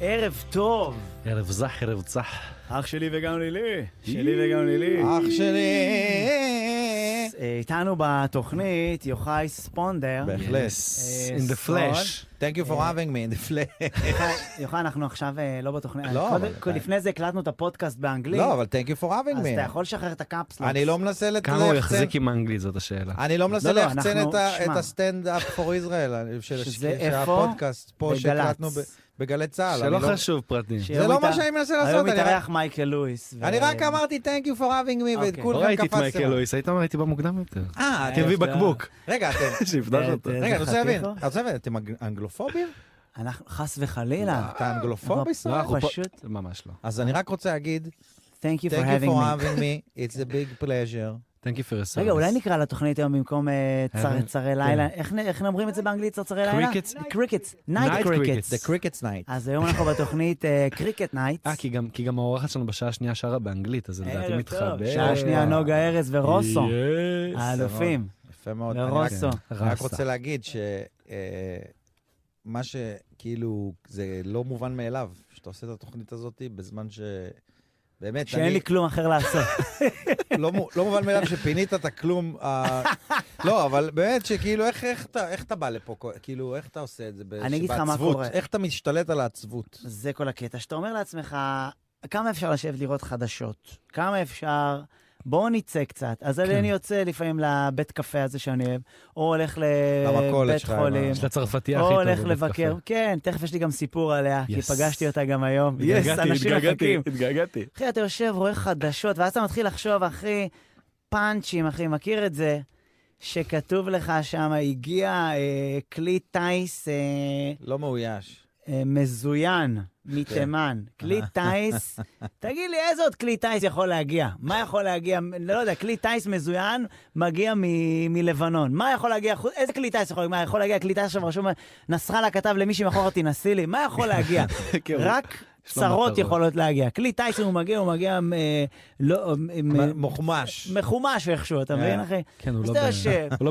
ערב טוב. ערב זח, ערב צח. אח שלי וגם לילי. שלי וגם לילי. אח שלי. אז, אה, איתנו בתוכנית יוחאי ספונדר. בהחלט. אה, In the סול. flesh. Thank you for אה. having me in the flesh. יוחאי- יוחאי, אנחנו עכשיו אה, לא בתוכנית. לא, קודם- אבל- כל- לפני זה הקלטנו את הפודקאסט באנגלית. לא, אבל thank you for having אז אתה me. יכול לשחרר את הקפסלוקס. אני לא מנסה לת- כמה הוא לחצן, אה. יחזיק עם האנגלית, זאת השאלה. אני לא מנסה לא, לחצן אנחנו- את ה- שמע. את הסטנדאפ פור ישראל, שזה איפה? שהפודקאסט פה בגל"צ. אה, שהקלטנו ב- בגלי צה"ל. שלא אני לא- חשוב פרטים. שהיום זה לא איתה- מה שאני מנסה לעשות, היום אני רק- מתארח מייקל לואיס. ו- אני רק אמרתי thank you for having me ואת אוקיי. לא כולכם ראיתי את קפצתם. מייקל לואיס, היית ראיתי בא מוקדם יותר. אה, כן. אתם- תביא יש לה- בקבוק, רגע, אתם... שיפתח אה, אותו. אה, רגע, אני רוצה להבין, חתיכו? אני רוצה להבין, אתם אנג- אנגלופובים? אנחנו- חס וחלילה. אתה אנגלופוב לא, בישראל? אנחנו פה- אה, פשוט- ממש לא. אז אני רק רוצה להגיד, Thank you for thank you having for me. having me, it's a big pleasure. Thank you for your service. רגע, אולי נקרא לתוכנית היום במקום אה, צרצרי כן. לילה. איך נ- איך אומרים את זה באנגלית, צרצרי לילה? Crickets. קריקטס. Night נייט crickets. קריקטס. The Crickets Night. אז היום אנחנו בתוכנית קריקט נייטס. אה, כי גם- כי גם האורחת שלנו בשעה השנייה שרה באנגלית, אז לדעתי מתחבר. שעה שנייה אה, נוגה ארז ורוסו. Yes. האלופים. יפה מאוד. אני רק- ורוסו. אני רק רסה. רוצה להגיד ש... אה, מה שכאילו, זה לא מובן מאליו, שאתה עושה את התוכנית הזאת בזמן ש... באמת, שאין אני- לי כלום אחר לעשות. לא, מו- לא מובן מאליו שפינית את הכלום. ה- לא, אבל באמת שכאילו, איך, איך, אתה, איך אתה בא לפה? כל- כאילו, איך אתה עושה את זה? אני אגיד לך מה בעצבות? קורה. איך אתה משתלט על העצבות? זה כל הקטע, שאתה אומר לעצמך, כמה אפשר לשבת לראות חדשות? כמה אפשר... בואו נצא קצת. אז כן. אני יוצא לפעמים לבית קפה הזה שאני אוהב, או הולך למכולת לבית שלך עם חולים, ה- יש לה צרפתייה הכי או טובה. הולך בבית לבקר. קפה. כן, תכף יש לי גם סיפור עליה, כי Yes. פגשתי אותה גם היום. יס, התגעגעתי, אנשים התגעגעתי, מחכים. התגעגעתי. אחי, אתה יושב, רואה חדשות, ואז אתה מתחיל לחשוב, אחי, פאנצ'ים, אחי, מכיר את זה? שכתוב לך שם, הגיע אה, כלי טיס אה, לא מאויש. אה, מזוין מתימן. כלי טיס, תגיד לי, איזה עוד כלי טיס יכול להגיע? מה יכול להגיע? לא יודע, כלי טיס מזוין מגיע מ- מלבנון. מה יכול להגיע? חוץ- איזה כלי טיס יכול להגיע? מה יכול להגיע? כלי טיס עכשיו רשום, נסראללה כתב למישהי מאחורה, תנסי לי. מה יכול להגיע? כן, הוא- רק יש לו מטרות. צרות יכולות להגיע. כלי טיס, אם הוא מגיע, הוא מגיע אה, לא, אה, מ- מוחמש. מחומש איכשהו, אתה מבין, אה, אחי? כן, הוא אז לא אתה ב- יושב. הוא לא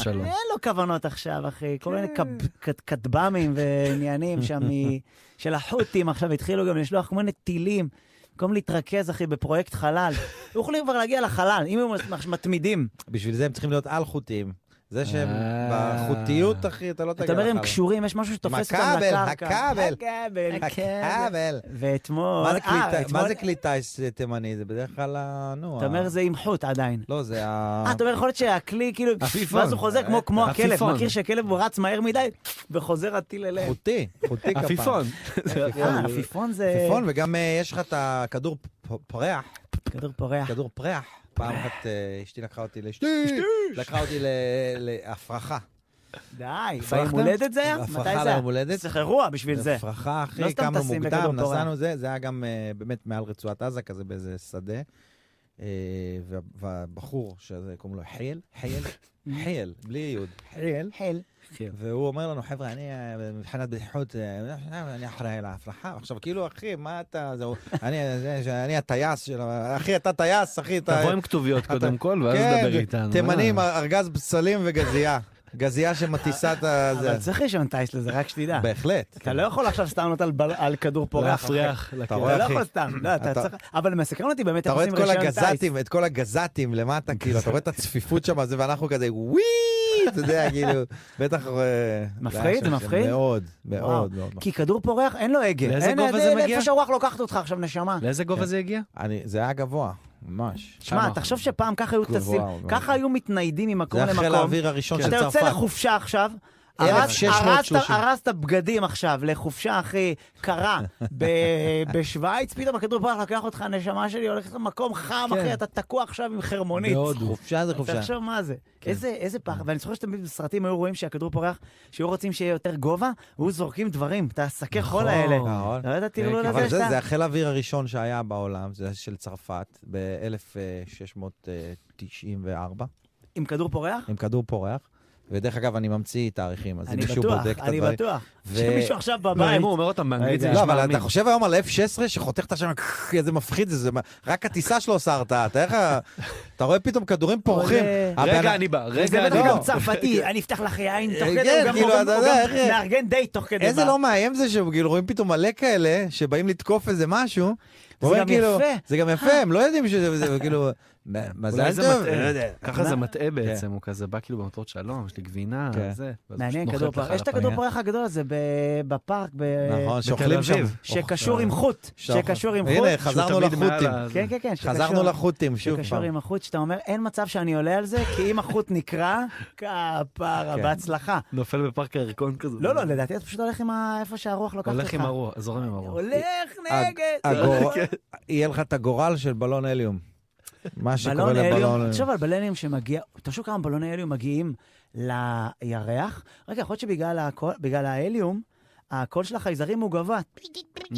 שלום. אין לו כוונות עכשיו, אחי. כל כן. מיני כב- כת- כטב"מים ועניינים שם מ- של החות'ים עכשיו התחילו גם לשלוח כל מיני טילים. במקום להתרכז, אחי, בפרויקט חלל. הם יכולים כבר להגיע לחלל, אם הם מתמידים. בשביל זה הם צריכים להיות על-חוטיים. זה שהם אה. בחוטיות, אחי, אתה לא תגיע אתה אומר, הם לחלל. קשורים, יש משהו שתופס אותם הכבל, לקרקע. הכבל. הכבל, הכבל. הכבל. ואתמול... מה זה כלי כן. אה, טי- אתמול- מה זה כלי טיס אה, תימני? זה בדרך כלל ה... נו, אתה ה- אומר, זה עם חוט עדיין. לא, זה ה... אה, אתה אומר, יכול להיות שהכלי, כאילו, עפיפון. ואז הוא חוזר כמו- כמו אה, הכלב, עפיפון. מכיר שהכלב הוא רץ מהר מדי, וחוזר הטיל אליהם. חוטי, חוטי כפיים. עפיפון. אה, עפיפון זה עפיפון, וגם אה, יש לך את הכדור פ- פ- פרח, כדור פורח. כדור פרח. פעם אחת אה, אשתי לקחה אותי לאשתי, לקחה אותי ל- להפרחה. די, הפרחת? ביום הולדת זה היה? מתי הפרחה זה היה? ליום הולדת. צריך אירוע בשביל זה. הפרחה, לא אחי, סתם כמה טסים בכדור מוקדם, פורח. נסענו זה, זה היה גם אה, באמת מעל רצועת עזה כזה באיזה שדה. אה, וה- והבחור, שזה קוראים לו חייל, חייל, חייל, בלי יוד, חייל. חיל. והוא אומר לנו, חבר'ה, אני אה, מבחינת בטיחות, אה, אני אחראי להפרחה. עכשיו, כאילו, אחי, מה אתה, זהו, אני, אה, זה- אני הטייס של, ה- אחי, אתה טייס, אחי, אתה... תבוא עם כתוביות קודם כל, ואז כן, דבר איתנו. תימנים, אה. ארגז בשלים וגזייה. גזייה שמטיסה את ה... אבל זה. צריך רישיון טיס לזה, רק שתדע. בהחלט. אתה לא יכול עכשיו סתם לעלות על בל- על כדור אוקיי. פורח. להפריח. לא אתה לקהל. אתה רואה, לא אחי? יכול סתם, לא, אתה אתה- צריך... אבל מסקרן אותי באמת אתה איך רואה את עושים כל רישיון טיס. הגזטים, את כל הגזטים למטה, כאילו, אתה רואה את הצפיפות שם, זה, ואנחנו כזה, וואי, אתה יודע, כאילו, בטח... אה, מפחיד? היה שם- זה מפחיד? מאוד, וואו. מאוד, מאוד. כי כדור פורח, אין לו הגה. לאיזה אין- גובה אין- זה אין- מגיע? איפה שהרוח לוקחת אותך עכשיו, נשמה. לאיזה גובה כן. זה הגיע? אני- זה היה גבוה, ממש. שמע, כמה? תחשוב שפעם ככה היו גבוה טסים, מאוד. ככה היו מתניידים ממקום זה היה חיל למקום. האוויר הראשון כן. של אתה צרפת. יוצא לחופשה עכשיו, אלף הרס- שש מאות הרסת- שלושים. הרסת בגדים עכשיו לחופשה הכי קרה ב- בשוויץ, פתאום הכדור פרח לקח אותך, הנשמה שלי הולכת למקום חם, כן. אחי, אתה תקוע עכשיו עם חרמונית. בהודו. חופשה זה חופשה. כן. תחשוב מה זה, איזה, איזה פחד, ואני זוכר שתמיד בסרטים היו רואים שהכדור פורח, שהיו רוצים שיהיה יותר גובה, היו זורקים דברים, את השקי חול האלה. נכון. לא ידעתי כן, לולא כן. לזה אבל זה, שאתה- זה החיל האוויר הראשון שהיה בעולם, זה של צרפת, ב-1694, עם כדור פורח? עם כדור פורח. ודרך אגב, אני ממציא תאריכים, אז אם אני מישהו בטוח, בודק את אני הדברים... בטוח. ו- שמישהו עכשיו לא, בבית, אם הוא אומר אותם באנגלית, זה לא, נשמע אבל אמין. אתה חושב היום על F-16 שחותכת שם, איזה מפחיד זה, זה, מה- רק הטיסה שלו עושה הרתעה, תאר לך, אתה רואה פתאום כדורים פורחים. הבן- אה, רגע, אני בא, זה רגע, בטח אני גם לא. בא. צרפתי, אני אפתח לך יין תוך אה, כדי, כן, הוא גם- כאילו, הוא גם אתה הוא יודע, גם איך- מארגן דייט תוך כדי. איזה בר. לא מאיים זה שהם כאילו רואים פתאום מלא כאלה, שבאים לתקוף איזה משהו. ואומרים, גם כאילו, יפה. זה גם יפה, הם לא יודעים שזה, זה כאילו, מ- אה. אולי מזל זה טוב. לא אה, מטעה, כן. ככה זה מה? מטעה בעצם, הוא כזה בא כאילו במטרות שלום, יש לי גבינה, כן. זה. ואז מעניין, פשוט כדור נוחת לך פרח. יש את על הכדור הפנים. פרח הגדול הזה ב- בפארק, ב- נכון, בתל שאוכלים שם. אביב. שקשור עם חוט, שאוכל- שקשור עם חוט. הנה, שהוא חזרנו תמיד מעל לחות'ים. ה- כן, כן, כן. שקשור- חזרנו לחות'ים, שוב שקשור פעם. עם החוט, שאתה אומר, אין מצב שאני עולה על זה, כי אם החוט נקרע, כפרה, כן. בהצלחה. נופל בפארק הירקון כזה. לא, לא, לדעתי אתה פשוט הולך עם ה- איפה שהרוח לא לוקחת אותך. הולך עם הרוח, זורם עם הרוח. כן. הולך נגד. הגור- יהיה לך את הגורל של בלון הליום. מה שקורה בלון הליום, לבלון תחשוב הליום. על בלון הליום שמגיע, תחשוב כמה בלוני הליום מגיעים לירח. רגע, יכול להיות שבגלל הכל- בגלל ההליום, הקול של החייזרים הוא גבוה, Mm.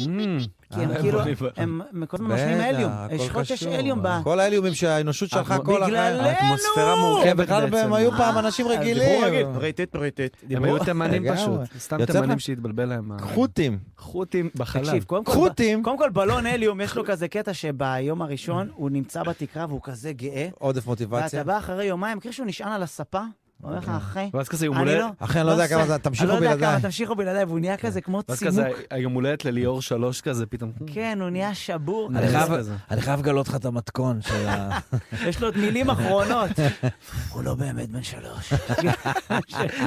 כי הם אה, כאילו, הבנתי. הם הם כל הזמן נושמים בטח, הליום. הכל יש חודש קשור. אה. הליום ב... אה, כל ההליומים שהאנושות שלחה כל בגללנו! החיים. אה, האטמוספירה מורכבת כן, בכלל בעצם. הם היו פעם אנשים אה, רגילים. פריטט, פריטט. הם היו תימנים לגמרי. פשוט, סתם יוצא תימנים לך- שהתבלבל להם. ה- חות'ים. חות'ים בחלל. תקשיב, קודם כל, חות'ים. קודם כל בלון הליום, יש לו כזה קטע שביום הראשון הוא נמצא בתקרה והוא כזה גאה, עודף מוטיבציה. ואתה בא אחרי יומיים, כאילו שהוא נשען על הספה, הוא אומר לך, אחי, ואז כזה יום אני הולדת, לא... אחי, אני לא יודע עושה- כמה זה, אני תמשיכו לא יודע בלעדיי. לא כמה, תמשיכו בלעדיי, והוא נהיה כזה כמו ואז כזה צימוק. היום הולדת לליאור שלוש כזה, פתאום. כן, הוא נהיה שבור. אני אה, כזה. חייב- כזה. אני חייב לגלות לך את המתכון של ה... יש לו עוד מילים אחרונות. הוא לא באמת בן שלוש.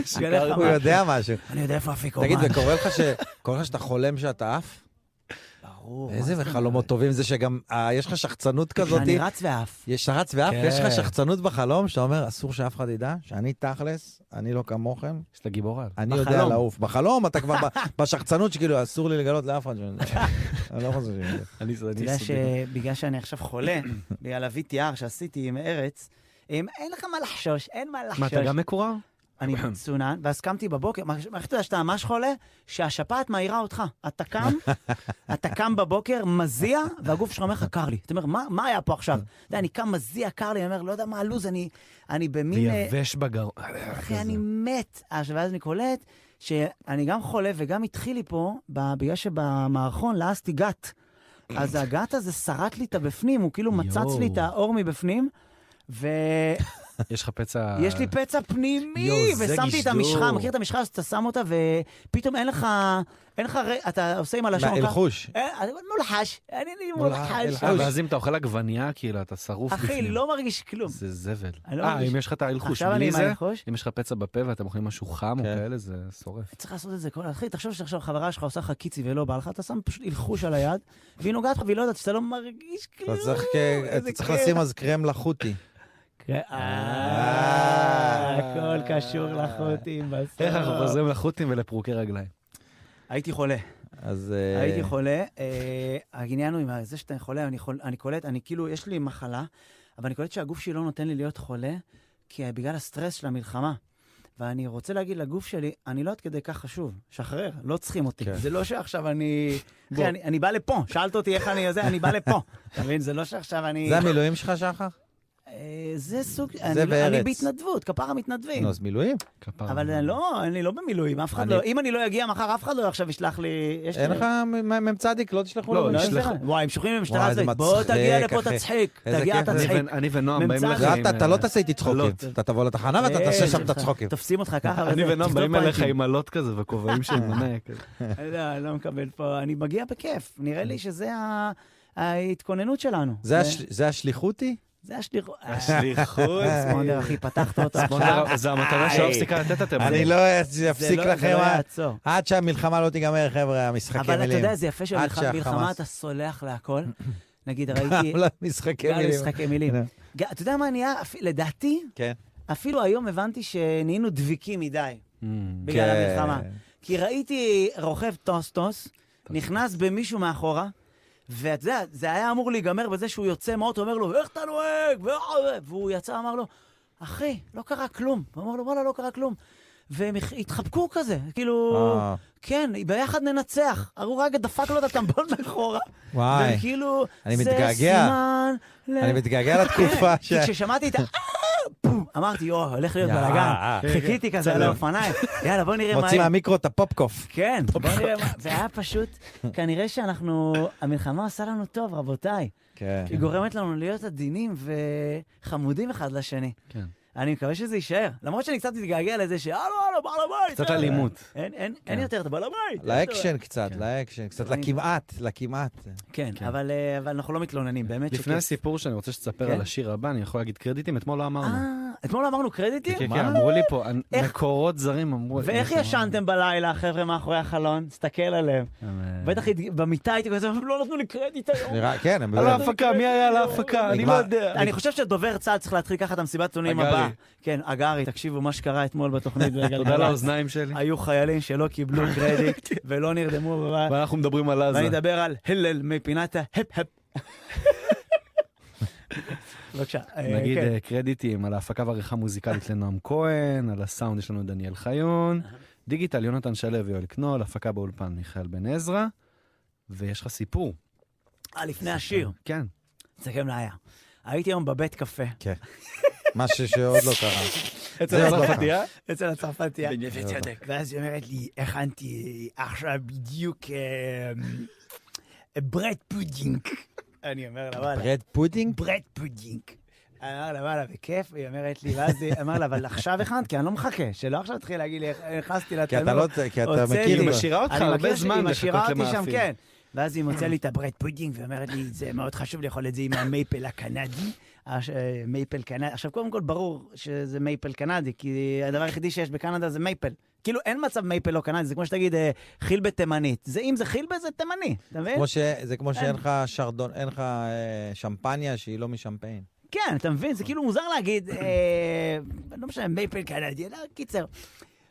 שגלה לך הוא מה- יודע משהו. אני יודע איפה אפיקומן. תגיד, וקורה לך ש- קורה לך שאתה חולם שאתה עף? ברור. מה איזה זאת חלומות טובים זה שגם אה, יש לך שחצנות אומרת? כזאת. אני רץ ואף. יש שרץ ואף, כן. יש לך שחצנות בחלום, שאתה אומר, אסור שאף אחד ידע, שאני תכלס, אני לא כמוכם, יש לה גיבורה. אני יודע בחלום. לעוף. בחלום אתה כבר ב- בשחצנות שכאילו, אסור לי לגלות לאף אחד. שאני- אני לא חושב שזה. אני זה, אתה אני יודע סודי. שבגלל שאני עכשיו חולה, בגלל ה-VTR שעשיתי עם ארץ, אמ, אין לך מה לחשוש, אין מה לחשוש. מה, אתה גם מקורר? אני מצונן, ואז קמתי בבוקר, מה- מה- איך אתה יודע שאתה ממש חולה? שהשפעת מעירה אותך. אתה קם, אתה קם בבוקר, מזיע, והגוף שלך אומר לך, קר לי. אתה אומר, "מה- מה היה פה עכשיו? אתה יודע, אני קם מזיע, קר לי, אני אומר, לא יודע מה הלו"ז, אני- אני במין... אה, ויבש בגרון. אחי, אני מת. אז- ואז אני קולט שאני גם חולה וגם התחיל לי פה, ב- בגלל שבמערכון לעסתי גת. אז הגת הזה שרט לי את הבפנים, הוא כאילו מצץ יואו. לי את האור מבפנים, ויש יש לך פצע... לי פצע פנימי, אה. יואו, זה ושמתי את גישור. המשחה, מכיר את המשחה שאתה שם אותה, ופתאום אין לך, אין לך, ר- אתה עושה עם הלשון, מה, ככה, אלחוש. אה, אני מולחש, אני אני מולח- מולחש. אה, אלחוש. ואז אם אתה אוכל עגבנייה, כאילו, אתה שרוף בפנים. אחי, לא מרגיש כלום. זה זבל. אני לא אה, מרגיש- אם יש לך את ההלחוש עכשיו אני בלי עם זה, הלחוש. אם יש לך פצע בפה ואתם אוכלים משהו חם או כן. כאלה, זה שורף. צריך לעשות את זה כל... אחי, תחשוב שעכשיו חברה שלך עושה לך קיצי ולא בא לך, אתה שם פשוט אלחוש על היד, והיא נוגעת לך והיא לא יודעת שאתה לא מרגיש אתה כלום. צריך כ- כאילו, איזה אתה צריך כיף. לשים אז קרם לחותי. אה, אה. הכל קשור לחוטים איך אנחנו בסוף. חוזרים לחות'ים ולפרוקי רגליים? הייתי חולה, אז... אה, הייתי חולה. אה, העניין הוא עם זה שאתה חולה, אני חול- אני קולט, אני כאילו, יש לי מחלה, אבל אני קולט שהגוף שלי לא נותן לי להיות חולה, כי בגלל הסטרס של המלחמה. ואני רוצה להגיד לגוף שלי, אני לא עד כדי כך חשוב, שחרר, לא צריכים אותי. כן. זה לא שעכשיו אני... אחי, אני, אני בא לפה, שאלת אותי איך אני זה, אני בא לפה. אתה מבין? זה לא שעכשיו אני... זה המילואים שלך, שחר? אה, זה סוג... אני, לא- בארץ. אני בהתנדבות, כפרה מתנדבים. נו, אז מילואים? כפרה. אבל אני לא, אני לא במילואים, אף אחד אני- לא... אם אני לא אגיע מחר, אף אחד לא עכשיו ישלח לי... יש אין לי- לך מ- מ- מ"צ, לא תשלחו לא, לו? לא, מילואים? אין לך. וואי, הם שולחים וואי, למשטרה זה זה, בוא מצחיק, תגיע לפה, אחי. תצחיק. איזה תגיע, כיף. אני תצחיק. ו- אני ונועם באים ממצא אליך זה עם... אתה- אתה לא אה, תעשה איתי צחוקים. עלות. אתה תבוא לתחנה ואתה אה, תעשה שם את שלך. הצחוקים. תופסים אותך ככה. אני וזה, ונועם תכתוב באים אליך פרקים. עם אלות כזה וכובעים של מונה. כזה. לא, אני לא מקבל פה, אני מגיע בכיף. נראה לי שזה ה- ההתכוננות שלנו. אה. זה הש- זה השליחותי? זה השליחות. השליחות. ספונדר, אחי, פתחת אותו עכשיו. ספונדר, נכון, זה המטרה של הפסיקה לתת אתם. אני לא זה אפסיק לא- זה אה, לכם אה. לא עד- יעצור. עד שהמלחמה לא תיגמר, חבר'ה, המשחקי מילים. אבל אתה יודע, זה יפה עד שבמלחמה שהחמאס- לא, אתה סולח להכל. נגיד, ראיתי... גם למשחקי גם מילים. משחקי מילים. הנה. ג- אתה יודע מה נהיה? אפ- לדעתי, כן. אפילו היום הבנתי שנהיינו דביקים מדי Mm. בגלל כן. המלחמה. כי ראיתי רוכב טוסטוס, נכנס במישהו מאחורה, ואתה יודע, זה היה אמור להיגמר בזה שהוא יוצא מהאוטו, אומר לו, איך אתה נוהג? ו- והוא יצא, אמר לו, אחי, לא קרה כלום. הוא אמר לו, וואלה, לא קרה כלום. והם הח- התחבקו כזה, כאילו, אה, כן, ביחד ננצח. הוא רק דפק לו את הטמבון מאחורה. וואי, וכאילו, אני זה מתגעגע. סימן... ל- אני מתגעגע לתקופה כן, ש... כי כששמעתי את ה... פום. אמרתי, יואו, הולך להיות יא, בלאגן. אה, כן, חיכיתי כזה על צלם. האופניים, יאללה, בוא נראה מה מוציא יהיה. מהמיקרו את הפופקוף. כן, בוא נראה מה... זה היה פשוט, כנראה שאנחנו, המלחמה עושה לנו טוב, רבותיי. כן. היא גורמת לנו להיות עדינים וחמודים אחד לשני. כן. אני מקווה שזה יישאר. למרות שאני קצת מתגעגע לזה שהלו, הלו, בעל הבית. קצת אה, אלימות. כן. אין- אין אין יותר את הבעל הבית. לאקשן קצת, לאקשן, קצת אני- לכמעט, לכמעט. כן, אבל אה, אבל אנחנו לא מתלוננים, באמת שכן. לפני הסיפור שאני רוצה שתספר כן. על השיר הבא, אני יכול להגיד קרדיטים? אתמול לא אמרנו. אה, אתמול לא אמרנו קרדיטים? כן, כן, מה? אמרו לי פה, איך- מקורות זרים אמרו... ואיך ישנתם בלילה, החבר'ה מאחורי החלון? תסתכל עליהם. אה, בטח הת- במיטה הייתי כזה, "הם לא נתנו לי קרדיט היום. נראה, כן, לא הם... על ההפקה, מי היה על ההפקה? אני לא נגמר. יודע. אה, אני חושב שדובר צה"ל צריך להתחיל ככה את המסיבת עיתונאים הגרי. הבאה. כן, הגרי, תקשיבו מה שקרה אתמול בתוכנית תודה בגלגלצ. לאוזניים שלי. היו חיילים שלא קיבלו קרדיט ולא נרדמו בבית. ואנחנו מדברים על ואני עזה. אדבר על הלל מפינת ההפ-הפ. בבקשה. אה, נגיד כן. אה, קרדיטים על ההפקה ועריכה מוזיקלית לנועם כהן, על הסאונד יש לנו את דניאל חיון, דיגיטל יונתן שלו ויואל קנול, הפקה באולפן מיכאל בן עזרא, ויש לך סיפור. אה, לפני השיר, כן. נסכם לעיה. הייתי היום בבית קפה. כן. משהו שעוד לא קרה. זה עוד לא קרה. אצל הצרפתייה. בנווה צדק. ואז היא אומרת לי, הכנתי עכשיו בדיוק אה, ברד פודינג. אני אומר לה, וואלה. ברד פודינג? ברד פודינג. אמר לה, וואלה, בכיף, היא אומרת לי, ואז היא אמר לה, אבל עכשיו הכנת, כי אני לא מחכה, שלא עכשיו תתחיל להגיד לי, הכנסתי לתנור. כי אתה לא... כי אתה הוצאתי. מכיר... היא משאירה אותך אני מכיר הרבה שהיא זמן משאירה לחכות אותי שם, למאפים. כן. ואז היא מוציאה לי את הברד פודינג ואומרת לי, זה מאוד חשוב לאכול את זה עם המייפל הקנדי. הש- אה, מייפל קנדי. עכשיו, קודם כל, ברור שזה מייפל קנדי, כי הדבר היחידי שיש בקנדה זה מייפל. כאילו, אין מצב מייפל לא קנדי, זה כמו שתגיד אה, חילבה תימנית. זה, אם זה חילבה, זה תימני, אתה מבין? כמו ש... כן. זה כמו שאין לך שרדון, אין לך אה, שמפניה שהיא לא משמפיין. כן, אתה מבין? זה כאילו מוזר להגיד, אה, לא משנה, מייפל קנדי, אלא קיצר.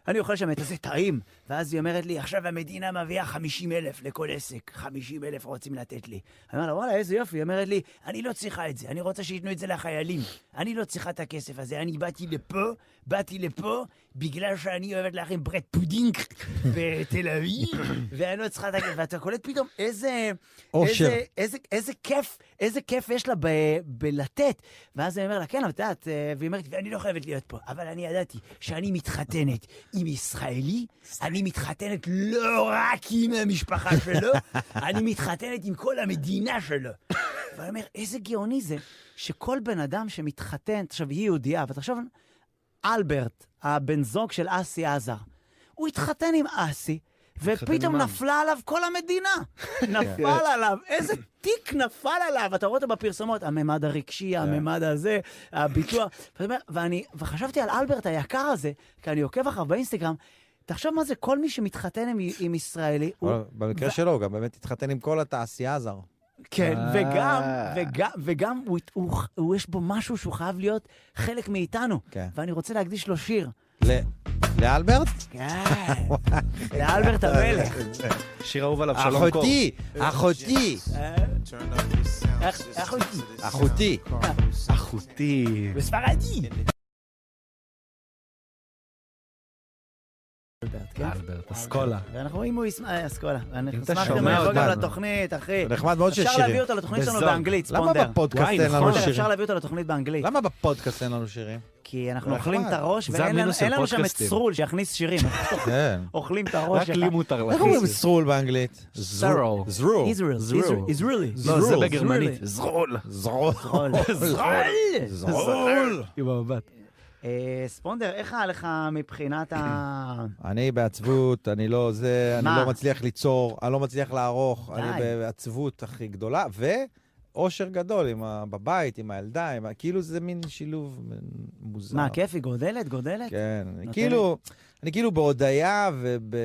אני אוכל שם את הזה טעים, ואז היא אומרת לי, עכשיו המדינה מביאה 50 אלף לכל עסק, 50 אלף רוצים לתת לי. אני אומר לה, וואלה, איזה יופי. היא אומרת לי, אני לא צריכה את זה, אני רוצה שייתנו את זה לחיילים. אני לא צריכה את הכסף הזה, אני באתי לפה, באתי לפה, בגלל שאני אוהבת להכין ברד פודינג בתל אביב, ואני לא צריכה את הכסף. ואתה קולט פתאום איזה... אושר. איזה, איזה, איזה כיף, איזה כיף יש לה ב, בלתת. ואז אני אומר לה, כן, אבל את יודעת, אה, והיא אומרת, ואני לא חייבת להיות פה, אבל אני ידעתי שאני מתחתנת עם ישראלי, אני מתחתנת לא רק עם המשפחה שלו, אני מתחתנת עם כל המדינה שלו. ואני אומר, איזה גאוני זה שכל בן אדם שמתחתן, עכשיו, היא יהודייה, ותחשוב, אלברט, הבן זוג של אסי עזר, הוא התחתן עם אסי, ופתאום עם עם. נפלה עליו כל המדינה. נפל עליו, איזה תיק נפל עליו, אתה רואה אותו בפרסומות, הממד הרגשי, הממד הזה, הביטוח. ואתה אומר, ואני, וחשבתי על אלברט היקר הזה, כי אני עוקב אחריו באינסטגרם, תחשוב מה זה, כל מי שמתחתן עם, עם ישראלי, הוא... אבל במקרה שלו, הוא גם באמת התחתן עם כל התעשייה הזר. כן, אה. וגם, וגם, וגם הוא, הוא, הוא, יש בו משהו שהוא חייב להיות חלק מאיתנו. כן. ואני רוצה להקדיש לו שיר. ל- לאלברט? כן, לאלברט המלך. שיר אהוב עליו, שלום קור. אחותי! אחותי! אה? איך- איך הוא איתי? אחותי! אחותי. בספרדי. אלברט, כן? אלברט, אסכולה. ואנחנו רואים אם הוא ישמח, אה, אסכולה. אנחנו אתה נשמח גם שומע לבוא גם אותנו. לתוכנית, אחי. נחמד מאוד שיש אפשר שירים. להביא אותו לתוכנית שלנו בזול. באנגלית, למה ספונדר. בפודקאסט וואי, אין לנו נכון. ספונדר, שירים? אפשר להביא אותו לתוכנית באנגלית. למה בפודקאסט אין לנו שירים? כי אנחנו נחמד. אוכלים את הראש, זה ואין לנו- המינוס של אין לנו שם את פודקאסטים. צרול שיכניס שירים. כן. אוכלים את הראש רק שלך. לי מותר איך אומרים להכניס. סרול באנגלית? זרו. זרו. Israel, זרול. Israel, Israeli. לא, זה זרול. בגרמנית. זרול. זרול. זרול. זרול. עם המבט. אה, ספונדר, איך היה לך מבחינת ה... אני בעצבות, אני לא זה, אני מה? לא מצליח ליצור, אני לא מצליח לערוך, אני די. בעצבות הכי גדולה, ואושר גדול עם ה- בבית, עם הילדה, עם ה- כאילו זה מין שילוב מוזר. מה, כיף? היא גודלת? גודלת? כן, אני נותן- כאילו, אני כאילו בהודיה וב...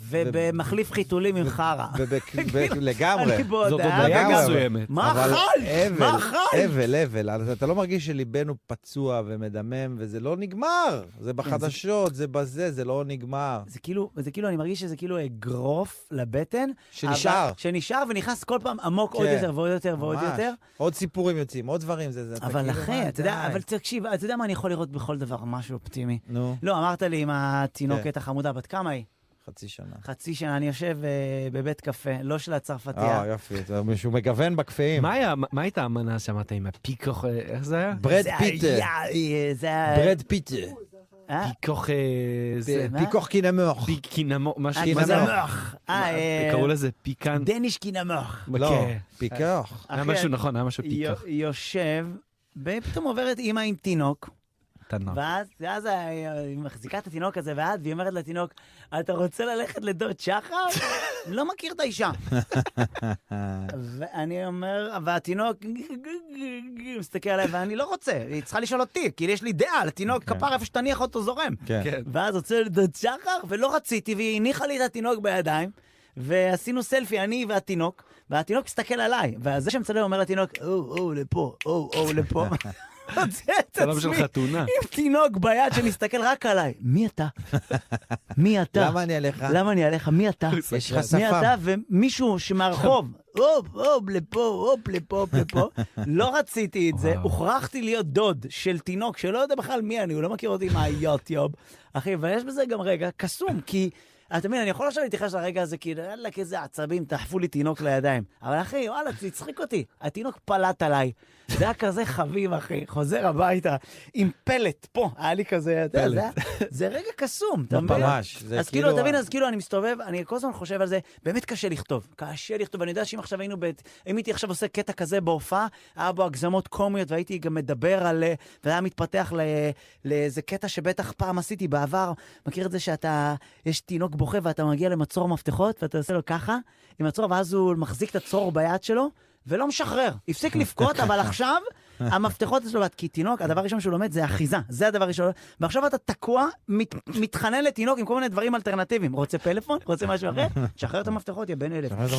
ובמחליף חיתולים עם חרא. וב- ב- לגמרי. כאילו, אני זאת בהודעה הודעה וגם- מסוימת. מה אבל אכלת? אבל, מה אכלת? אבל, אבל. אז אתה לא מרגיש שליבנו פצוע ומדמם, וזה לא נגמר. כן, זה בחדשות, זה בזה, זה לא נגמר. זה כאילו, זה כאילו, אני מרגיש שזה כאילו אגרוף לבטן. שנשאר. אבל- שנשאר ונכנס כל פעם עמוק עוד כן. יותר ועוד יותר ועוד ממש. יותר. עוד סיפורים יוצאים, עוד דברים, זה... זה אתה אבל כאילו, אחי, מה, אתה יודע, די. אבל תקשיב, אתה יודע מה, אני יכול לראות בכל דבר משהו אופטימי. נו, כן. לא, אמרת לי עם התינוקת החמודה, בת כמה היא? חצי שנה. חצי שנה, אני יושב אה, בבית קפה, לא של אה, הצרפתייה. יופי, זה מישהו מגוון בקפאים. מה היה- מה הייתה המנה שאמרת עם הפיקוח, אה, איך זה היה? ברד זה פיט, היה, אה, זה היה... ברד פיט, אה? פיקוח, אה, זה, מה? פיקוח קינמוך. פיקינמו, משהו, אה, מה זה? קינמוך. קינמוך. אה, אה, קראו לזה פיקן, דניש קינמוך. לא, כן. פיקוח. היה אחי, משהו נכון, היה משהו יו- פיקח. יושב, ופתאום עוברת אימא עם תינוק, תנא. נכון. ואז ואז ה- היא מחזיקה את התינוק הזה, ואז והיא אומרת לתינוק, אתה רוצה ללכת לדוד שחר? לא מכיר את האישה. ואני אומר, והתינוק מסתכל עליי, ואני לא רוצה, היא צריכה לשאול אותי, כי יש לי דעה, לתינוק כן. כפר איפה שתניח אותו זורם. כן. כן. ואז הוצאנו לדוד שחר, ולא רציתי, והיא הניחה לי את התינוק בידיים, ועשינו סלפי, אני והתינוק, והתינוק הסתכל עליי, וזה שמצלם אומר לתינוק, או, או, לפה, או, או, לפה. מוצא את צלם של עצמי חתונה. עם תינוק ביד שמסתכל רק עליי. מי אתה? מי אתה? למה אני עליך? כן. למה אני עליך? מי אתה? אה? יש לך מי שפה. אתה? ומישהו שמהרחוב, הופ, הופ, לפה, הופ, לפה, הופ, לפה. לא רציתי את זה, וואו. הוכרחתי להיות דוד של תינוק שלא יודע בכלל מי אני, הוא לא מכיר אותי מהיוטיוב. אחי, ויש בזה גם רגע קסום, כי... אתה מבין, אני יכול עכשיו להתייחס לרגע הזה, כאילו, יאללק, איזה עצבים, דחפו לי תינוק לידיים. אבל אחי, וואלה, זה הצחיק אותי. התינוק פלט עליי. זה היה כזה חביב, אחי. חוזר הביתה עם פלט, פה, היה לי כזה, אתה יודע, זה היה- זה רגע קסום, אתה מבין? ממש. זה אז כאילו, אתה מבין, אז כאילו, אני מסתובב, אני כל הזמן חושב על זה, באמת קשה לכתוב. קשה לכתוב, אני יודע שאם עכשיו היינו ב... אם הייתי עכשיו עושה קטע כזה בהופעה, היה בו הגזמות קומיות, והייתי גם מדבר על... אה, והיה מתפתח ל- לאיזה קטע שבטח פעם עשיתי בעבר. מכיר את זה שאתה... יש תינוק בוכה ואתה מגיע למצור מפתחות, ואתה עושה לו ככה, עם מצור, ואז הוא מחזיק את הצור ביד שלו, ולא משחרר. הפסיק לבכות, אבל עכשיו המפתחות אצלו, ואת- כי תינוק, הדבר הראשון שהוא לומד זה אחיזה, זה הדבר הראשון. ועכשיו אתה תקוע, מת, מתחנן לתינוק עם כל מיני דברים אלטרנטיביים. רוצה פלאפון? רוצה משהו אחר? שחרר את המפתחות, יא בן אלף. אתה מבין?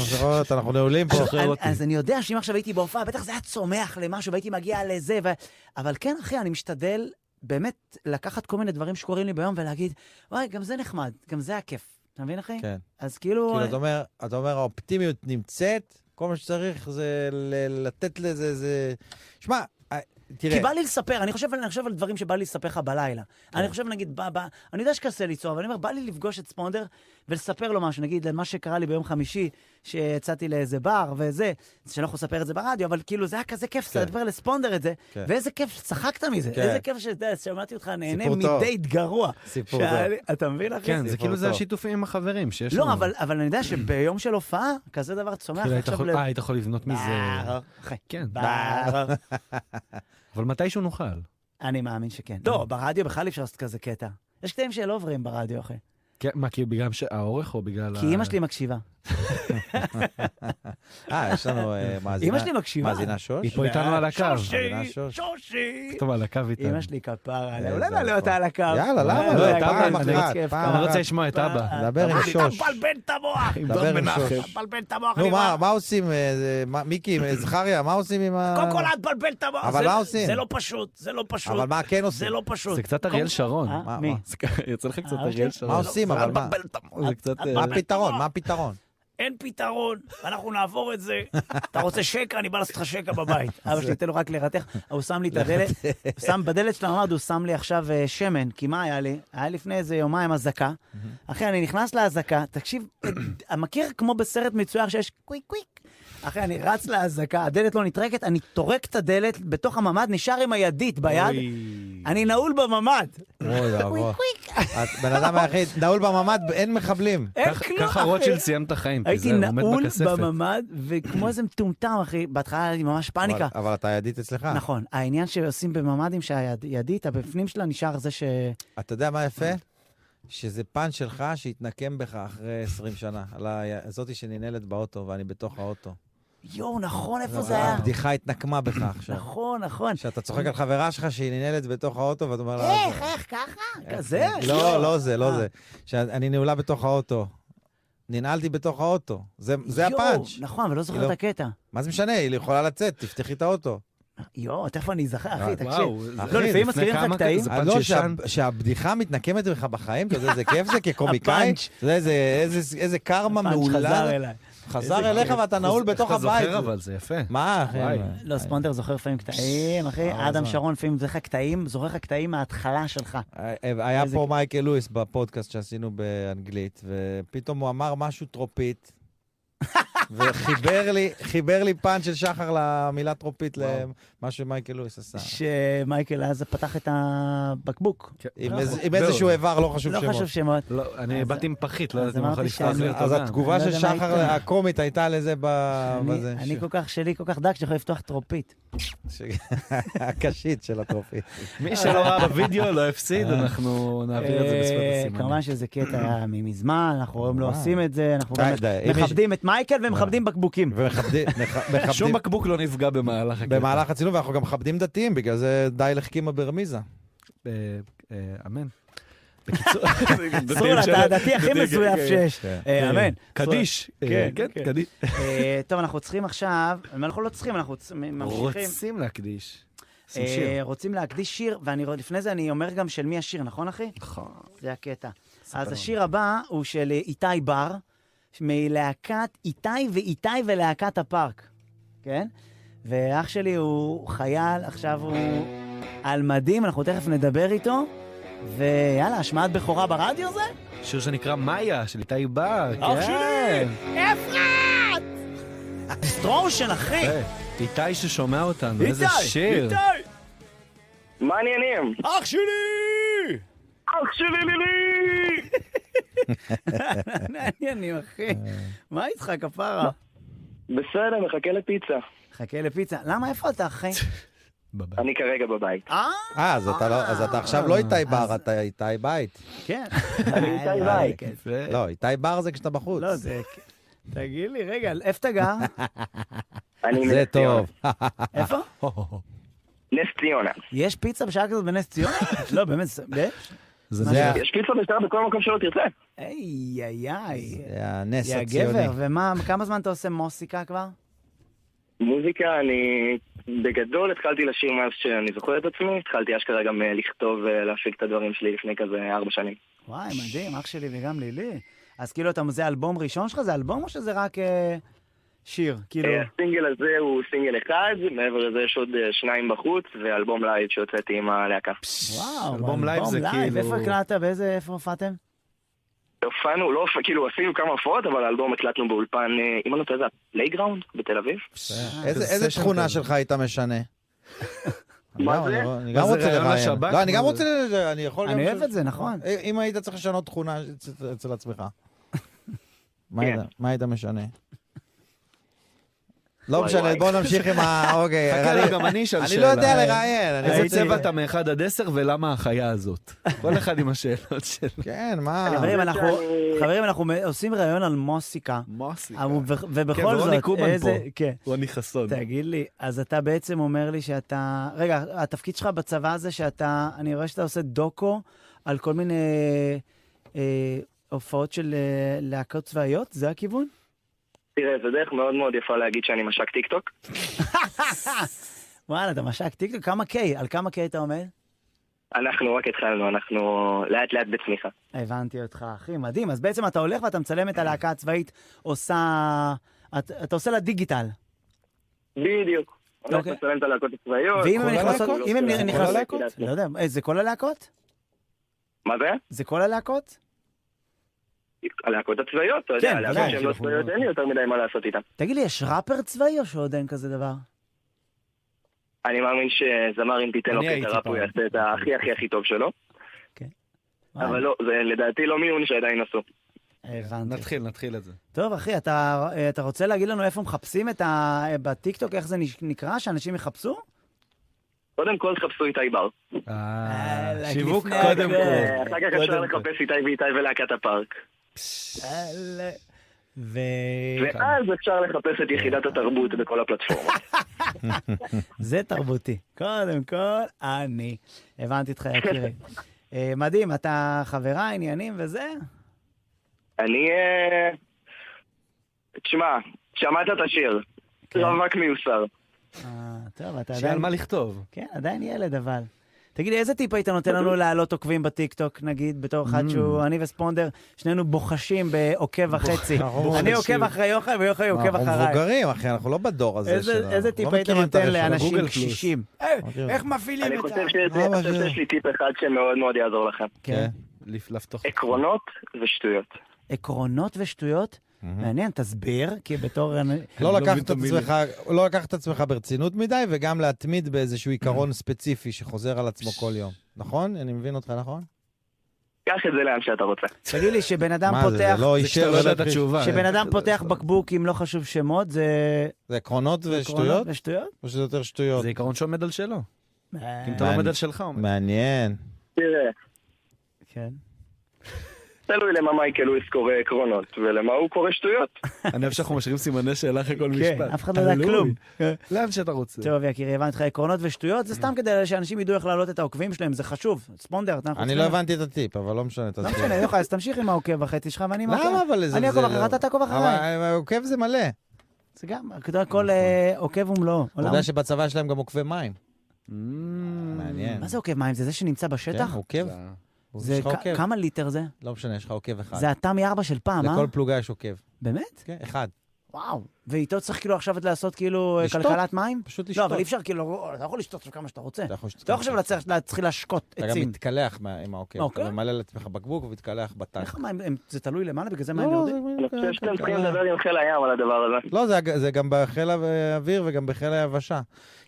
אנחנו נעולים פה. אז- אז אני יודע שאם עכשיו הייתי בהופעה, בטח זה היה צומח למשהו והייתי מגיע לזה, ו... אבל כן, אחי, אני משתדל באמת לקחת כל מיני דברים שקורים לי ביום ולהגיד, וואי, גם זה נחמד, גם זה היה כיף. אתה מבין, אחי? כן. אז כאילו... כאילו, אתה אומר, אתה אומר, האופטימיות נמצאת, כל מה שצריך זה ל- לתת לזה, זה... שמע, אה, תראה, כן. כי בא לי לספר, אני חושב, אני חושב על דברים שבא לי לספר לך בלילה. אני חושב, נגיד, בא, בא, אני יודע שקשה ליצור, אבל אני אומר, בא לי לפגוש את ספונדר ולספר לו משהו, נגיד, למה שקרה לי ביום חמישי, שיצאתי לאיזה בר וזה, שאני לא יכול לספר את זה ברדיו, אבל כאילו, זה היה כזה כיף כן. לספר לספונדר את זה, כן. ואיזה כיף שצחקת מזה, כן. איזה כיף שאתה יודע, שמעתי אותך נהנה סיפור טוב. מדייט גרוע. סיפור שהיה טוב. לי- אתה מבין, אחי? כן, זה סיפור כאילו זה טוב. השיתופים עם החברים שיש לנו. לא, אבל אבל אני יודע שביום של הופעה, כזה דבר צומח כאילו, היית עכשיו יכול- ל... אה, היית יכול לבנות מזה... בר, אחי, כן, בר. אבל מתישהו נוכל. אני מאמין שכן. לא, ברדיו בכלל אי אפשר לעשות כזה קטע. יש קטעים שלא עוברים ברדיו, אחי. כן, מה, כי בגלל שהאורך או בגלל... לא, כי ה- אימא שלי מקשיבה. אה, יש לנו אה, מאזינה. אימא שלי מקשיבה. מאזינה שוש? היא פה איתנו על הקו. מאזינה שושי, שוש. שושי. טוב, על הקו איתנו. אימא שלי כפרה עליה, איזה אולי נעלה אותה יפה. על הקו. אה, יאללה, למה לא, אולי אתה פעם בא, אחת, אני רוצה- כיף, פעם אני כמה- אחת. רוצה לשמוע את אבא. דבר עם אה, אתה שוש. מבלבל את המוח. דבר עם שוש. אתה מבלבל את המוח. נו, אני מה אומר, מה עושים, אה, זה- מה- מיקי, אה, זכריה, מה עושים עם ה... קודם כל את מבלבל את המוח. אבל זה- מה עושים? זה לא פשוט, זה לא פשוט. אבל מה כן עושים? זה לא פשוט. זה קצת קודם- אריאל שרון. אה, מה- מי? מה? יוצא לך קצת אה, אריאל אוקיי. שרון. מה עושים, לא, אבל מה? מבלבל את המוח. לא. זה קצת... מה אה, הפתרון? מה הפתרון? אין פתרון, אנחנו נעבור את זה. אתה רוצה שקע, אני בא לעשות לך שקע בבית. אבא שלי, תן לו רק לרתך. הוא שם לי את הדלת, שם בדלת של הממ"ד, הוא שם לי עכשיו אה, שמן, כי מה היה לי? היה לפני איזה יומיים אזעקה. אחי, אני נכנס לאזעקה, תקשיב, מכיר כמו בסרט מצויר שיש קוויק קוויק? אחי, אני רץ לאזעקה, הדלת לא נטרקת, אני טורק את הדלת בתוך הממ"ד, נשאר עם הידית ביד, אוי. אה, אני נעול בממ"ד. אוי ואבוי. קוויק קוויק. את בן אדם היחיד, נעול בממ"ד, אין מחבלים. אין כך- כלום. ככה אחי. רוטשילד סיים את החיים, כי הייתי זה הוא עומד נעול בכספת. בממ"ד, וכמו איזה מטומטם, אחי, בהתחלה היה לי ממש פאניקה. אבל- אבל אתה ידית אצלך. נכון, העניין שעושים בממ"דים שהידית, הבפנים שלה נשאר זה ש... אתה יודע מה יפה? שזה פן שלך שהתנקם בך אחרי 20 שנה. על ה- זאתי שננעלת באוטו ואני בתוך האוטו. יואו, נכון, איפה זה אבל היה? אה, הבדיחה התנקמה בך עכשיו. נכון, נכון. שאתה צוחק על חברה שלך שהיא ננעלת בתוך האוטו ואתה אומר לה... איך, איך, ככה? כזה? לא, לא זה, לא אה. זה. שאני נעולה בתוך האוטו. ננעלתי בתוך האוטו. זה זה יואו, הפאנץ'. נכון, אבל לא זוכר את לא- הקטע. מה זה משנה? היא יכולה לצאת, תפתחי את האוטו. יואו, תכף אני אזכר, אחי, וואו, תקשיב. אה, זה- אחי, לא, לפעמים לפני מזכירים לך כמה- קטעים. זה אה, פאנץ' לא, ישן. שה- שהבדיחה מתנקמת בך בחיים, אתה יודע איזה כיף זה כקומיקאי? הפאנץ'. אתה יודע איזה- איזה- איזה קרמה פאנץ' מעולה. חזר אליי. חזר אליך ואתה נעול בתוך איך אתה הבית. זוכר אבל, זה יפה. מה, אחי? וואי. לא, ספונדר זוכר לפעמים קטעים, אחי. אה, אדם זה- שרון לפעמים זוכר לך קטעים, זוכר לך קטעים מההתחלה שלך. היה איזה- פה מייקל לואיס בפודקאסט שעשינו באנגלית, ופתאום הוא אמר משהו טרופית, וחיבר לי, חיבר לי פן של שחר למילה טרופית, למה שמייקל לואיס עשה. שמייקל אז פתח את הבקבוק. כן. עם לא, איזה- עם לא, איזשהו איבר, לא חשוב לא שמות. חשוב שמות. לא, אני אז- באתי עם פחית, לא אז ידעתי מה אמרתי יכול לפתוח שאני- לי אז אותו גם. התגובה אני לא של יודע מה שחר הייתה. הקומית הייתה לזה ב... אני- בזה, אה, ש- אני כל כך שלי, כל כך דק, שיכול לפתוח טרופית. ש- הקשית של הטרופית. מי שלא ראה בווידאו לא הפסיד, אנחנו נעביר את זה בשפת אה, הסימנים. כמובן שזה קטע ממזמן, אנחנו היום לא וואו. עושים את זה, אנחנו די, גם די, אם יש- מכבדים את מייקל ומכבדים בקבוקים. ומכבדים, מכ- שום מכבדים, בקבוק לא נפגע במהלך הקטע. במהלך הצילום, ואנחנו גם מכבדים דתיים, בגלל זה די לחכימה ברמיזה. אה, אה, אמן. בקיצור, סול, אתה הדתי הכי מזויף שיש. אה, אמן. כן, קדיש. אה, כן, כן, כן. קדיש. אה, טוב, אנחנו צריכים עכשיו, אנחנו לא צריכים, אנחנו צ- ממשיכים. רוצים להקדיש. עושים אה, שיר. רוצים להקדיש שיר, ולפני זה אני אומר גם של מי השיר, נכון אחי? נכון. זה הקטע. ספר אז לנו. השיר הבא הוא של אה, איתי בר, מלהקת איתי ואיתי ולהקת הפארק, כן? ואח שלי הוא חייל, עכשיו הוא על מדים, אנחנו תכף נדבר איתו, ויאללה, השמעת בכורה ברדיו זה? שיר שנקרא מאיה, של איתי בר. אח כן. סטרושן, אחי! אה, איתי ששומע אותנו, איזה איתי, שיר. איתי! מה העניינים? אח שלי! אח שלי לילי! מעניינים, אחי. אה. מה איתך, כפרה? בסדר, מחכה לפיצה. חכה לפיצה. למה, איפה אתה, אחי? בבית. אני כרגע בבית. אה, אה, אז אתה לא- אז אתה עכשיו לא איתי בר, אתה איתי בית. כן. איתי ביי. כן. יפה. לא, איתי בר זה כשאתה בחוץ. לא, זה... תגיד לי, רגע, איפה אתה גר? אני זה מנס ציונה. טוב. איפה? נס ציונה. יש פיצה בשעה כזאת בנס ציונה? לא, באמת, זה- יש? זה מה נראה- זה- יש פיצה בשעה בכל מקום שלא תרצה. איי, איי, איי. זה הנס יא הציוני. גבר, ומה, כמה זמן אתה עושה מוסיקה כבר? מוזיקה, אני בגדול התחלתי לשיר מאז שאני זוכר את עצמי. התחלתי אשכרה גם אה, לכתוב ולהפיק את הדברים שלי לפני כזה ארבע שנים. וואי, מדהים, אח שלי וגם לילי. אז כאילו, אתה, זה אלבום ראשון שלך? זה אלבום או שזה רק אה, שיר? כאילו... אה, הסינגל הזה הוא סינגל אחד, מעבר לזה יש עוד אה, שניים בחוץ, ואלבום לייב שהוצאתי עם הלהקה. וואו, אלבום לייב זה כאילו- איפה הקלטת? באיזה, איפה הופעתם? הופענו, לא, הופ- כאילו עשינו כמה הופעות, אבל האלבום הקלטנו באולפן, אה, אם אני לא טועה, זה הפלייגראונד בתל אביב. אה, איזה- כזה איזה סשן תכונה כזה. שלך היית משנה? לא, מה אני זה? גם- אני מה גם זה, רוצה רעיון לראיין. לשב"כ? לא, אני גם מה רוצה, ל- אני יכול... גם אני ש- אה, אוהב את זה, נכון. אם היית צריך לשנות תכונה אצ- אצל עצמך. מה כן. היית- מה היית משנה? לא וואי, משנה, וואי. בוא נמשיך עם ה... אוקיי. חכה, לא, אני- גם אני אשאל אני שאלה. לא יודע לראיין. אני איזה רוצה- צבע אתה מאחד עד עשר ולמה החיה הזאת? כל אחד עם השאלות שלו. כן, אה, מה? חברים, אנחנו, שאני- חברים, אנחנו מ- עושים ראיון על מוסיקה, מוסי. ו- כן, ובכל ורוני זאת, קובן איזה... פה. כן. רוני חסון. תגיד לי, אז אתה בעצם אומר לי שאתה... רגע, התפקיד שלך בצבא זה שאתה... אני רואה שאתה עושה דוקו על כל מיני אה, הופעות של אה, להקות צבאיות? זה הכיוון? תראה, זו דרך מאוד מאוד יפה להגיד שאני משק טיקטוק. וואלה, אתה משק טיקטוק? כמה קיי? על כמה קיי אתה עומד? אנחנו רק התחלנו, אנחנו לאט לאט בצמיחה. הבנתי אותך, אחי, מדהים. אז בעצם אתה הולך ואתה מצלם את הלהקה הצבאית, עושה... את- אתה עושה לה דיגיטל. בדיוק. אוקיי. אנחנו נצלם את הלהקות הצבאיות. ואם כל הן נכנסות- הלהקות? כן. אם הן כל נכנסות- הלהקות? כן. לא יודע, אה, זה כל הלהקות? מה זה? זה כל הלהקות? הלהקות הצבאיות, אתה כן, יודע, הלהקות ודאי, שהן לא אנחנו- צבאיות, אין לי יותר מדי מה לעשות איתן. תגיד לי, יש ראפר צבאי או שעוד אין כזה דבר? אני מאמין שזמר, אם תיתן לו אני הייתי קטע ראפ, הוא פעם. יעשה את הכי הכי הכי טוב שלו. אה. וואי, אבל לא, זה לדעתי לא מיון שעדיין עשו. הבנתי. נתחיל, נתחיל את זה. טוב, אחי, אתה, אתה רוצה להגיד לנו איפה מחפשים את ה... בטיקטוק, איך זה נש- נקרא, שאנשים יחפשו? קודם כל תחפשו איתי בר. אה, שיווק לפני קודם הכל. כל. אחר כך אפשר קודם כל. לחפש איתי ואיתי ולהקת הפארק. ו... ואז אפשר לחפש את יחידת התרבות בכל הפלטפורמות. זה תרבותי. קודם כל, אני. הבנתי אותך, יקירי. אה, מדהים, אתה חברה, עניינים וזה? אני... אה, תשמע, שמעת את השיר. כן. לא רווק מיוסר. אה, טוב, אתה שיהיה עדיין... על מה לכתוב. כן, עדיין ילד, אבל. תגיד לי, איזה טיפ היית נותן לנו להעלות עוקבים בטיקטוק, נגיד, בתור אחד Mm. שהוא, אני וספונדר, שנינו בוחשים בעוקב וחצי. אנחנו אני בוחשים. עוקב אחרי יוחאי ויוחאי עוקב אנחנו אחריי. מבוגרים, אחי, אנחנו לא בדור אה, הזה איזה- שלנו. איזה לא טיפ היית מכירים את נותן הרשת, לאנשים גוגל פלוס. קשישים? אה, מכירים. איך מפעילים אני את חושב ה- שזה- אבא אני חושב שלו. שיש לי טיפ אחד שמאוד מאוד יעזור לכם. כן. לפ- לפתוח... עקרונות ושטויות. עקרונות ושטויות? Mm. מעניין, תסביר, כי בתור... לא אני לא לקחת מבין את את המילים. עצמך, לא לקחת את עצמך ברצינות מדי, וגם להתמיד באיזשהו Mm-hmm. עיקרון ספציפי שחוזר על עצמו כל יום. נכון? אני מבין אותך, נכון? קח את זה לאן שאתה רוצה. תגיד לי, שבן אדם מה זה, זה פותח... לא זה אישר כשאתה ולא לא יודע את הכחיש. התשובה. שבן אדם פותח בקבוק עם לא חשוב שמות, זה... זה עקרונות ושטויות? עקרונות ושטויות? או שזה יותר שטויות? זה עיקרון שעומד על שלו. אה, אם אתה לא מעניין. עומד על שלך, עומד. מעניין. לא תראה, כן. תלוי למה מייקל לואיס קורא עקרונות ולמה הוא קורא שטויות. אני אוהב שאנחנו משאירים סימני שאלה אחרי כל משפט. כן, אף אחד לא יודע תלוי. כלום. לאן שאתה רוצה. טוב, יקירי, הבנתי אותך עקרונות ושטויות, זה סתם כדי שאנשים ידעו איך להעלות את העוקבים שלהם, זה חשוב. ספונדר, אנחנו אני צריכים- לא הבנתי את הטיפ, אבל לא משנה. לא משנה, יוחאי, אז תמשיך עם העוקב החצי שלך ואני עם העוקב. למה אבל נכון. לזה? אני אעקוב אחריך, אתה תעקוב אחריי. עוקב זה מלא. זה גם, אתה יודע, כל אה, עוקב ומלואו. אתה עולם. יודע שבצבא יש להם גם עוקבי מים. מעניין. Mm. מה זה עוקב מים? זה זה שנמצא בשטח? כן, עוקב? זה יש לך כ- עוקב? כמה ליטר זה? לא משנה, יש לך עוקב אחד. זה התמי 4 של פעם, אה? לכל פלוגה יש עוקב. באמת? כן, אחד. וואו. ואיתו צריך כאילו עכשיו לעשות כאילו אה, לשתות. כלכלת מים? פשוט לא, לשתות. אבל אי אפשר כאילו, אתה יכול לשתות עכשיו כמה שאתה רוצה. אתה יכול לשתות. אתה לא חושב לצריך- להתחיל להשקות אתה גם עצים. מתקלח מה- עם העוקב. אוקיי. נכון, אתה ממלא לעצמך בקבוק ומתקלח בטנק. איך המים, הם- זה תלוי למעלה, בגלל זה לא, מים לא, יורדים? זה- אני חושב שאתם צריכים כן. כלכלה. לדבר עם חיל הים על הדבר הזה. לא, זה, הג- זה גם בחיל האוויר וגם בחיל היבשה.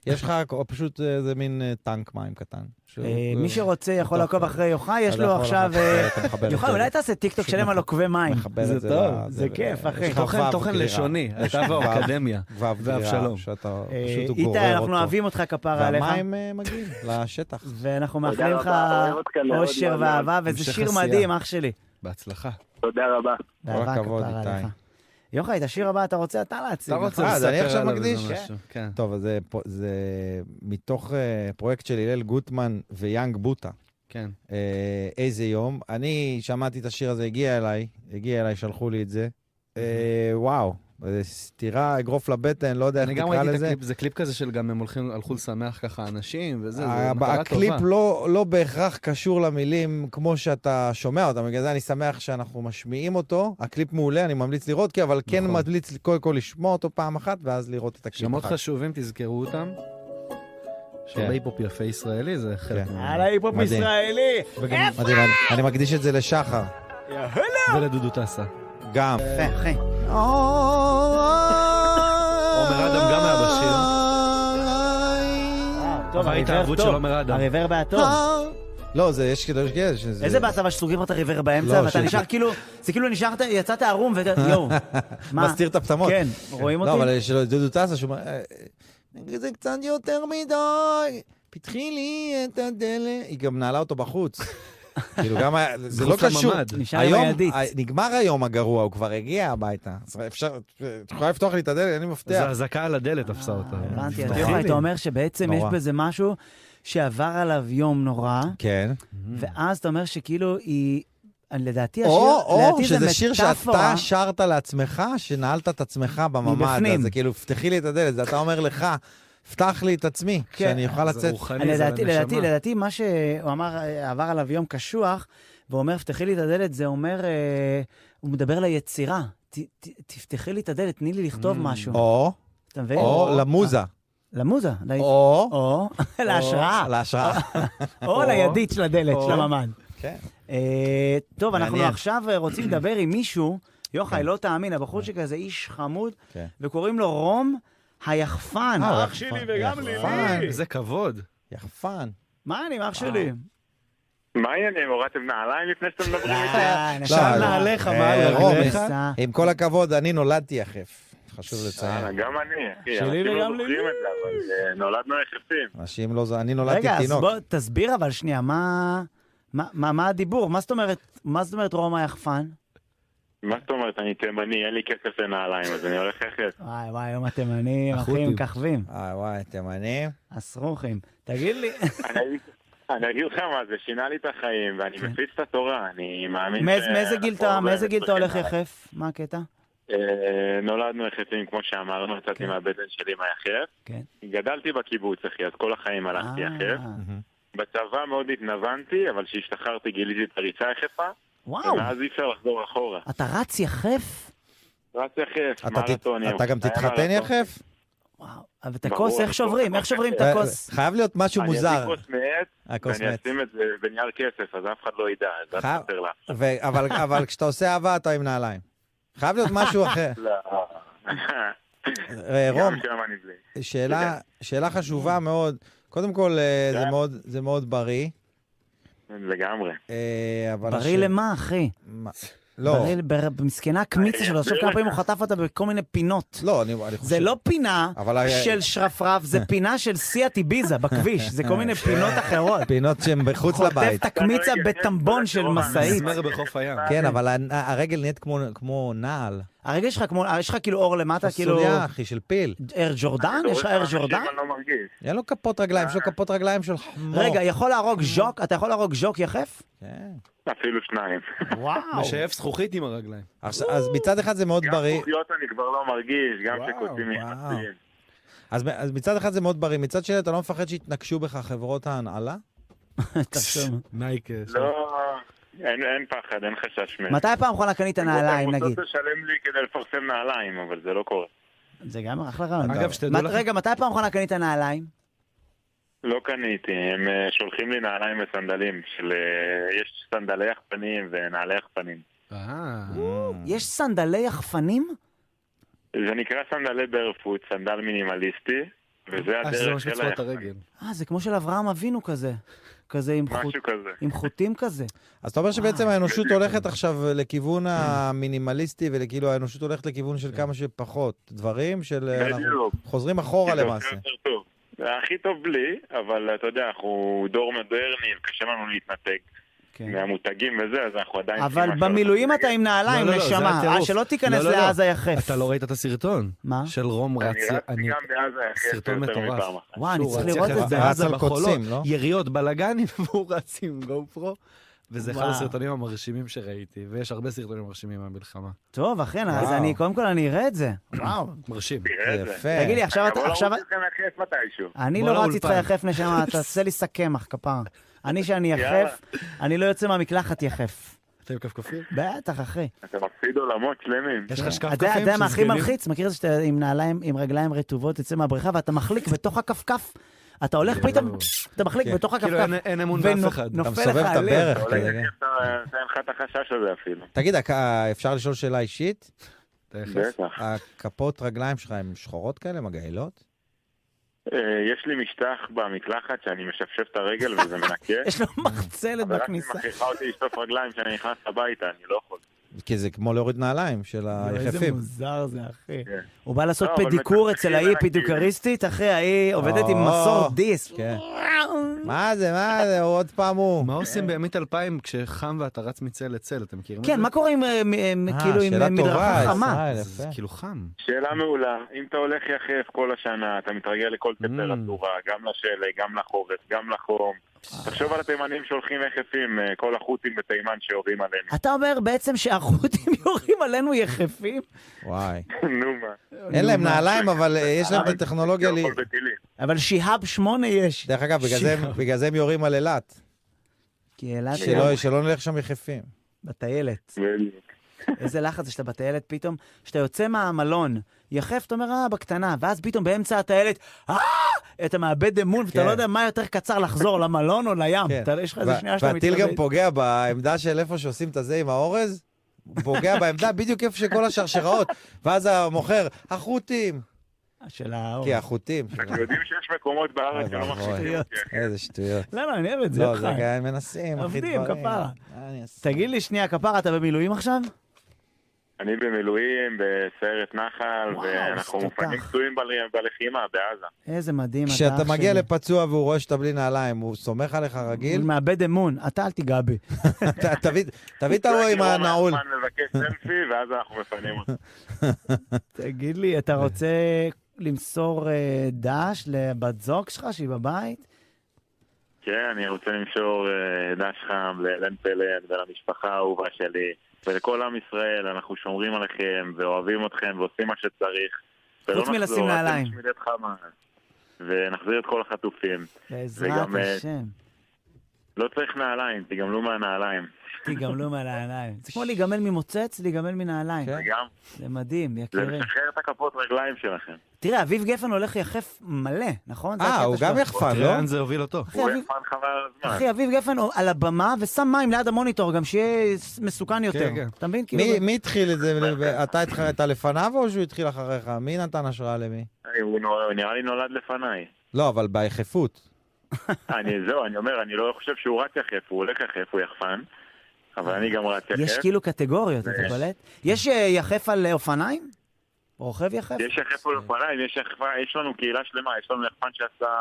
יש לך או פשוט איזה מין אה, טנק מים קטן. שהוא- אה, מי שרוצה יכול בתוך- לעקוב אחרי יוחאי, יש אתה לו יכול עכשיו... אחר כך, אה, אתה מחבר את יוחאי, זה. אולי תעשה טיקטוק שלם על עוקבי מים. מחבר זה את זה טוב, ל- זה כיף, ו- אחי. יש לך תוכן, וו תוכן גרירה. לשוני, יש אתה לך וו- והאקדמיה. וו גרירה, שלום. שאתה אה, פשוט הוא גורר אותו. איתי, אנחנו אוהבים אותך כפרה עליך, והמים אה, מגיעים לשטח. ואנחנו מאחלים לך רבה, אוהב אותך מאוד, אושר מאוד, מאוד. ואהבה, וזה המשך שיר עשייה. מדהים, אח שלי. בהצלחה. תודה רבה. באהבה הכבוד, כפרה איתי. עליך. יוחאי, את השיר הבא אתה רוצה? אתה להציג. נכון? אתה רוצה אה, אז אני לספר עכשיו עליו מקדיש? איזה משהו, כן. טוב, אז זה פה- זה מתוך אה, פרויקט של הלל גוטמן ויאנג בוטה. כן. אה, איזה יום. אני שמעתי את השיר הזה, הגיע אליי, הגיע אליי, שלחו לי את זה. אה, וואו, אה, סטירה, אגרוף לבטן, לא יודע איך אני גם תקרא ראיתי את לזה. הקליפ, זה קליפ כזה של גם הם הולכים, הלכו לשמח ככה אנשים וזה, זה ה- מטרה אה, הקליפ טובה. לא, לא בהכרח קשור למילים כמו שאתה שומע אותם, בגלל זה אני שמח שאנחנו משמיעים אותו. הקליפ מעולה, אני ממליץ לראות, כי אבל כן נכון. ממליץ קודם כל לשמוע אותו פעם אחת, ואז לראות את הקליפ. שמות אחר כך. חשובים, תזכרו אותם. יש הרבה כן. היפ-הופ יפה ישראלי, זה חלק כן. אה, על ההיפ-הופ מדהים. ישראלי. וגם- מדהים, אני, אני מקדיש את זה לשחר, ולדודו טסה. גם. יפה, אה, אחי. עומר אדם גם היה בשיר. אה, טוב, אבל הריברב ההתערבות של טוב. עומר אדם. הריברב היה טוב. לא, זה יש כאילו, יש כאלה שזה... איזה באסה אבל שסוגרים לך את הריבר לא, באמצע, ואתה ש- נשאר כאילו, זה כאילו נשארת, יצאת ערום, ואתה, יואו. מה? מסתיר את הפטמות. כן, רואים אותי? לא, אבל יש לו את דודו טסה, שהוא אומר, "אה, אה, זה קצת יותר מדי, פתחי לי את הדלת. היא גם נעלה אותו בחוץ. כאילו גם, היה- זה לא מחוץ קשור. לממ"ד. נשאר עם היום- הידית. ה- נגמר היום הגרוע, הוא כבר הגיע הביתה. אז אפשר, את יכולה לפתוח לי את הדלת, אין לי זה מפתח. אזעקה על הדלת תפסה אותה. הבנתי, אז נורא. יוחאי, אתה אומר שבעצם יש נורא. בזה משהו שעבר עליו יום נורא, כן. Mm-hmm. ואז אתה אומר שכאילו היא, אני- לדעתי השיר, או, או לדעתי זה שזה שיר מטאפורה. שאתה שרת לעצמך, שנעלת את עצמך בממ"ד. מבפנים. אז זה כאילו, פתחי לי את הדלת, זה אתה אומר לך, פתח לי את עצמי, כן. שאני אוכל זה לצאת. רוחני, זה לדעתי, לנשמה. לדעתי, לדעתי, מה שהוא אמר, אה, עבר עליו יום קשוח, ואומר, פתחי לי את הדלת, זה אומר, אה, הוא מדבר ליצירה. ת- ת- תפתחי לי את הדלת, תני לי לכתוב Mm. משהו. או, אתה מבין? או למוזה. למוזה. ל- או, או אה, להשראה. אה. להשראה. או לידית של הדלת, או- של הממ"ד. כן. אה, טוב, אנחנו מעניין. עכשיו אה, רוצים לדבר עם מישהו, יוחאי, לא תאמין, הבחורצ'יק הזה איש חמוד, כן. וקוראים לו רום היחפן. אה, אח שלי יחפן, וגם יחפן. לילי. איזה כבוד. יחפן. מה העניינים, אח שלי? מה העניינים? הורדתם נעליים לפני שאתם מדברים איתי? אה, לא, נשם לא. נעליך, אה, מה על רום, רגליך? עם כל הכבוד, אני נולדתי יחף. חשוב לציין. אה, גם אני, אחי. שלי אנשים וגם לא זוכרים לי. את זה, אבל אה, נולדנו יחפים. אנשים לא זו... אני נולדתי רגע, אז תינוק. בוא, תסביר אבל שנייה, מה... מה, מה, מה הדיבור? מה זאת אומרת, מה זאת אומרת רום היחפן? מה זאת אומרת, אני תימני, אין לי כסף לנעליים, אז אני הולך יחף. וואי וואי, היום התימנים, אחים החות'ים. כחבים, אה, וואי, תימני. הסרוכים. תגיד לי, אני- אני אגיד לך מה, זה שינה לי את החיים, ואני כן. מפיץ את התורה, אני מאמין... מאיזה- שאנחנו מאיזה גיל אתה- הרבה מאיזה גיל אתה הולך צריכים יחף? מה הקטע? אה, נולדנו יחפים, כמו שאמרנו, יצאתי כן. מהבטן שלי מהיחף. כן. גדלתי בקיבוץ, אחי, אז כל החיים הלכתי אה, יחף. בצבא מאוד התנוונתי, אבל כשהשתחררתי גיליתי את הריצה היחפה, וואו, ומאז אי אפשר לחזור אחורה. אתה רץ יחף? רץ יחף, אתה ת- מרתונים. אתה גם היה תתחתן מרתון. יחף? וואו, אבל את הכוס, ברור, איך שוברים? הכל איך שוברים את אה, הכוס? חייב להיות משהו אני מוזר. אשים כוס מעט, הכוס ואני מת. אשים את זה בנייר כסף, אז אף אחד לא ידע, אז אל חייב- תספר לה. ו- אבל אבל כשאתה עושה אהבה אתה עם נעליים. חייב להיות משהו אחר. לא. אה, רום, גם שם אני בלי. שאלה- שאלה חשובה מאוד. קודם כל, אה, זה כן. מאוד- זה מאוד בריא. לגמרי. אה, אבל... בריא הש- למה, אחי? מה- לא, בריא, בר- מסכנה הקמיצה שלו, עכשיו כמה פעמים הוא חטף אותה בכל מיני פינות. לא, אני אני חושב... זה לא פינה אבל ה- של שרפרף, זה פינה של סיאט איביזה בכביש, זה כל מיני פינות אחרות. פינות שהן בחוץ חוטף אה, לבית. את הקמיצה בטמבון של משאית. מסמר בחוף הים. כן, אבל הנ- הרגל נהיית כמו- כמו נעל. הרגל שלך כמו, יש לך כאילו אור למטה, כאילו... סוליה, אחי, של פיל. אר ג'ורדן? יש לך אר ג'ורדן? אני לא מרגיש. אין לו כפות רגליים, יש לו כפות רגליים של חמור. רגע, יכול להרוג ז'וק? אתה יכול להרוג ז'וק יחף? כן. אפילו שניים. וואו. משאף זכוכית עם הרגליים. עכשיו, אז מצד אחד זה מאוד גם בריא, כוחיות אני כבר לא מרגיש, גם וואו, שקוצים וואו. יחסים. אז, אז מצד אחד זה מאוד בריא, מצד שני אתה לא מפחד שיתנגשו בך חברות ההנהלה? תחשוב. נייק. לא, אין אין פחד, אין חשש מהם. מתי פעם אחרונה קנית נעליים, הן נגיד? רוצות לשלם לי כדי לפרסם נעליים, אבל זה לא קורה. זה גם אחלה רעיון. אגב, שתדעו מת- לכם- רגע, מתי פעם אחרונה קנית נעליים? לא קניתי, הם אה, שולחים לי נעליים וסנדלים, של... אה, יש סנדלי יחפנים ונעלי יחפנים. אה, יש סנדלי יחפנים? זה נקרא סנדלי ברפוט, סנדל מינימליסטי, וזה אה, שזה הדרך ממש של בצפות היחפן, הרגל. אה, זה כמו של אברהם אבינו כזה. כזה עם חוט- משהו כזה. עם חוטים כזה. אז אתה אומר שבעצם וואו. האנושות הולכת עכשיו לכיוון המינימליסטי, וכאילו האנושות הולכת לכיוון של כמה שפחות דברים, של... אה, אנחנו כן. בדיוק. חוזרים אחורה זה עושה למעשה. יותר טוב. זה הכי טוב בלי, אבל אתה יודע, אנחנו דור מודרני, קשה לנו להתנתק כן. מהמותגים וזה, אז אנחנו עדיין... אבל עושים משהו. במילואים אתה עם נעליים, לא, לא, לא, זה נשמה. הטירוף. אה, שלא תיכנס לא, לא, לא. לעזה יחף. אתה לא ראית את הסרטון? מה? של רום רץ... אני רצתי אני- גם בעזה יחף סרטון יותר מטורף. מפעם אחת. וואי, אני שהוא צריך לראות רץ יחף את זה. רץ בעזה על בחולות, קוצים, לא? יריות, בלאגנים, והוא רץ עם גו פרו, וזה אחד וואו. הסרטונים המרשימים שראיתי, ויש הרבה סרטונים מרשימים מהמלחמה. טוב, אחי, וואו. אז אני, קודם כל אני אראה את זה. וואו. מרשים. תראה את זה. יפה. תגיד לי, עכשיו אני לא אתה... אבוא עכשיו- לרוץ איתכם יחף מתישהו. אני אה. בוא לא רץ לאולפן. איתך יחף, נשמה, אתה עושה לי שק קמח, כפרה. אני שאני יאללה. יחף, אני לא יוצא מהמקלחת יחף. אתם כפכפים? בטח, אחי. אתה מפסיד עולמות שלמים. יש לך אתה יודע- אתה שקפקפים? יודע מה אה, הכי שזקנים? מלחיץ? מכיר את זה שאתה עם נעליים, עם רגליים רטובות, יוצא מהבריכה ואתה מחליק בתוך הכפכף? אתה הולך פתאום, יואו. אתה מחליק כן. בתוך כאילו הכפכף. אין- אין אמון באף אחד. ונופל אתה מסובב לך את הלב. הברך אתה הולך, כזה. כן. אתה- אתה אין לך את החשש הזה אפילו. תגיד, הכ- אפשר לשאול שאלה אישית? תכף. בטח. הכפות רגליים שלך הן שחורות כאלה, מגעילות? אה, יש לי משטח במקלחת שאני משפשף את הרגל וזה מנקה. יש לו מחצלת אבל רק היא בכניסה. מכריחה אותי לשטוף רגליים כשאני נכנס הביתה, אני לא יכול. כי זה כמו להוריד נעליים של איזה היחפים. מוזר זה, אחי. כן. הוא בא לעשות לא, אבל פדיקור מתחיל אצל ההיא להגיד. פדיקריסטית, אחי, ההיא עובדת עם או. מסור דיס. כן. מה זה, מה זה, הוא עוד פעם הוא. מה עושים בימית אלפיים כשחם ואתה רץ מצל לצל? אתם מכירים את זה? כן, מה קורה עם, אה, מ- אה, מ- אה, כאילו, עם שאלה אה, מדרכה טובה, חמה? ישראל, זה- זה יפה. כאילו חם. שאלה מעולה, אם אתה הולך יחף כל השנה, אתה מתרגל לכל Mm. טמפרטורה, גם לשלג, גם לחורף, גם לחום. תחשוב על התימנים שהולכים יחפים, אה, כל החות'ים בתימן שיורים עלינו. אתה אומר בעצם שהחות'ים יורים עלינו יחפים? וואי. נו מה, לא, אין להם נעליים, אה, אבל אה, יש להם את הטכנולוגיה. לא לי- יכול בטילים. אבל שיהאב שמונה יש. דרך אגב, בגלל זה הם- בגלל זה הם יורים על אילת. כי אילת שלא- שלא נלך שם יחפים. בטיילת. בדיוק. אה. איזה לחץ זה שאתה בטיילת פתאום, שאתה יוצא מהמלון, יחף, אתה אומר, אה, בקטנה, ואז פתאום באמצע הטיילת, אה, אתה מאבד אמון, ואתה כן. לא יודע מה יותר קצר לחזור, למלון או לים. כן. אתה- יש לך איזה וה- שנייה שאתה והטיל מתלבט. גם פוגע בעמדה של איפה שעושים את הזה עם האורז, הוא פוגע בעמדה בדיוק איפה שכל השרשראות, ואז המוכר, החות'ים. אה, של האור. כי החות'ים. אתם יודעים שיש מקומות בארץ אוי שלא ואבוי. מחשיבים אותי. איזה שטויות. לא, לא, אני אוהב את זה. לא, חי. זה גם מנסים, אחי עובדים, דברים. כפרה. מה אני אעשה? תגיד לי שנייה, כפרה, אתה במילואים עכשיו? אני במילואים, בסיירת נחל, וואו, ואנחנו השתתח. מופנים פצועים בל- בלחימה בעזה. איזה מדהים, אתה כשאתה אח מגיע שלי. לפצוע והוא רואה שאתה בלי נעליים, הוא סומך עליך רגיל? הוא מאבד אמון, אתה אל תיגע בי. ת- תביא- תביא את הרואה לא, עם הנעול. הזמן מבקש סלפי, ואז אנחנו מפנים אותו. תגיד לי, אתה רוצה למסור אה, דש לבת זוג שלך שהיא בבית? כן, אני רוצה למשור אה, דש חם לאלן פלד ולמשפחה האהובה שלי ולכל עם ישראל, אנחנו שומרים עליכם ואוהבים אתכם ועושים מה שצריך. ולא חוץ מלשים נחזור, נעליים. אתם שמילת חמאס. ונחזיר את כל החטופים. בעזרת וגם, אה, השם. לא צריך נעליים, תיגמלו מהנעליים. תיגמלו מהנעליים. זה כמו להיגמל ממוצץ, להיגמל מנעליים. כן. וגם, זה מדהים, זה יקירי. משחרר את הכפות רגליים שלכם. תראה, אביב גפן הולך יחף מלא, נכון? זה אה, הקטע הוא שלו. גם יחפן, לא? תראה לאן זה הוביל אותו. אחי, הוא אביב- יפן חבל על הזמן. אחי, אביב גפן על הבמה ושם מים ליד המוניטור, גם שיהיה מסוכן יותר. כן. אתה מבין? כאילו, מי- מי התחיל את זה? אתה התחיל- אתה לפניו או שהוא התחיל אחריך? מי נתן השראה למי? אה, הוא נור- נראה לי נולד לפניי. לא, אבל בהיחפות. אני, זהו, אני אומר, אני לא חושב שהוא רץ יחף, הוא הולך יחף, הוא יחפן, אבל אני גם רץ יש יחף. כאילו קטגוריות, אתה כן, יש. קולט? יש אה, יחף על אה, אופניים? רוכב יחף? יש יחף על אופניים, יש יחפה- יש לנו קהילה שלמה, יש לנו יחפן שעשה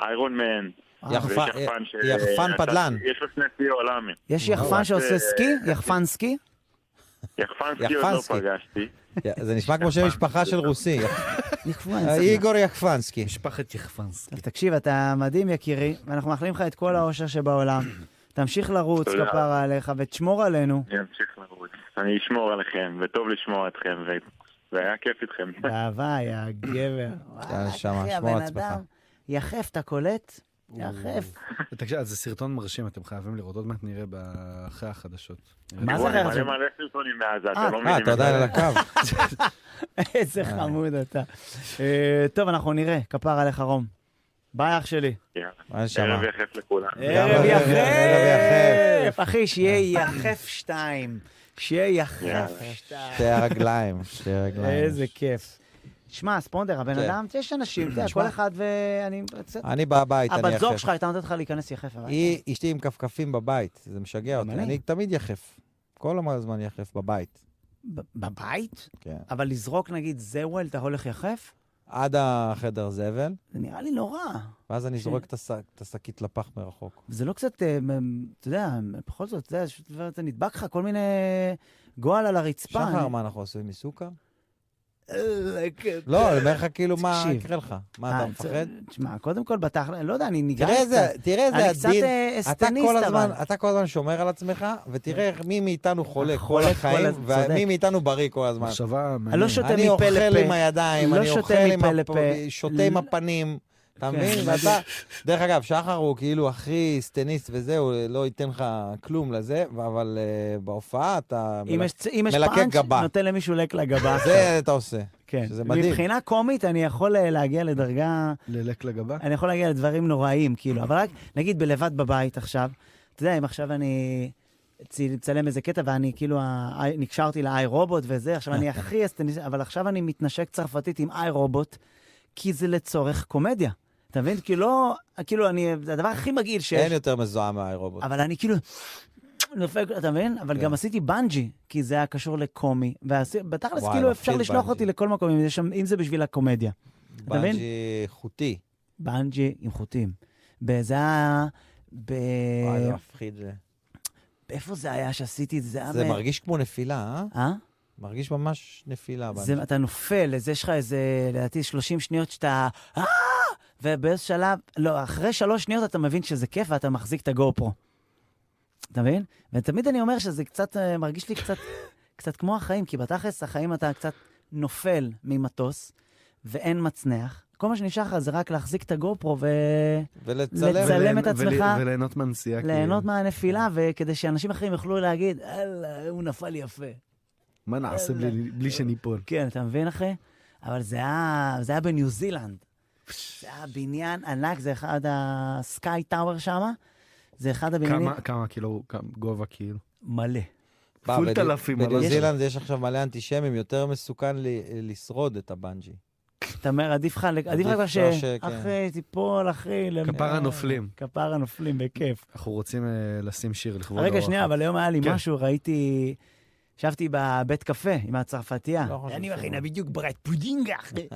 איירון מן. אה, יחף- ויש יחפן ש... יחפן פדלן. יש לו שני שיא עולמי. יש וואו. יחפן שעושה אה, סקי? יחפן סקי? יחפן סקי עוד יחפן סקי. לא פגשתי. י- זה נשמע כמו שם משפחה של רוסי. יחפן אה, סקי. איגור יחפנסקי. משפחת יחפנסקי. טוב, תקשיב, אתה מדהים, יקירי, ואנחנו מאחלים לך את כל האושר שבעולם. תמשיך לרוץ, תודה. כפרה עליך, ותשמור עלינו. אני אמשיך לרוץ. אני אשמור עליכם, וטוב לשמוע אתכם, ו- והיה כיף איתכם. באהבה, יא גבר. וואי, נשמה, אחי, אה, שמור הבן לעצמך. אדם, יחף, אתה קולט? יחף. תקשיב, אז זה סרטון מרשים, אתם חייבים לראות. עוד מעט נראה ב- אחרי החדשות. מה זה וואי, אחרי מלא החדשות? מלא סרטונים מאז, אתם אה, לא אה, מבינים. אתה עדיין על הקו. איזה חמוד אתה. אה, טוב, אנחנו נראה, כפרה עליך, רום. ביי, אח שלי. יאללה. מה נשמה? ערב יחף לכולם. ערב יחף. ערב אה. יחף! אחי, שיהיה יחף שתיים. שיהיה יאללה. יחף שתיים. שתי הרגליים, שתי הרגליים. איזה כיף. שמע, ספונדר, הבן כן. אדם, יש אנשים, אתה יודע, שמע. כל אחד ואני... אני בא הביתה, אני הבת זוג יחף. שלך הייתה נותנת לך להיכנס יחף. אבל- היא אשתי עם כפכפים בבית, זה משגע אותי. אני. אני תמיד יחף. כל הזמן יחף בבית. ב- בבית? כן. אבל לזרוק, נגיד, זוול, אתה הולך יחף? עד החדר זבל, זה נראה לי לא נורא. ואז אני ש- זורק את השק- את השקית לפח מרחוק. זה לא קצת, אה, מ- אתה יודע, בכל זאת, אתה יודע, פשוט דבר, זה נדבק לך כל מיני גועל על הרצפה. שחר, אני- מה אנחנו עושים מסוכר? אה, כן. לא, אני אומר לך כאילו, מה תקשיב. יקרה לך? מה, אה, אתה מפחד? זה- תשמע, קודם כל, בתכל'ס, לא יודע, אני ניגש תראה איזה קצת. תראה איזה אני קצת עדין. אה, אתה כל אסטניסט, הזמן, אבל. אה, אתה כל הזמן שומר על עצמך, ותראה איך מי מאיתנו חולה כל חולה כל החיים, הזמן, צודק. ומי מאיתנו בריא כל הזמן. מחשבה אני לא מעניינת. שותה מפה לפה. אני אוכל עם הידיים, לא אני שותה אוכל עם מפה הפ- לפה. לא- שותה עם הפנים. אתה כן, מבין? אני ואתה, דרך אגב, שחר הוא כאילו הכי סטניסט וזהו, לא ייתן לך כלום לזה, אבל אה, בהופעה אתה... אם מלק- יש- אם יש מלקק פאנץ', גבה. נותן למישהו לק לגבה. זה אתה עושה. כן. שזה מדהים. מבחינה קומית, אני יכול אה, להגיע לדרגה... ללק לגבה. אני יכול להגיע לדברים נוראים, כאילו, אבל רק, נגיד בלבד בבית עכשיו, אתה יודע, אם עכשיו אני צי- מצלם איזה קטע ואני כאילו, ה- איי- נקשרתי לאיי רובוט וזה, עכשיו אני הכי אסטניסט, אבל עכשיו אני מתנשק צרפתית עם איי רובוט, כי זה לצורך קומדיה. אתה מבין? כי לא, כאילו, אני, זה הדבר הכי מגעיל שיש, אין יותר מזוהם מהאירובוט. אבל אני כאילו... נופל, אתה מבין? אבל כן. גם עשיתי בנג'י, כי זה היה קשור לקומי. ובתכלס, וואי, כאילו, מפחיד אפשר לשלוח בנג'י. אותי לכל מקום, אם זה שם- אם זה בשביל הקומדיה. אתה מבין? בנג'י חוטי. בנג'י עם חוטים. זה היה... ב... וואי, אה, זה מפחיד. זה. איפה זה היה שעשיתי את זה? היה זה ב- מרגיש כמו נפילה, אה? אה? מרגיש ממש נפילה. בנג'י. זה, אתה נופל, אז יש לך איזה, לדעתי, 30 שניות שאתה... "אה!" ובאיזה שלב, לא, אחרי שלוש שניות אתה מבין שזה כיף ואתה מחזיק את הגו-פרו. אתה מבין? ותמיד אני אומר שזה קצת, אה, מרגיש לי קצת, קצת כמו החיים, כי בתכלס החיים אתה קצת נופל ממטוס, ואין מצנח. כל מה שנשאר לך זה רק להחזיק את הגו-פרו ו... ולצלם. לצלם. ולהנ- את עצמך. ול- וליהנות מהנסיעה. כאילו. ליהנות מהנפילה, וכדי שאנשים אחרים יוכלו להגיד, אללה, הוא נפל יפה. מה נעשה בלי- בלי שניפול? כן, אתה מבין, אחי? אבל זה היה, זה היה בניו זילנד. זה היה בניין ענק, זה אחד הסקאי טאוור שם. זה אחד הבניינים... כמה, כמה, כאילו, כמה- גובה, כאילו. מלא. בא, כפול בד- תלפים, בניו אבל יש- זילנד יש עכשיו מלא אנטישמים, יותר מסוכן ל- לשרוד את הבנג'י. אתה אומר, עדיף לך, עדיף לך עדיף כבר ש... לא ש- כן. אחי, תיפול, אחי. למ- כפרה נופלים. כפרה נופלים, בכיף. אנחנו רוצים אה, לשים שיר לכבוד האורחת. רגע, שנייה, אבל היום היה לי כן. משהו, ראיתי... ישבתי בבית קפה עם הצרפתייה. לא חושב אני שלא. מכינה בדיוק ברד פודינג, אחי.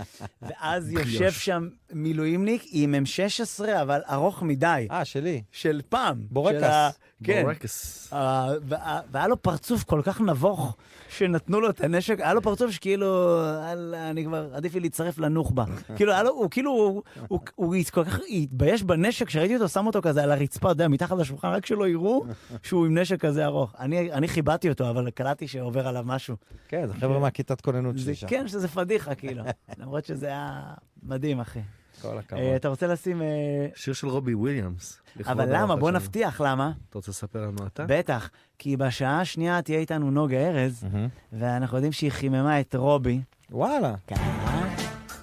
ואז יושב בריאוש. שם מילואימניק עם M16, אבל ארוך מדי, אה, שלי. של פעם. בורקס. של ה- כן. בורקס. אה, וה- והיה לו פרצוף כל כך נבוך, שנתנו לו את הנשק, היה לו פרצוף שכאילו, "אללה, אני כבר, עדיף לי להצטרף לנוח'בה. כאילו, היה לו, הוא כאילו, הוא- הוא- הוא הת- כל כך התבייש בנשק, כשראיתי אותו שם אותו כזה על הרצפה, אתה יודע, מתחת לשולחן, רק שלא יראו שהוא עם נשק כזה ארוך. אני אני כיבדתי אותו, אבל קלטתי שעובר עליו משהו. כן, זה חבר'ה מהכיתת כוננות זה שלי שם. כן, שזה פדיחה, כאילו. למרות שזה היה מדהים, אחי. כל הכבוד. אה, אתה רוצה לשים... אה, שיר של רובי וויליאמס. לכבוד אבל למה? האורחת בוא שלנו. נבטיח למה. אתה רוצה לספר לנו אתה? בטח, כי בשעה השנייה תהיה איתנו נוגה ארז, מהמם. ואנחנו יודעים שהיא חיממה את רובי. וואלה, כן. כמובן.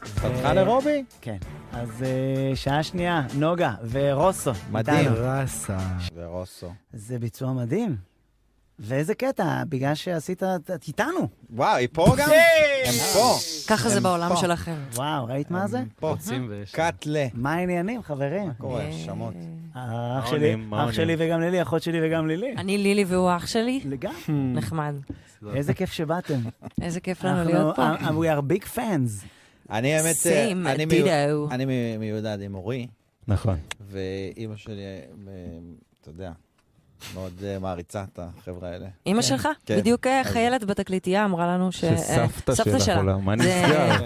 פתחה לרובי? כן. אז אה, שעה שנייה, נוגה ורוסו. מדהים. איתנו. רסה. ורוסו. זה ביצוע מדהים. ואיזה קטע, בגלל שעשית את איתנו. וואו, היא פה גם? הם פה. ככה זה הם בעולם פה. שלכם. וואו, ראית מה זה? הם פה. רוצים ויש... קאטלה. מה העניינים, חברים? קורה, אה, שמות. האח מה שלי, עונים, מה אח שלי וגם לילי, אחות שלי וגם לילי. אני לילי והוא אח שלי. לגמרי. נחמד. איזה כיף שבאתם. איזה כיף לנו להיות פה. אנחנו, אה, we are big fans. אני האמת, סיים, אה, אני מיו- דידו. אני מ- מיודד עם אורי, נכון. ואימא שלי, אה, מ- אתה יודע, מאוד אה, מעריצה את החבר'ה האלה. אימא שלך? כן. בדיוק אה, אז- חיילת בתקליטייה אמרה לנו ש... אה, שסבתא שלך עולה, מה זה- נסגר?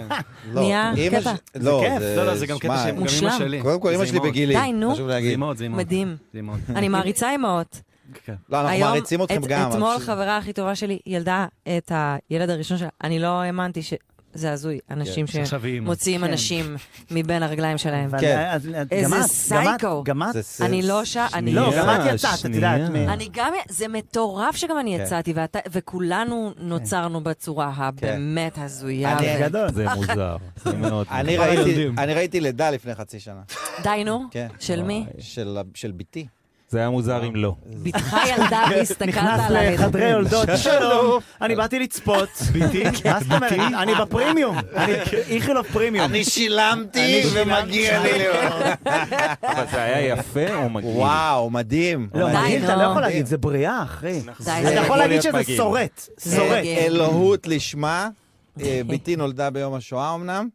לא, נהיה אימא קטע. ש- לא, כיף. לא, לא, זה גם שמע, קטע שהם גם מושלם. אמא כן. שלי. קודם כל, זה אימא שלי אימהות. בגילי, די, נו. חשוב זה להגיד. אימהות, זה אימהות. מדהים. זה אימהות. אני מעריצה אימהות. כן. לא, אנחנו היום- מעריצים אתכם את- גם. אתמול אבל- חברה הכי טובה שלי ילדה את הילד הראשון שלה. אני לא האמנתי ש... זה הזוי, אנשים שעכשיו היא כן, אימא. שמוציאים כן. אנשים מבין הרגליים שלהם. אבל, אה, כן. אז- אז- איזה גם את, גם את, סייקו. גם את. זה- זה- אני לא ש... אני... לא, גם את שנייה, יצאת, את שנייה. יודעת. מ- אני גם, זה מטורף שגם אני כן. יצאתי, ואתה, וכולנו נוצרנו בצורה הבאמת הזויה. אני- ו- גדול. אה, זה מוזר. זה מאוד אני מוזר. ראיתי- ילדים. אני ראיתי לידה לפני חצי שנה. די נו, כן. של מי? של ה- של בתי. זה היה מוזר אם לא. בתך ילדה והסתכלת כן. נכנס על הילד. לחדרי יולדות, שלום, אני באתי לצפות. ביתי? מה זאת אומרת? אני בפרימיום, אני איכילוב פרימיום. שילמתי ומגיע לי לראות. אבל זה היה יפה או מגעיל? וואו, מדהים. לא, די, מדהים, אתה לא נו. יכול להגיד, זה בריאה, אחי. די, אתה זה- יכול יכול להגיד להיות שזה מגעיל. שורט, שורט. כן. אה, אלוהות לשמה. אה, בתי נולדה ביום השואה אמנם,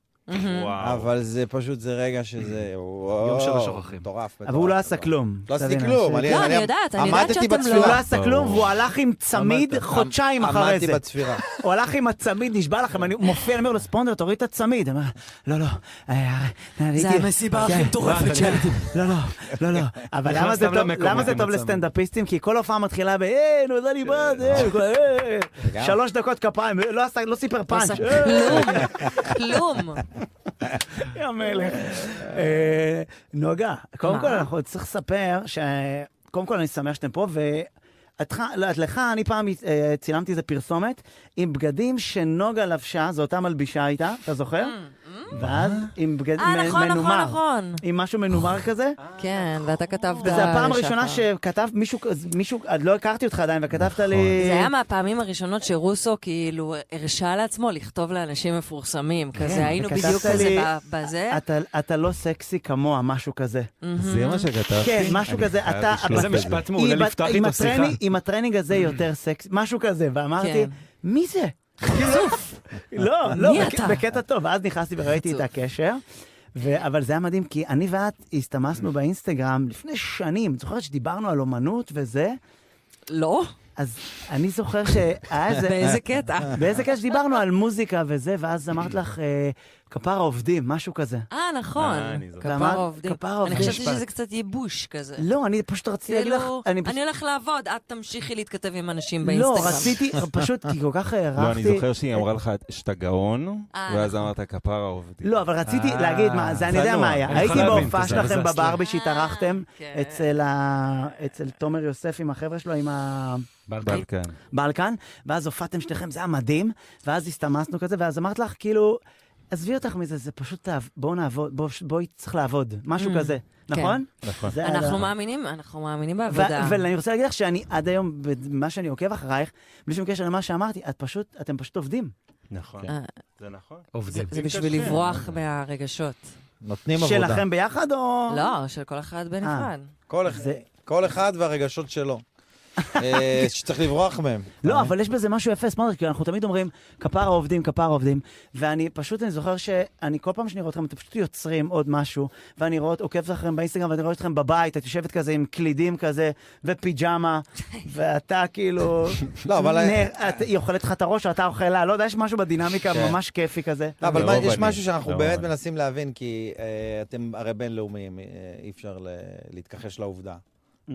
וואו. אבל זה פשוט, זה רגע שזה... וואו, יום של השוכחים. מטורף. אבל מטורף, הוא לא עשה מטורף. כלום. לא עשיתי תבין, כלום. אני- אני- לא, אני יודעת, אני יודעת עמדתי שאתם בתפילה. הוא לא לא. עשה כלום, והוא הלך עם צמיד עמדת- חודשיים אחרי עמדתי זה. בצפירה. הוא הלך עם הצמיד, נשבע לכם, אני הוא מופיע, אני אומר לו, ספונדר, תוריד את הצמיד. אני אומר, לא, לא, אה, ראיתי- זה המסיבה הכי כן. מטורפת שהייתי. לא, לא, לא, לא. אבל למה זה סתם טוב- למקומות למה זה עם טוב הצמיד. לסטנדאפיסטים? כי כל הופעה מתחילה ב, אה, נו, זה לי בד, אה, כל- אה, גם. שלוש דקות כפיים, אה, לא עשה- לא סיפר לא פאנץ'. עשה אה, כלום, כלום. יא מלך. אה, נוגה, קודם מה? כל אנחנו צריך לספר ש... קודם כל אני שמח שאתם פה, ואתך, לא, את- לך אני פעם אה, צילמתי איזה פרסומת עם בגדים שנוגה לבשה, זו אותה מלבישה הייתה, אתה זוכר? ואז עם בגד אה, מ- נכון, נכון, מנומר. נכון. עם משהו מנומר כזה, כן, ואתה כתבת... וזו הפעם הראשונה לשחר. שכתב מישהו, אז מישהו, עד לא הכרתי אותך עדיין, וכתבת לי... נכון. זה היה מהפעמים הראשונות שרוסו כאילו הרשה לעצמו לכתוב לאנשים מפורסמים. כזה היינו כן, וכתבת בדיוק כזה לי- ב- בזה. אתה- אתה לא סקסי כמוה, משהו כזה. זה מה שכתבתי? כן, משהו אני כזה, חייב אתה- לשלוח אבל איזה את זה. משפט מעולה עם לפתוח הט- עם איתו שיחה. הטרנינג- עם הטרנינג Mm. הזה יותר סקס, משהו כזה, ואמרתי, כן. מי זה? כאילו- חצוף. לא, לא, מי בק- אתה? בקטע טוב, ואז נכנסתי וראיתי את חצוף. הקשר. ו- אבל זה היה מדהים, כי אני ואת הסתמסנו באינסטגרם לפני שנים, את זוכרת שדיברנו על אומנות וזה? לא? אז אני זוכר שהיה איזה... באיזה קטע? באיזה קטע שדיברנו על מוזיקה וזה, ואז אמרת לך, אה, כפר העובדים, משהו כזה. אה, נכון. אה, אני זוכר. כפר ואמרת, העובדים. כפר העובדים. אני חשבתי משפט. שזה קצת ייבוש כזה. לא, אני פשוט רציתי להגיד לך... כאילו, פשוט- אני הולך לעבוד, את תמשיכי להתכתב עם אנשים לא, באינסטגרם. רציתי, פשוט כי כל כך הערכתי... לא, אני זוכר שהיא אמרה לך שאתה גאון, אה, ואז אמרת כפר העובדים. לא, אבל רציתי אה, להגיד מה, זה אני יודע צנוע. מה היה. אני הייתי יכול להבין, בהופעה זה- זה שלכם הסלנג. בברבי שהתארחתם, אה, כן. אצל ה- אצל תומר יוסף עם החבר'ה שלו, עם הבלקן, כן. בלקן. ואז הופעתם שניכם, זה היה מדהים, ואז הסתמסנו כזה, ואז אמרת לך, כאילו, עזבי אותך מזה, זה פשוט, תעב- בואו נעבוד, בואו- בואי צריך לעבוד, משהו Mm, כזה, נכון? נכון. זה היה- אנחנו מאמינים, אנחנו מאמינים ו- בעבודה. ואני רוצה להגיד לך שאני עד היום, במה שאני עוקב אחרייך, בלי שום קשר למה שאמרתי, את פשוט, אתם פשוט עובדים. נכון. אה, זה נכון. עובדים. זה בשביל לברוח מהרגשות. נותנים עבודה. שלכם ביחד או... לא, של כל אחד אה, בנפרד. כל אחד- זה- כל אחד והרגשות שלו. אה, שצריך לברוח מהם. לא, אבל יש בזה משהו יפה, סמארטר, כי אנחנו תמיד אומרים, כפר העובדים, כפר העובדים, ואני פשוט, אני זוכר שאני, כל פעם שאני רואה אתכם, אתם פשוט יוצרים עוד משהו, ואני רואה, עוקב אחריכם באינסטגרם, ואני רואה אתכם בבית, את יושבת כזה עם קלידים כזה, ופיג'מה, ואתה כאילו... לא, אבל- נר- את- היא אוכלת לך את הראש, אתה אוכל לה, לא יודע, יש משהו בדינמיקה כן. ממש כיפי כזה. לא, אבל לרוב מה- יש אני- משהו שאנחנו לא, לרוב באמת אני. מנסים להבין, כי אה, אתם הרי בינלאומיים, אה, אי אפשר ל- להתכחש לעובדה.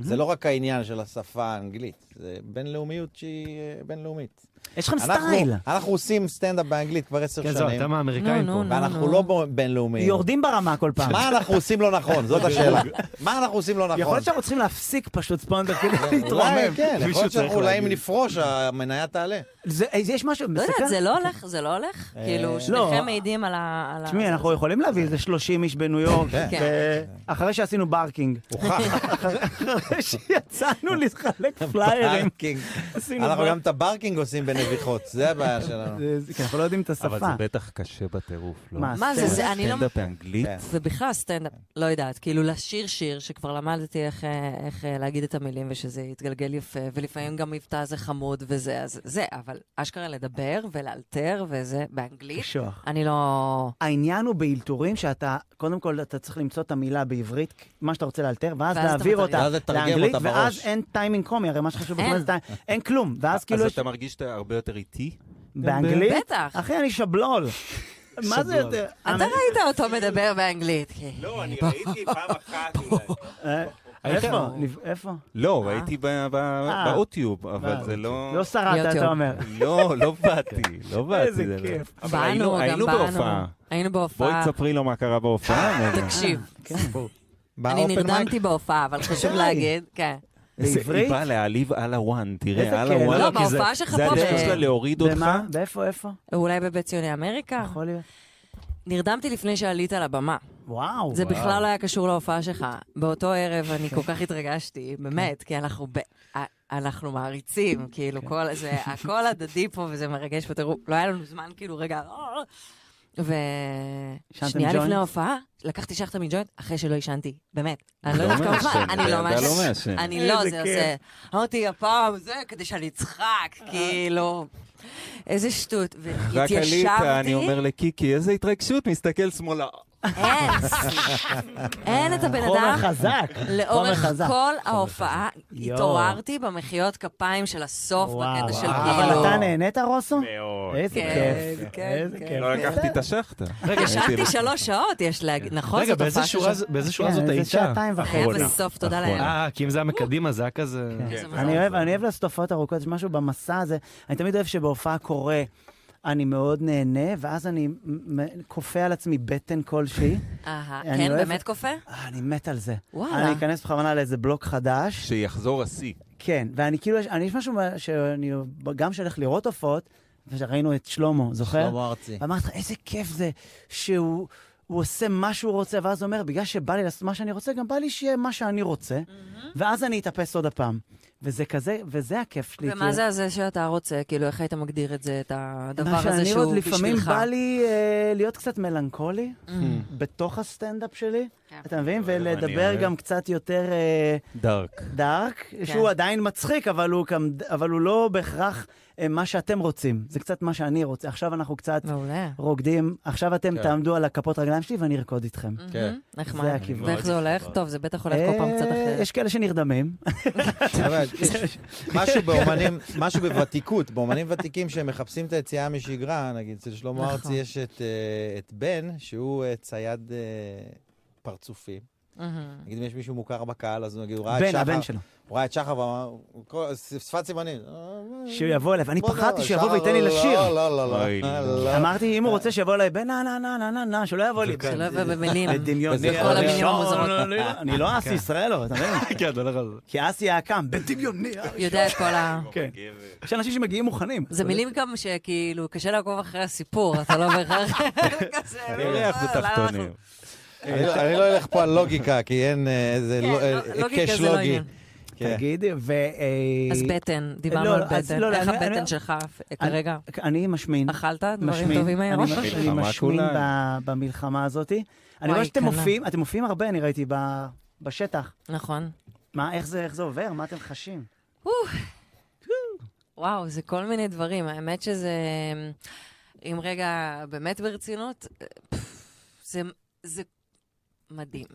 זה לא רק העניין של השפה האנגלית, זה בינלאומיות שהיא אה, בינלאומית. יש לכם אנחנו- סטייל. אנחנו עושים סטנדאפ באנגלית כבר עשר כן, זהו, שנים, אתם האמריקאים נו, פה. נו, ואנחנו לא ב- בינלאומיים. יורדים ברמה כל פעם. מה אנחנו עושים לא נכון? זאת השאלה. מה אנחנו עושים לא יכול נכון? להיות שאנחנו צריכים להפסיק פשוט ספונדר כדי להתרומם. אולי, כן, יכול מישהו להיות צריך שאנחנו- אולי אם להגיד. נפרוש, המניה תעלה. זה- יש משהו לא מסקרן. יודעת, זה לא הולך, זה לא הולך? כאילו, לא. שניכם מעידים על ה... על ה- תשמעי, אנחנו יכולים להביא איזה 30 איש בניו יורק, כן. אה, כן. ו- אחרי שעשינו ברקינג, הוכח. אחרי שיצאנו לחלק פליירים. ברקינג. עשינו אה, אנחנו בר- גם את הברקינג עושים בנביחות, זה הבעיה שלנו. זה- זה- כי אנחנו לא יודעים את אבל זה השפה. בטח קשה בטירוף, לא? מה, מה זה, זה, אני לא... סטנדאפ באנגלית? כן. ובכלל סטנדאפ, לא יודעת, כאילו לשיר שיר, שכבר למדתי איך, אה, איך אה, להגיד את המילים ושזה יתגלגל יפה, ולפעמים גם מבטא זה חמוד וזה, אז זה, אבל אשכרה לדבר ולאלתר וזה באנגלית, קשוח. אני לא... העניין הוא באלתורים שאתה, קודם כל אתה צריך למצוא את המילה בעברית, מה שאתה רוצה לאלתר, ואז ואז אתה להעביר מתרגם. אותה ואז לתרגם לאנגלית, אותה ואז בראש. אין טיימינג קומי, הרי מה שחשוב בכלל אין. אה, זה טי- אין כלום, ואז כאילו אז יש אתה מרגיש שאתה הרבה יותר איטי? באנגלית, בטח. אחי אני שבלול. מה זה יותר? אתה ראית אותו מדבר באנגלית. לא, אני ראיתי פעם אחת אולי. אה, איפה? נב- איפה? לא, ראיתי ב- ב- אה. באוטיוב, אבל זה לא... לא שרדת, יוטיוב. אתה אומר. לא, לא באתי, לא באתי. איזה זה לא- כיף. אה. אבל באנו, היינו- גם היינו באנו. בהופעה. היינו בואי בהופעה. תספרי לו מה קרה בהופעה. נו, נו. תקשיב, כן. אני באופן נרדמתי בהופעה, אבל חשוב די. להגיד, כן. איזה- בעברית? היא באה להעליב על הוואן, איזה תראה, על כיף. הוואן. לא, כי זה- בהופעה שלך זה פה הדרך ב- שלה להוריד אותך. במה? באיפה, איפה? אולי בבית ציוני אמריקה? נכון. יכול להיות. נרדמתי לפני שעלית לבמה. וואו. זה בכלל לא היה קשור להופעה שלך. באותו ערב אני כל כך כן. התרגשתי, באמת, כי אנחנו ב... א- אנחנו מעריצים, כאילו, כן. כל זה, הכל הדדי פה וזה מרגש בטירוף. לא היה לנו זמן, כאילו, רגע... "אה". ו... עישנתם שנייה ג'וינט? לפני ההופעה, לקחתי שחטה מג'וינט, אחרי שלא עישנתי, באמת. אני לא לא יודעת כמה זמן, מעשן, אני לא אתה לא מעשן. מעשן. אני לא, איזה זה כיף. עושה... אמרתי, הפעם זה כדי שאני אצחק, אה. כאילו... איזה שטות. רק והתיישבתי... עלית, אני אומר לקיקי, איזה התרגשות, מסתכל שמאלה. אין, אין את הבן חומר אדם. חזק. חומר לאורך חזק. כל ההופעה יואו. התעוררתי במחיאות כפיים של הסוף, כאילו. בקטע של אבל אתה כאילו... נהנית, רוסו? מאוד. איזה כן, כיף. כן, איזה כן. כיף. לא לקחתי את השחטה. רגע, הייתי- ישנתי שלוש שעות, יש להגיד, נכון? רגע, זאת באיזה הופעה שורה שש- ז- באיזה שורה כן, זאת זה האישה? שעתיים היה וחצי. בסוף, תודה אחרונה. לאל. כן. אה, כי אם זה היה מקדימה, זה היה כזה... זה מוזר. כן. אני אוהב, אני אוהב לעשות הופעות ארוכות, יש משהו במסע הזה. אני תמיד אוהב שבהופעה קורה, אני מאוד נהנה, ואז אני מ- מ- כופה על עצמי בטן כלשהי. אהה, אני כן, אוהב- באמת כופה? אה, אני מת על זה. וואלה. אני אכנס בכוונה לאיזה בלוק חדש. שיחזור השיא. כן, ואני כאילו, יש- אני- יש משהו מה- שאני גם שהולך לראות הופעות, ושראינו את שלמה, זוכר? שלמה ארצי. ואמרתי לך, איזה כיף זה שהוא הוא עושה מה שהוא רוצה, ואז הוא אומר, בגלל שבא לי לעשות מה שאני רוצה, גם בא לי שיהיה מה שאני רוצה, ואז אני אתאפס עוד הפעם. וזה כזה, וזה הכיף שלי. כאילו, ומה זה הזה שאתה רוצה? כאילו, איך היית מגדיר את זה, את הדבר מה הזה שאני עוד שהוא לפעמים בשבילך? בא לי אה, להיות קצת מלנכולי, בתוך הסטנדאפ שלי, כן. אתה מבין? ולדבר אוהב. גם קצת יותר אה, דארק. דארק, כן. שהוא עדיין מצחיק, אבל הוא גם- אבל הוא לא בהכרח אה, מה שאתם רוצים. זה קצת מה שאני רוצה. עכשיו אנחנו קצת מעולה. רוקדים, עכשיו אתם כן. תעמדו על הכפות רגליים שלי ואני ארקוד איתכם. כן. מהמם, נחמד. זה הכיוון. ואיך זה הולך? טוב, זה בטח הולך כל פעם אה, קצת אה, אחרת. אה. יש כאלה שנרדמים. חבר'ה, יש משהו באומנים, משהו בוותיקות, באומנים ותיקים שמחפשים את היציאה משגרה, נגיד אצל שלמה נכון. ארצי יש את, אה, את בן, שהוא אה, צייד אה, פרצופים. מהמם. נגיד אם יש מישהו מוכר בקהל, אז הוא נגיד, הוא ראה את בן, שחר, הבן שלו. הוא ראה את שחר ואמר, הוא כל- שפת סימנים. שהוא יבוא אליו. אני בוא, פחדתי לא, שהוא יבוא שחר, וייתן לי לא, לשיר. לא, לא, לא, אוי, לא. לא. לא. כן, אמרתי, אם הוא רוצה שיבוא אליי, בן, נה, נה, נה, נה, נה, נה, שלא יבוא לי. שלא יבוא במילים. בדמיוני. בכל המילים הראשון, המוזרות. לא, לא, לא, כן. אני לא אסי ישראלו, אתה מבין? כן, לא אתה הולך על זה. כי אסי היה קם, בדמיוני. יודע את כל ה... כן. יש אנשים שמגיעים מוכנים. זה מילים גם שכאילו, קשה לעקוב אחרי הסיפור, אתה לא בהכרח... כזה, לא, ריח לא, ותחתונים. לא, אני לא- אני לא אלך פה על לוגיקה, כי אין אה, זה כן, לא- אה, לא- לוגיקה היקש זה לא לוגי. עניין. כן. תגידי, ו... אה, אז בטן, לא, דיברנו על אז בטן. לא, לא, איך אני- אני- הבטן שלך אה, אני- כרגע? אני משמין. אכלת דברים משמין. טובים היום? אני מש- אני מלחמה משמין כולה. ב- במלחמה הזאת. אני רואה וואי, שאתם כלה. מופיעים, אתם מופיעים הרבה, אני ראיתי ב- בשטח. נכון. מה, איך זה איך זה עובר? מה אתם חשים? וואו, זה כל מיני דברים. האמת שזה... אם רגע באמת ברצינות, אה, פפ, זה, זה מדהים.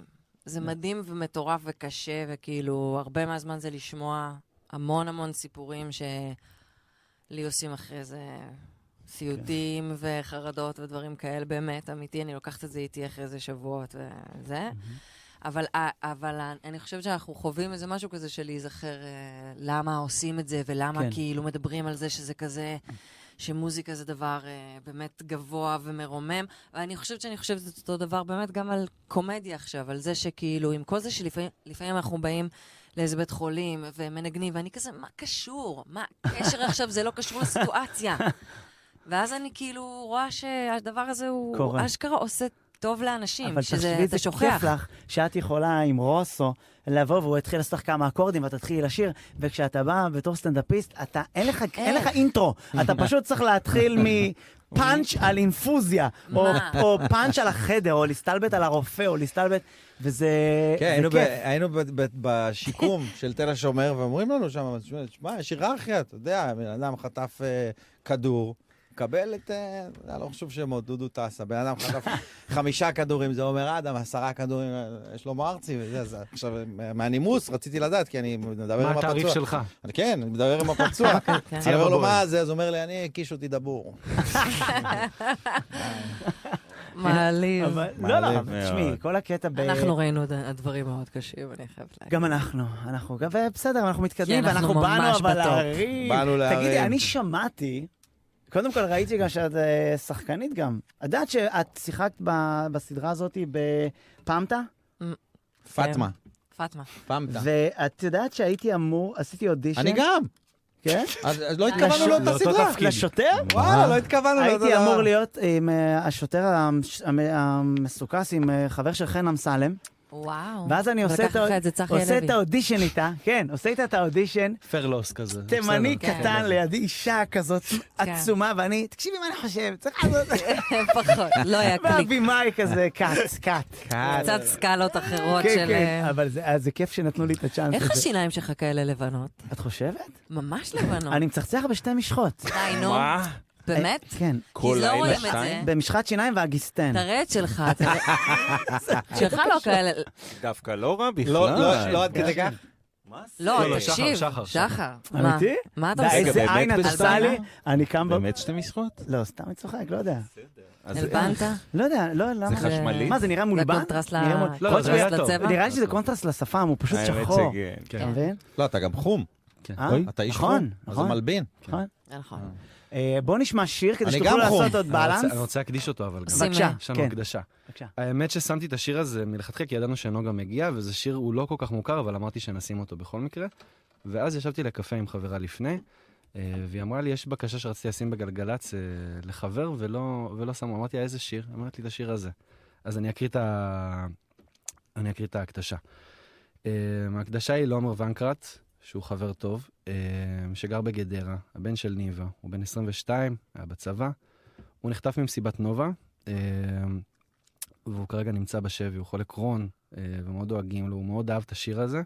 זה מדהים ומטורף וקשה, וכאילו, הרבה מהזמן זה לשמוע המון המון סיפורים שלי עושים אחרי זה סיוטים וחרדות ודברים כאלה, באמת, אמיתי, אני לוקחת את זה איתי אחרי זה שבועות וזה. אבל, ה- אבל ה- אני חושבת שאנחנו חווים איזה משהו כזה של להיזכר אה, למה עושים את זה, ולמה כן. כאילו מדברים על זה שזה כזה, שמוזיקה זה דבר אה, באמת גבוה ומרומם. ואני חושבת שאני חושבת את אותו דבר באמת גם על קומדיה עכשיו, על זה שכאילו, עם כל זה שלפעמים לפעמים אנחנו באים לאיזה בית חולים ומנגנים, ואני כזה, מה קשור? מה הקשר עכשיו? זה לא קשור לסיטואציה. ואז אני כאילו רואה שהדבר הזה הוא קורה. אשכרה עושה טוב לאנשים, אבל שזה, תחשבי, אתה זה שוכח. כיף לך שאת יכולה עם רוסו לבוא והוא יתחיל לעשות לך כמה אקורדים ואת תתחילי לשיר, וכשאתה בא בתור סטנדאפיסט, אתה, אין לך, אין לך אינטרו, אתה פשוט צריך להתחיל מפאנץ' על אינפוזיה, או, מה? או פאנץ' על החדר, או להסתלבט על הרופא, או להסתלבט, וזה כן, זה היינו, ב, כיף. היינו ב, ב, בשיקום של תל השומר, ואומרים לנו שם, "תשמע, תשמע, יש היררכיה, אתה יודע, בן אדם חטף אה, כדור, קבל את, אה, אני לא חשוב שמות, דודו טסה, בן אדם חטף חמישה כדורים, זה עומר אדם, עשרה כדורים, אה, שלמה ארצי, וזה, אז עכשיו, מה- מהנימוס רציתי לדעת, כי אני מדבר עם מה הפצוע. התעריף שלך? אני- כן, אני מדבר עם הפצוע. כן. אני אומר לו, בבוהן. מה זה? אז הוא אומר לי, אני הקיש אותי דבור. מעליב. אבל, לא, לא, מעליב אבל תשמעי, מאוד. כל הקטע ב... אנחנו ראינו את הדברים מאוד קשים, אני חייבת להגיד. גם אנחנו, אנחנו גם, ובסדר, אנחנו מתקדמים, כי אנחנו ואנחנו באנו ממש אבל בטופ. להרים. באנו להרים. תגידי, אני שמעתי, קודם כל ראיתי גם שאת אה, שחקנית גם. את יודעת שאת שיחקת ב- בסדרה הזאת בפמטה, כן. פטמה, פאטמה. פמטה. ואת יודעת שהייתי אמור, עשיתי אודישן. אני גם. כן? אז אז לא התכוונו לאותה לאותו סדרה. תפקיד. לשוטר? אה? וואלה, לא התכוונו לאותה הייתי אמור להיות עם אה, השוטר המש- המ- המסוכס, עם אה, חבר של חן אמסלם, וואו. ואז אני עושה את ולקח הא- לך את זה צחי עושה הלוי. את האודישן איתה, כן, עושה איתה את האודישן, פרלוס כזה. תימני בסדר. קטן לידי אישה כזאת כן. עצומה, ואני, תקשיבי מה אני חושב, צריך לעשות... פחות, לא היה קליק. והבימאי כזה, קאט, קאט. קצת סקלות אחרות כן, של... כן, אה, אבל זה- אז זה כיף שנתנו לי את הצ'אנס איך הזה. השיניים שלך כאלה לבנות? את חושבת? ממש לבנות. אני מצחצח בשתי משחות. די, נו. מה? באמת? כן. כל כי לא לילה רואים את זה. שתיים? במשחת שיניים והגיסטן. תראה את שלך, תראה. שלך לא כאלה... דווקא לא רע בכלל. לא, לא, לא עד כדי כך. מה זה? לא, לא, שחר, תקשיב. שחר, שחר. שחר. מה? אמיתי? מה אתה די, עושה? רגע, איזה באמת עין את בשתי עושה לי? משחות? אני קם ב... באמת שתי משחות? לא, סתם אני צוחק, לא יודע. אז הלבנת? לא יודע, לא, למה? זה חשמלי? מה, זה נראה זה מולבן? קונטרסט ל- נראה מול- לא, חוץ זה מ- היה קונטרסט טוב. לצבע? כן, נראה לי שזה קונטרסט לשפם, הוא פשוט האמת שחור. שכן. אתה מבין? לא, אתה גם חום. אה? אתה איש נכון, חום. אז זה נכון. מלבין. נכון. נכון. אה, בואו נשמע שיר כדי אני שתוכלו גם חום. לעשות עוד אני רוצה- בלנס. אני רוצה להקדיש אותו, אבל גם. שים בבקשה, לב. יש לנו כן. הקדשה. בבקשה. האמת ששמתי את השיר הזה מלכתחילה, כי ידענו שנוגה מגיע, וזה שיר, הוא לא כל כך מוכר, אבל אמרתי שנשים אותו בכל מקרה. ואז ישבתי לקפה עם חברה לפני, אה, והיא אמרה לי, יש בקשה שרציתי לשים בגלגלצ אה, לחבר, ולא, ולא שמו. אמרתי לה, איזה שיר? אמרת לי את השיר הזה. אז אני אקריא את, ה... אני אקריא את ההקדשה. אה, ההקדשה היא לעומר ונקרט, שהוא חבר טוב, אה, שגר בגדרה, הבן של ניבה, הוא בן 22, היה בצבא. הוא נחטף ממסיבת נובה, אה, והוא כרגע נמצא בשבי, הוא חולה קרון, אה, ומאוד דואגים לו, הוא מאוד אהב את השיר הזה.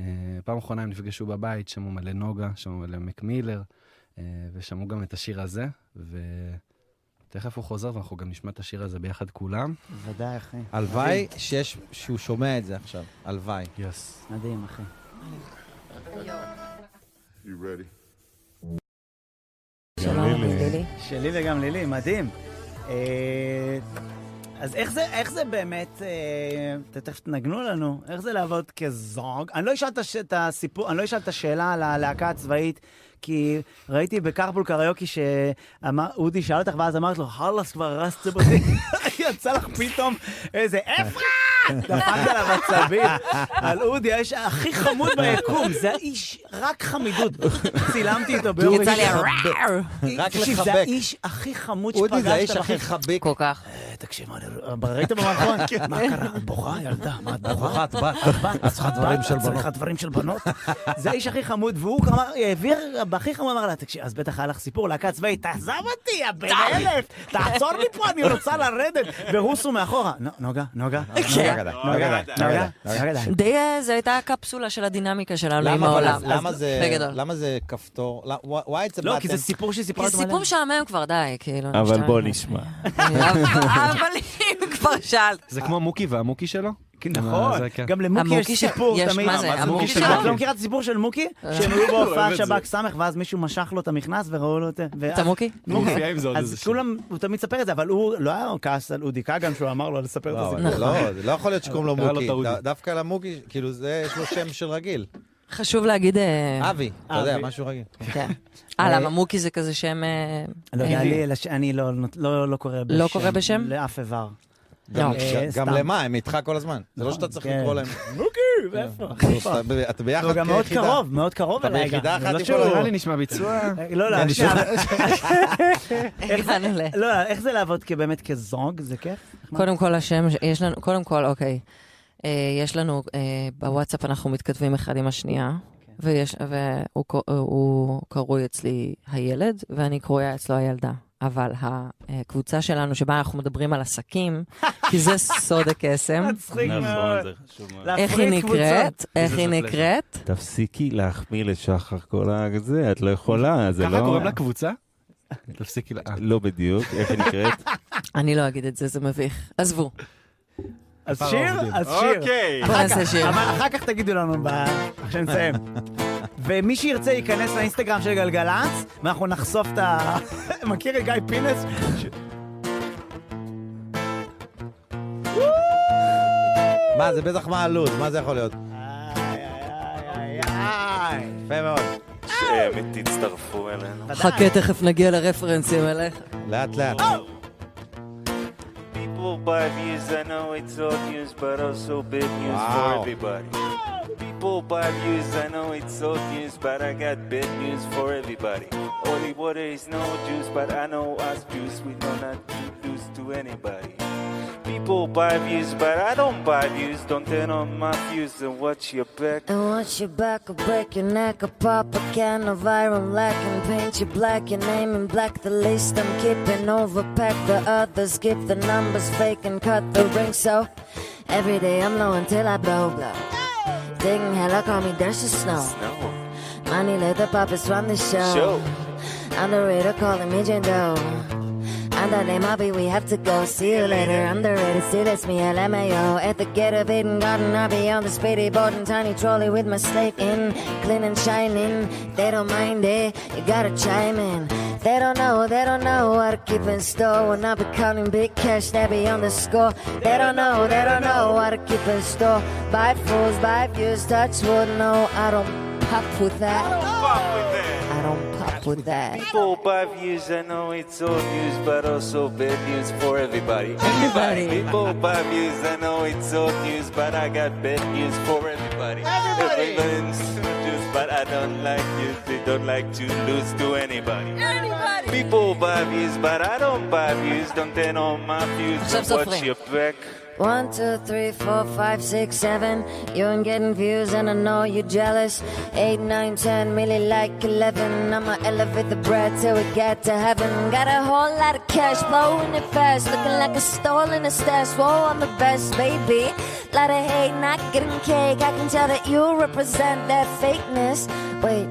אה, פעם אחרונה הם נפגשו בבית, שמעו מלא נוגה, שמעו מלא מק מילר, אה, ושמעו גם את השיר הזה, ותכף הוא חוזר ואנחנו גם נשמע את השיר הזה ביחד כולם. בוודאי, אחי. הלוואי שיש- שהוא שומע את זה עכשיו. הלוואי. יס. מדהים, אחי. שלום, לילי. שלי וגם לילי, מדהים. אה, אז איך זה, איך זה באמת, אה, אתם תכף תנגנו לנו, איך זה לעבוד כזוג? אני לא אשאל את הש- את הסיפור, אני לא אשאל את השאלה על הלהקה הצבאית, כי ראיתי בקרפול קריוקי שאודי שאל אותך, ואז אמרת לו, חלאס כבר הרסתם אותי, יצא לך פתאום איזה אפרה! דפקת עליו עצבים, על אודי, האיש הכי חמוד ביקום, זה האיש, רק חמידות. צילמתי איתו ביום יצא לי ראשון. הרער. אה, רק תקשיב, זה לחבק. האיש הכי חמוד שפגשת אודי זה האיש הכי בחיים. כן. חביק. כל כך. אה, תקשיב, מה, אני- ראית במערכון? מה קרה? את בוכה, ילדה? מה, את בוכה? בוכת בת. את צריכה דברים של בנות. צריכה דברים של בנות? זה האיש הכי חמוד, והוא אמר, העביר, בהכי חמוד אמר לה, תקשיב, אז בטח היה לך סיפור, להקה צבאית, תעזב אותי, יא בן אלף, תעצור לי פה, אני רוצה לרדת. ורוסו מאחורה, "נו- נוגה, נוגה, נוגה, נוגה, נוגה, נוגה. די, אה, זו הייתה הקפסולה של הדינמיקה שלנו עם למה אבל- העולם. למה אז- זה- בגדול. למה זה כפתור? וואי, זה לא, כי בטן. זה סיפור שסיפרה כי אותו זה סיפור משעמם כבר, די, כאילו. אבל נשתמש בוא בזה. נשמע. אבל אבל אם כבר שאלת. זה כמו מוקי והמוקי שלו? כי נכון, זה כן. גם למוקי יש המוקי של- סיפור יש- תמיד. מה זה, מה זה המוקי מוקי של... של את מוקי? לא מכירה את הסיפור של מוקי? אה. שהם לא, היו אוהב בהופעה את שב"כ ס' ואז מישהו משך לו את המכנס וראו לו את זה. ואז- את המוקי? אני מופיע עם זה עוד איזה אז שיר. כולם, הוא תמיד מספר את זה, אבל הוא לא היה כעס על אודי כגן שהוא אמר לו לספר את לא, הסיפור. נכון. אבל זה לא, זה לא יכול להיות שקוראים לו קרא לו מוקי. טעודי. ד- דווקא למוקי, כאילו זה, יש לו שם של רגיל. כן. חשוב להגיד... אה, אבי, אתה יודע, אבי. משהו רגיל. כן. אה, למה מוקי זה כזה שם... אה, לא יודע, אה, לי- לש- אני לא- לא לא קורא בשם. לא קורא בשם? לאף איבר. לא. גם- אה, גם סתם. למה, הם איתך כל הזמן. זה לא שאתה צריך כן. לקרוא להם. כן. מוקי, איפה? איפה? אתה- אתה ביחד הוא גם מאוד כיחידה. קרוב, מאוד קרוב אתה אליי גם. ביחידה זה אחת לא עם שהוא- כל נראה לי נשמע ביצוע. לא, לא, נשמע- איך זה- הגענו ל... לא, איך זה לעבוד כבאמת כזוג? זה כיף? קודם כל השם, ש- יש לנו, קודם כל, אוקיי, אה, יש לנו, אה, בוואטסאפ אנחנו מתכתבים אחד עם השנייה, כן. ויש, והוא ק- הוא קרוי אצלי הילד, ואני קרויה אצלו הילדה. אבל הקבוצה שלנו, שבה אנחנו מדברים על עסקים, כי זה סוד הקסם, מצחיק נכון, מאוד. זה חשוב מאוד. להפריד איך היא קבוצות. נקראת? איך היא זה נקראת? תפסיקי להחמיא לשחר כל הזה, את לא יכולה, זה לא... ככה קוראים לקבוצה? תפסיקי לה... אה. לא בדיוק, איך היא נקראת? אני לא אגיד את זה, זה מביך. עזבו, אז הפרה שיר? עובדים. אז שיר. אוקיי. אוקיי, בוא נעשה שיר. אבל אחר כך תגידו לנו ב- כשנסיים. ומי שירצה ייכנס לאינסטגרם של גלגלצ, ואנחנו נחשוף את ה... מכיר את גיא פינס? מה, זה בטח מה הלו"ז, מה זה יכול להיות? איי, איי, איי, איי. יפה מאוד. אה, תצטרפו אלינו. ודאי. חכה, תכף נגיע לרפרנסים אליך. לאט לאט. People buy views, I know it's old news, but also big news Wow. for everybody. People buy views, I know it's old news, but I got bad news for everybody. Holy water is no juice, but I know us Jews, we know not to lose to anybody. People buy views, but I don't buy views, don't turn on my views and watch your back. And once your back, I'll break your neck, I'll pop a can of iron lack and paint you black, your name in black, the list I'm keeping overpacked, the others skip the numbers fake and cut the ring, so every day I'm low until I blow, blow. Digging hella, call me Dash of Snow. No. Money later, puppets run the Show. I'm the raider calling me Jane Doe. I'm the name I'll be, we have to go. See you later. I'm the raider, still it's me, LMAO. At the gate of Eden Garden, I'll be on the speedy boat and tiny trolley with my slate in. Clean and shining, they don't mind it. You gotta chime in. They don't know, they don't know what to keep in store. When I be counting big cash, they be on the score. They don't know, they don't know what to keep in store. Buy fools, buy views, touch wood. No, I don't pop with that. I don't pop with that. People buy views, I know it's old news, but also bad news for everybody. Everybody. People buy views, I know it's old news, but I got bad news for everybody. Everybody. Everyone's news, but I don't like news, they don't like to lose to anybody. Anybody. People buy views, but I don't buy views, don't turn on my views, עכשיו don't watch סופרים. your back. One, two, three, four, five, six, seven. You ain't getting views, and I know you're jealous. Eight, nine, ten, really like eleven. I'ma elevate the bread till we get to heaven. Got a whole lot of cash, blowing it fast, looking like a stolen stash. Whoa, I'm the best, baby. Lot of hate, not getting cake. I can tell that you represent that fakeness. Wait.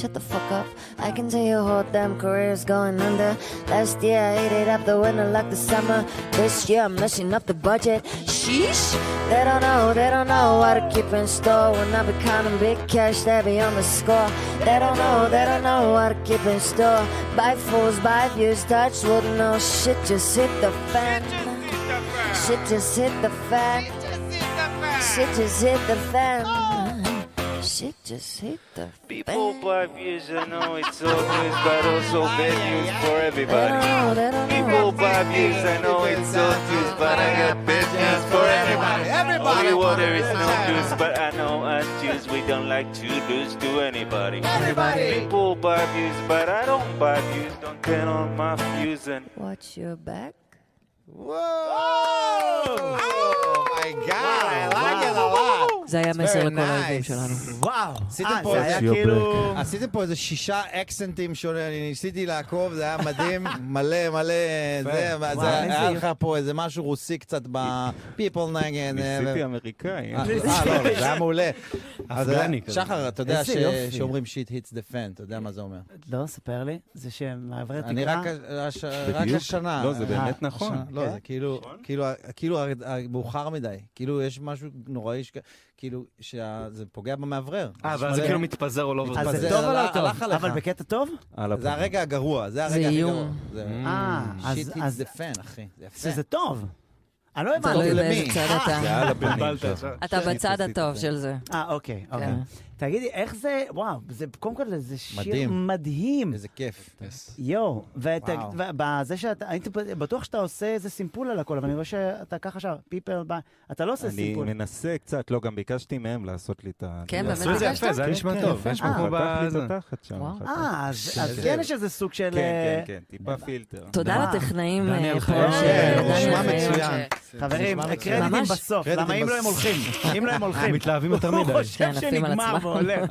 Shut the fuck up. I can tell your whole damn career's going under. Last year I ate it up the winter like the summer. This year I'm messing up the budget. Sheesh. They don't know, they don't know what to keep in store. When I be counting big cash, they be on the score. They don't know, they don't know what to keep in store. Buy fools, buy views, touch wood, no shit, just hit the fan. Shit just hit the fan. Shit just hit the fan. Shit just hit the fan. People buy views, I know it's old news, but also bad news for everybody. They don't know, they don't know. People buy views, I know it's old news, but I got bad news for everybody. Everybody. Holy water is no news, but I know us Jews, we don't like to lose to anybody. Everybody. People buy views, but I don't buy views, don't turn on my views and... Watch your back. Oh וואו! מייגאד, I like it a lot. זה היה It's מסר very לכל האויבים nice. שלנו. וואו! עשיתם אה, פה זה איזה היה שיהיה כאילו... עשיתם פה איזה שישה אקסנטים שונים, אני ניסיתי לעקוב, זה היה מדהים, מלא מלא, זה, ואז וואי, איזה היה לך יופי. פה איזה משהו רוסי קצת ב... people נגד... ניסיתי אמריקאי. אה, לא, לא, זה היה מעולה. אז אתה אפגני יודע, כזה. שחר, אתה יודע איזה ש- יופי. שאומרים שיט hits the fan, אתה יודע מה זה אומר. לא, ספר לי. זה שמעברי תקרה. אני רק הש- רק בדיוק. השנה. לא, זה באמת אה, נכון. השנה, לא, כן? זה כאילו, כאילו, כאילו ה- מאוחר מדי. כאילו, יש משהו נוראי, שכ- כאילו, שזה פוגע במאוורר. אה, יש ואז זה מלא- כאילו מתפזר אה, לא או לא אז אבל זה זה טוב או הלך- לא טוב? הלך עליך. אבל בקטע טוב? על זה הפנים. הרגע הגרוע, זה זה הרגע הכי גרוע. איום. Mm. זה אה, שיט אז- hits אז the fan, אחי. זה יפה. שזה טוב. אני לא תלוי הבנתי. למי? אה, באיזה צד זה אתה. על הפנים. בלבלת. שחר. אתה כן, בצד עשיתי את הטוב זה. של זה. אה, אוקיי, אוקיי. תגידי, איך זה, וואו, זה קודם כל זה שיר מדהים. מדהים. איזה כיף. יואו, וואו. ובזה שאתה, הייתי בט- בטוח שאתה עושה איזה סימפול על הכל, אבל אני רואה שאתה ככה שר, פיפל, ביי. אתה לא עושה אני סימפול. מנסה קצת, לא, גם ביקשתי מהם לעשות לי את ה... כן, באמת עשו את זה ביקשת? כן, יפה, זה היה נשמע טוב. יש אה, מקום פתח לי את בזה. התחת שם. וואו. אחר כך. אה, אז אז איזה- כן יש איזה סוג של... כן, כן, כן, אה, טיפה פילטר. תודה וואו. לטכנאים אה, דניאל פה. חיים. כן, דניאל נשמע חיים, מצוין. ש- חברים, נשמע קרדיטים ממש. בסוף, קרדיטים למה אם לא הם בסוף. הולכים? אם לא הם הולכים. מתלהבים יותר הוא מדי. חושב כן, עפים על שנגמר עצמם. והולך.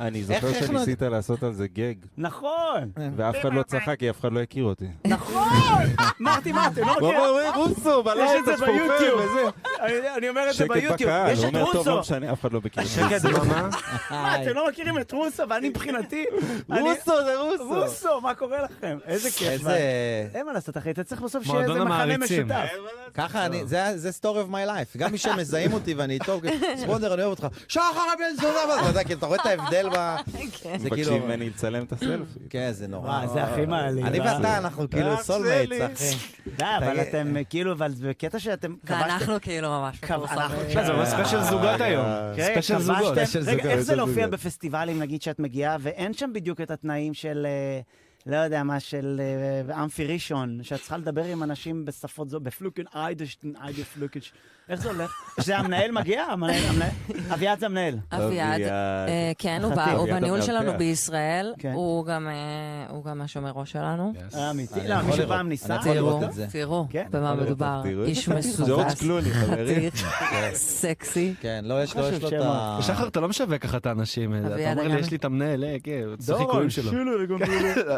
אני איך- זוכר איך לא- שניסית לעשות על זה גג, נכון, ואף אחד לא צחק, כי אף אחד לא הכיר אותי. נכון! אמרתי, מה, אתם לא הוא מכירים? אמר, "אוי, רוסו, בלם, יש את זה השפופר ביוטיוב. וזה." אני- אני אומר את זה שקט ביוטיוב. בקהל, יש הוא את אומר, טוב, לא רוסו. משנה, אף אחד לא מכיר. שקט דממה. מה, אתם לא מכירים את רוסו, ואני מבחינתי... אני- רוסו, זה רוסו. רוסו, מה קורה לכם? איזה כיף. איזה... מה- אין מה לעשות, אחי, אתה צריך בסוף שיהיה איזה מועדון מכנה המעריצים. משותף. ככה אני, זה- זה story of my life. גם מי שמזהים אותי ואני איתו, ספונדר, אני אוהב אותך. שחר הבן זונה! ואתה יודע, כאילו, אתה רואה את ההבדל ב... זה כאילו... מבקשים ממני לצלם את הסלפי. לא, כן, זה נורא. כן. וואי, זה הכי מעליב. אני ואתה, אנחנו כאילו סולמייטס, אחי. די, אבל תגיד- אתם אה, כאילו, אבל בקטע שאתם כבשתם... ואנחנו כאילו ממש כב- אנחנו- אוקיי. מפורסמים. לא, זה ממש אה, ספיישל זוגות היום. כן, ספיישל כבשתם- זוגות. רגע, איך זה ספיישל להופיע זוגות. בפסטיבלים, נגיד, שאת מגיעה, ואין שם בדיוק את התנאים של... אה, לא יודע מה, של אה, אמפי ראשון, שאת צריכה לדבר עם אנשים בשפות זו, בפלוקן איידשטיין, איידה פלוקש. איך זה הולך? שזה המנהל מגיע? המנהל- המנהל- אביעד זה המנהל. אביעד, אוקיי, אה, כן, הוא חתיך. בא- הוא אביעד בניהול המאבטח. שלנו בישראל, כן. הוא גם, אה, הוא גם השומר ראש שלנו. אה, אמיתי? אני לא, כן. יכול מישהו לראות. פעם ניסה? אני רוצה לראות. תראו, את זה. תראו כן. במה מדובר, תראו. איש ג'ורג' מסובס, קלוני, חברים. חתיך, סקסי. כן, לא, יש לא, יש לו את ה... שחר, אתה לא משווק ככה את האנשים האלה. אתה אביעד אומר לי, אגמי. יש לי את המנהל, אה, כן, את דורון, החיקויים שלו.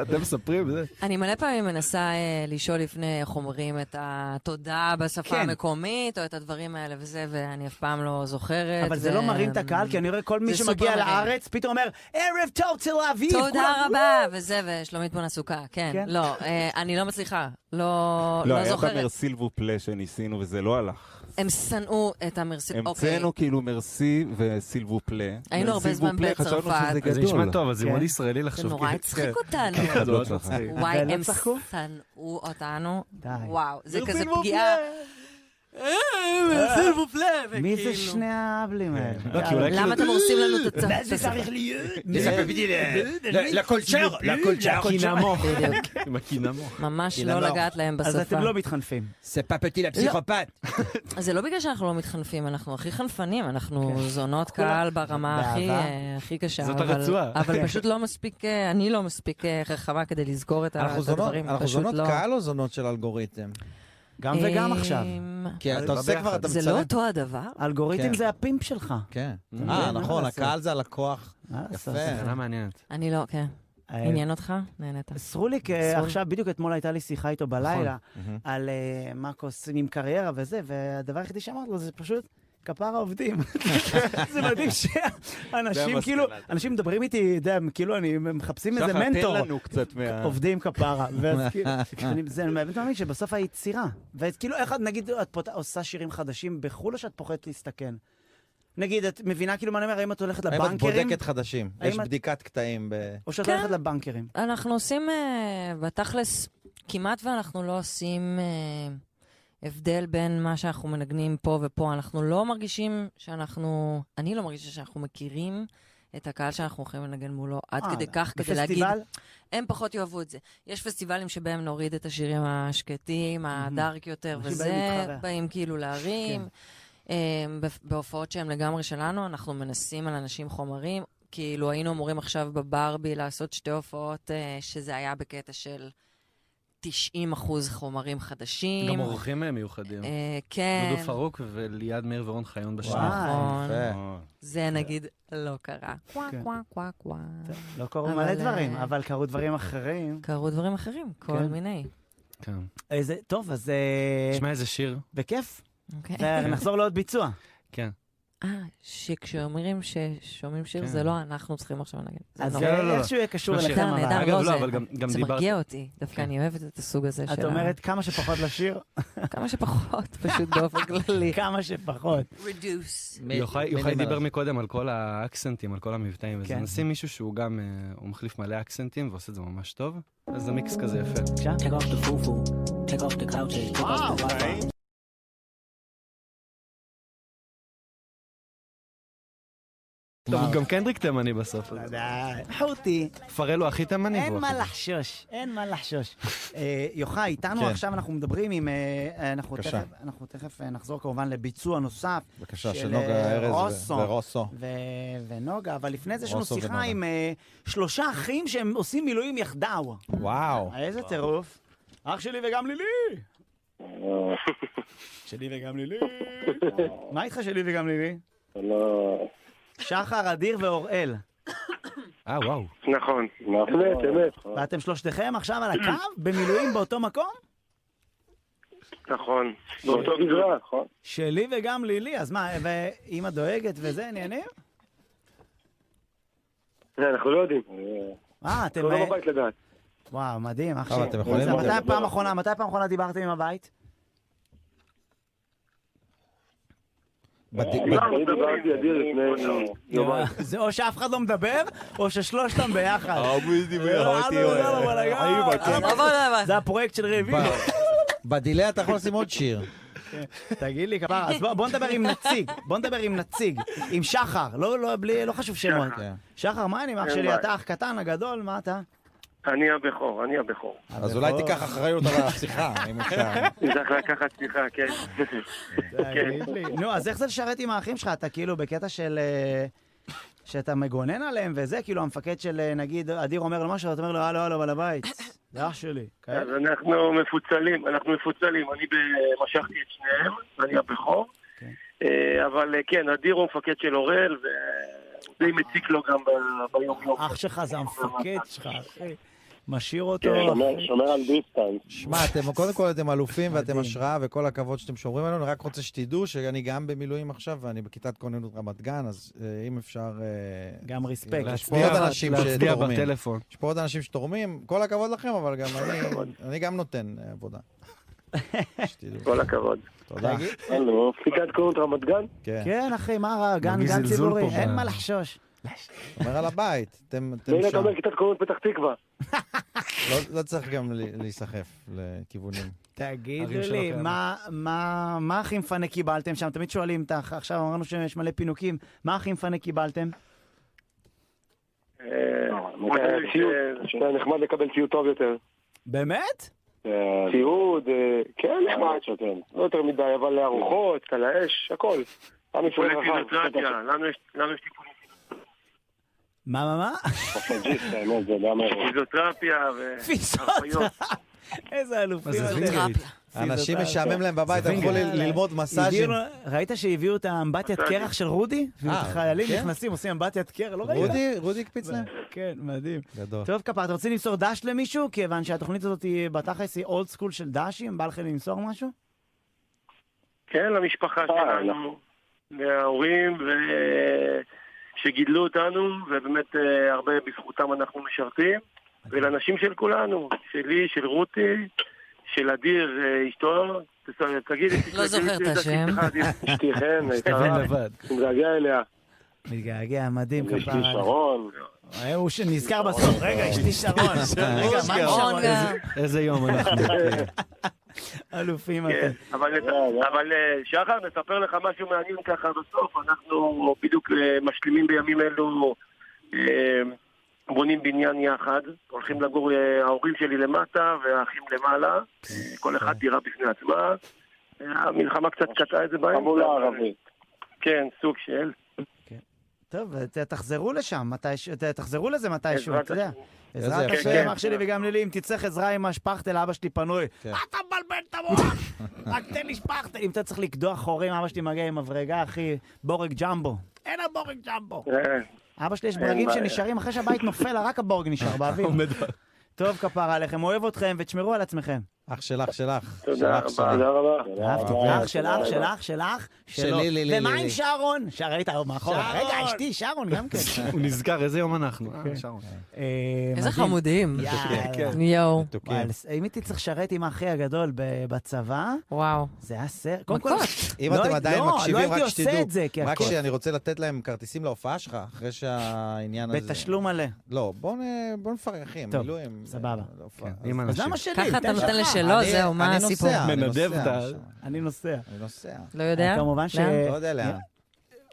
אתם מספרים, זה. אני מלא פעמים מנסה אה, לשאול לפני, איך אומרים, את התודה בשפה כן. המקומית, או את הדברים האלה וזה, ואני אף פעם לא זוכרת. אבל זה ו- לא מרים את הקהל, כי אני רואה כל מי אמ, זה שמגיע סופר מרים. לארץ, פתאום אומר, ערב טוב תל אביב! כולם, אמ, תודה רבה, וזה, ושלומית בונה סוכה, כן. כן. לא, אה, אני לא מצליחה, לא לא, לא היה את זוכרת. המרסי לבופלה שניסינו וזה לא הלך. הם שנאו את המרסי... אוקיי. המצאנו כאילו מרסי וסילבופלה. היינו הרבה מרסי זמן וופלה, חשבנו בצרפת. שזה זה נשמע גדול. טוב, אז זה כן. מאוד ישראלי זה לחשוב. נורא כן. הצחיק אותנו. כן, זה מאוד לא מצחיק. וואי, ולא הם צחקו? שנאו אותנו. די. וואו, זה מרסי כזה כאילו, וופלה. פגיעה. אה, מרסי וופלה, כן. מי זה וכאילו- שני האבלים האלה? לא, כי אולי כאילו... למה אתם הורסים לנו את הצ- מה זה את צריך להיות? אה, לא, לקולצ'ר, לקולצ'ר. הקינמוך. בדיוק. עם הקינמוך. ממש הנה, לא לא. לגעת להם אז בשפה. אתם לא מתחנפים. זה פפטי לפסיכופת. זה לא בגלל שאנחנו לא מתחנפים, אנחנו הכי חנפנים, אנחנו זונות כן. כולם- קהל ברמה הכי, באהבה. כן. אה, הכי קשה. זאת אבל- הרצועה. אבל פשוט לא מספיק, אה, אני לא מספיק אה, חכמה כדי לזכור את ה- אנחנו את זונות- הדברים. אנחנו פשוט זונות לא. קהל או זונות של אלגוריתם? גם וגם אה, עכשיו. כי אתה עושה כבר, אתה זה לא מצלם. אותו הדבר? אלגוריתם כן. זה הפימפ שלך. כן. מבין? אה, מה נכון, לעשות? הקהל זה הלקוח. מה לעשות? יפה. שאלה מעניינת. אני לא, כן. אה, עניין אותך? נהנית. סרוליק, אה, סרוליק. עכשיו, בדיוק אתמול הייתה לי שיחה איתו בלילה מהמם. על אה, מה עושים עם קריירה וזה, והדבר היחידי שאמרתי לו זה פשוט... כפר העובדים. זה מדהים שאנשים המסקנה. כאילו, אנשים מדברים איתי, אתה יודע, הם כאילו, אני הם מחפשים איזה שחר, מנטור. אה, תן לנו קצת מה... עובדים כפרה, ואז כאילו, אני- זה אני באמת מאמין שבסוף היצירה, וכאילו כאילו, איך את, נגיד, את פות- עושה שירים חדשים בחו"ל או שאת פוחדת להסתכן? נגיד, את מבינה כאילו מה אני אומר, האם את הולכת האם את לבנקרים, בודקת חדשים? האם יש את- בדיקת קטעים ב... או שאת כן. הולכת לבנקרים? אנחנו עושים, אה, בתכלס, כמעט ואנחנו לא עושים אה, הבדל בין מה שאנחנו מנגנים פה ופה. אנחנו לא מרגישים שאנחנו, אני לא מרגישה שאנחנו מכירים את הקהל שאנחנו הולכים לנגן מולו עד אה, כדי כך, כדי להגיד, בפסטיבל? הם פחות יאהבו את זה. יש פסטיבלים שבהם נוריד את השירים השקטים, הדארק יותר אנשים באים וזה, להתחרע. באים כאילו להרים. אה, בפ- בהופעות שהן לגמרי שלנו, אנחנו מנסים על אנשים חומרים. כאילו היינו אמורים עכשיו בברבי לעשות שתי הופעות, אה, שזה היה בקטע של 90 אחוז חומרים חדשים. גם אורחים אה, מיוחדים. אה, כן. דודו פרוק וליעד מאיר ורון חיון בשנה. נכון. יפה. זה נגיד לא קרה. קווה, כן. קווה, קווה, קווה. לא קרו אבל, מלא אה, דברים, אבל קרו דברים אחרים. קרו דברים אחרים, כל כן. מיני. כן. איזה, טוב, אז אה, תשמע איזה שיר. בכיף. אה, אוקיי. נחזור לעוד ביצוע. כן. אה, שכשאומרים ששומעים שיר, כן. זה לא אנחנו צריכים עכשיו לנגן. זה אז לא. כן, לא, לא. אה, איכשהו יהיה קשור לא, אליכם, נהדר, אבל. נהדר, אגב, לא, לא, זה- אבל גם- גם זה דיברת- מרגיע אותי. דווקא כן. אני אוהבת את הסוג הזה של את ה- אומרת כמה שפחות לשיר, כמה שפחות, פשוט באופן כללי. כמה שפחות. reduce. יוחאי יוחאי דיבר מקודם על כל האקסנטים, על כל המבטאים, וזה כן. נשים מישהו שהוא גם, אה, הוא מחליף מלא אקסנטים ועושה את זה ממש טוב, אז זה מיקס כזה יפה. בבקשה. eh, אוקיי. טוב, גם קנדריק תימני בסוף. אז ודאי. חותי. פרל הוא הכי תימני. אין והוא מה הכי- לחשוש, אין מה לחשוש. אה, יוחאי, איתנו כן. עכשיו אנחנו מדברים עם... אה, אנחנו בבקשה. תכף- אנחנו תכף אה, נחזור כמובן לביצוע נוסף. בבקשה, של, של נוגה אה, ארז ו- רוסו. ורוסו. ו- ונוגה, אבל לפני זה יש לנו רוסו שיחה ונוגה. עם אה, שלושה אחים שהם עושים מילואים יחדיו. וואו. איזה טירוף. אח שלי וגם לילי! שלי וגם לילי. מה איתך שלי וגם לילי? לא... שחר, אדיר ואוראל. אה, וואו. נכון. אמת, אמת. ואתם שלושתכם עכשיו על הקו? במילואים באותו מקום? נכון. באותו גזרה, נכון? שלי וגם לילי, אז מה, ואימא דואגת וזה, עניינים? זה, אנחנו לא יודעים. אה, אתם... לא בבית לדעת. וואו, מדהים, אח טוב, שלי. אתם יכולים- מתי הפעם האחרונה, מתי הפעם האחרונה דיברתם עם הבית? בד- בד- אני דיברתי אדיר לפני יומיים. זה או שאף אחד לא מדבר, או ששלושתם ביחד. אוקיי, לא, זה הפרויקט של רביעי. ב- בדיליי אתה יכול לשים עוד שיר. תגיד לי, כבר, אז בוא- בוא נדבר עם נציג, בוא נדבר עם נציג, עם שחר, לא- לא בלי- לא חשוב שמות. כן. שחר, מה העניינים, אח אין שלי? בעיה. אתה אח קטן, הגדול, מה אתה? אני הבכור, אני הבכור. אז אולי תיקח אחריות על השיחה, אם אפשר. צריך לקחת שיחה, כן. תגיד לי. נו, אז איך זה לשרת עם האחים שלך? אתה כאילו בקטע של... אה, שאתה מגונן עליהם וזה, כאילו המפקד של, אה, נגיד, אדיר אומר לו משהו, אתה אומר לו, הלו, הלו, בעל הבית, זה אח שלי. כאלה. אז אנחנו מפוצלים, אנחנו מפוצלים. אני ב- משכתי את שניהם, אני הבכור. אוקיי. אה, אבל אה, כן, אדיר הוא מפקד של אוראל, והוא די מציק לו גם ב- ביום-יום. אח שלך זה המפקד שלך, אחי. משאיר אותו. כן, שומר- שומר על דיסטנס. שמע, אתם קודם כל אתם אלופים ואתם השראה וכל הכבוד שאתם שומרים עלינו, אני רק רוצה שתדעו שאני גם במילואים עכשיו ואני בכיתת כוננות רמת גן, אז אה, אם אפשר... אה, גם רספקט. יש פה להצביע- עוד אנשים להצביע שתורמים. בטלפון. יש פה עוד אנשים שתורמים, כל הכבוד לכם, אבל גם אני, אני גם נותן אה, עבודה. שתדעו. כל הכבוד. תודה. הלו, פסיקת קורנות רמת גן? כן. כן, אחי, מה רע, גן, מרגיש גן זלזול ציבורי, פה אין ב- מה לחשוש. שומר על הבית, אתם אתם והנה אתה שם. אומר כיתת קורנות פתח תקווה. לא- לא צריך גם ל- להיסחף לכיוונים. תגידו ערים שלא לי, קיימות. מה- מה מה הכי מפנה קיבלתם שם? תמיד שואלים, את האח- עכשיו אמרנו שיש מלא פינוקים, מה הכי מפנה קיבלתם? מקבל ציוד, שהיה נחמד לקבל ציוד טוב יותר. באמת? ציוד, אה, כן, נחמד, לא יותר מדי, אבל ארוחות, על האש, הכל. עם ישראל רחב. לנו יש טיפול מה, מה, מה? אה, פיזיותרפיה ו... פיזיותרפיה. איזה אלופים. אה, מה אתם. זה, זווינגר? תרפיה. אנשים פיזיותרפיה. משעמם להם בבית, הלכו ל- יאללה. ללמוד מסאז'ים. הביאו- ראית שהביאו את האמבטיית קרח של רודי? אה, חיילים כן? נכנסים, עושים אמבטיית קרח, לא ראית? רודי, רודי הקפיץ להם? כן, מדהים. גדול. טוב, כפר, אתה רוצה למסור דש למישהו? כיוון שהתוכנית הזאת היא בתכלס היא אולד סקול של דשים, בא לכם למסור משהו? כן, למשפחה שלנו, להורים, ו... שגידלו אותנו, ובאמת אה, הרבה בזכותם אנחנו משרתים, ולנשים של כולנו, שלי, של רותי, של אדיר, אה, אשתו, תס- תגיד, לא זוכר את השם. אשתי חן, תבין לבד. אני מזעזע אה, אליה. מתגעגע, מדהים, כפר. שרון. הוא שנזכר בסוף, רגע, אשתי שרון. רגע, מה עם שרון? אונגה. איזה יום אנחנו. אלופים כן, אתם. אבל לא. אבל, אה, שחר, נספר לך משהו מעניין ככה בסוף. אנחנו בדיוק אה, משלימים בימים אלו, אה, בונים בניין יחד. הולכים לגור אה, ההורים שלי למטה והאחים למעלה. כן. אה, כל אחד דירה בפני עצמה. אה, המלחמה קצת קטעה את זה באמצע. חמולה אבל- ערבית. כן, סוג של. טוב, ת- תחזרו לשם, מתיש- ת- תחזרו לזה מתישהו, בעזרת אה, אתה יודע. השם. בעזרת יפה. השם, כן, אח שלי וגם לילי, אם תצטרך עזרה עם השפכטל, אבא שלי פנוי. כן. אתה מבלבל את המוח! רק תן לי שפכטל. אם אתה צריך לקדוח חורים, אבא שלי מגיע עם מברגה, אחי, בורג ג'מבו. אין הבורג ג'מבו. אה, אבא שלי יש ברגים בעיה. שנשארים אחרי שהבית נופל, רק הבורג נשאר באוויר. טוב, כפרה עליכם, אוהב אתכם ותשמרו על עצמכם. אח שלך, שלך. תודה שלך, רבה, תודה שלך. רבה. אהבתי, אה, תודה אח של אח רבה. של אח של אח שלו. שלי, לי, לי, ומה לי, עם לי. שרון? שר- ראית מאחור? רגע, אשתי, שרון גם כן. הוא נזכר, איזה יום אנחנו. אה, שרון. אה, איזה מדהים. חמודים. כן. יאללה. יואו, וואי, מתוקים. אם הייתי צריך לשרת עם האחי הגדול ב- בצבא, וואו. זה היה סרט. קודם כל, מכות. אם לא, אתם לא, עדיין לא מקשיבים, הייתי רק עושה שתדעו. את זה, כי רק הכל- שאני רוצה לתת להם כרטיסים להופעה שלך, אחרי שהעניין הזה... בתשלום מלא. לא, בואו נ- בואו נפרק, אחי, טוב, מילואים. סבבה. לא, אה, להופעה. כן, עם אז אנשים. למה שלי? ככה אתה תן נותן שלך. לשלו, אני- זהו, מה הסיפור? אני נוסע, מנדב אני את ה- נוסע. שם. אני נוסע. אני נוסע. לא יודע? כמובן ש... לאן? לא יודע לאן. אה,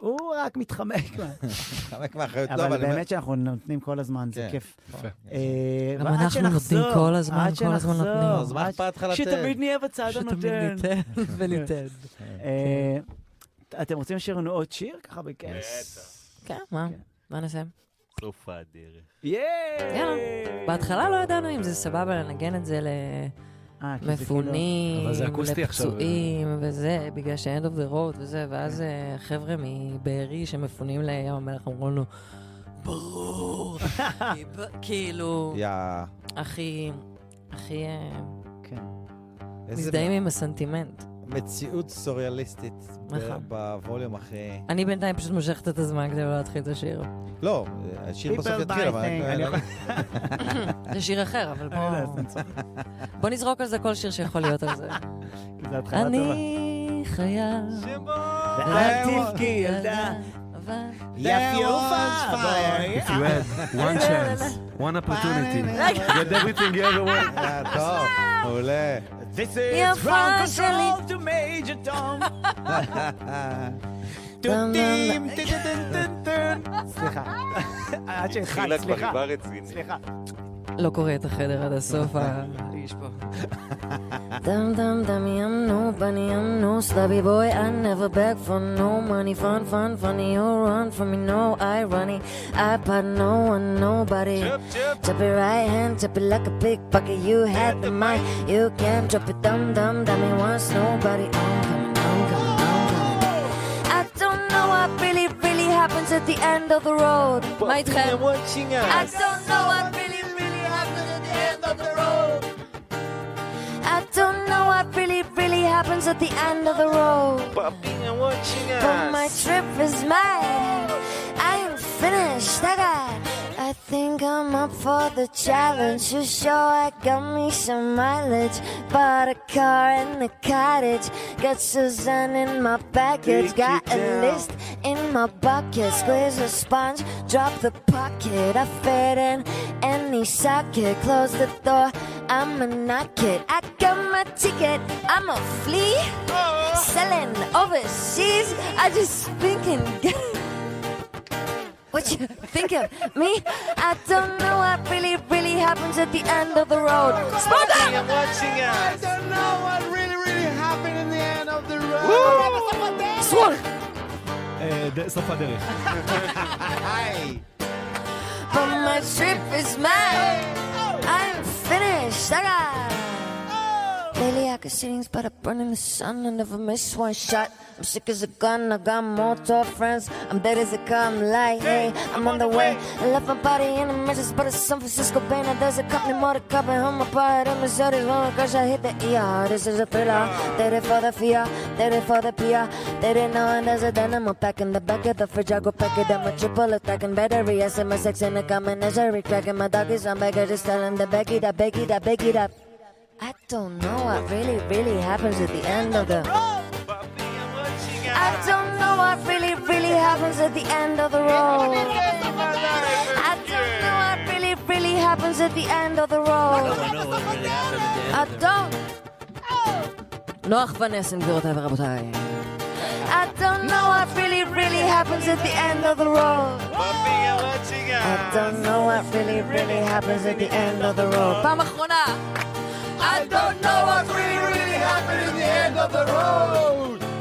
הוא רק מתחמק. מה. חמק מהאחריות. לא, אבל אני אומר- באמת שאנחנו נותנים כל הזמן, זה כן. כיף. יפה. אה, גם ועד אנחנו נותנים שנחזור, כל הזמן, עד כל שנחזור, הזמן נותנים. אז מה עד אכפת לך לתת? שתמיד נהיה בצד הנותן. וניתן. אה, אתם רוצים לשיר לנו עוד שיר? ככה בכיף. כן, מה? מה נעשה? סוף הדרך. יאללה. יאללה. בהתחלה לא ידענו אם זה סבבה לנגן את זה אה, למפונים, אבל זה אקוסטי עכשיו. לפצועים וזה, בגלל ש-end of the road וזה, ואז אה, חבר'ה מבארי שמפונים לים המלח אמרו לנו, ברור, כי ב- כאילו, יא, הכי, הכי אה, כאילו- כן. איזה מזדהים עם הסנטימנט. מציאות סוריאליסטית. ב- נכון. בווליום הכי... אני בינתיים פשוט מושכת את הזמן כדי לא להתחיל את השיר. לא, השיר בסוף People יתחיל, buy אבל... things. נכון. אני יכול- זה שיר אחר, אבל אני יודע, בואו... לא, זה מצחיק, בוא נזרוק על זה כל שיר שיכול להיות על זה. כי זה התחלה טובה. אני חייל. ואל תבכי ילדה, אבל... דף יופה, was בואי. If you had one chance, one opportunity, get everything you ever want. אה, טוב, מעולה. This יפה is from שלי. control to major tom. טם, טוטים, טן, טן, טן, טן. סליחה. עד שהתחלת, התחילה כבר סליחה. כבר רצינית. סליחה. לא קורא את החדר עד הסוף, האיש פה. Dum dum dum yum no bunny I'm no stubby boy I never beg for no money fun fun funny you run from me no irony I part no one nobody Chop it right hand chop it like a pickpocket you had the mic you can drop it dum dum dummy once nobody I'm coming I'm coming I'm coming I don't know what really really happens at the end of the road מה איתכם? I don't know what really really happens at the end of the road I don't know what really, really happens at the end of the road. But my trip is mad. I am finished. I got. I think I'm up for the challenge. You sure I got me some mileage. Bought a car and a cottage. Got Suzanne in my package. Got a list in my bucket. Squeeze a sponge. Drop the pocket. I fit in any socket. Close the door. I'm a knock it. I got my ticket. I'm a flea. Selling overseas. I just thinking. What you think of me? I don't know what really, really happens at the end of the road. Sparta! Swole! אה, סוף הדרך. But my trip is mad. I'm finished. I got. Lately, I got settings, but I burn in the sun. I never miss one shot. I'm sick as a gun. I got more tall friends. I'm dead as a car. I'm like, hey, I'm on the way. I left my body in the mattress, but it's San Francisco Bay. Now there's a company more to cop and home. My part in Missouri's one cause I hit the ER. This is a thriller. Did it for the fear. Did it for the PR. They didn't know, and there's a dynamo pack in the back of the fridge. I go pack it up. My triple attack and battery. I send my sex in a common nursery. Cracking my doggies on back. I just tell him to back it up, back it up, back it up. I don't know what really, really happens at the end of the. I don't know what really, really happens at the end of the road. I don't know what really, really happens at the end of the road. I don't, נוח ונסן, גבירותיי ורבותיי. I don't know what really, really happens at the end of the road. I don't know what really, really happens at the end of the road. פעם אחרונה! I don't know what really really happened in the end of the road! Oh.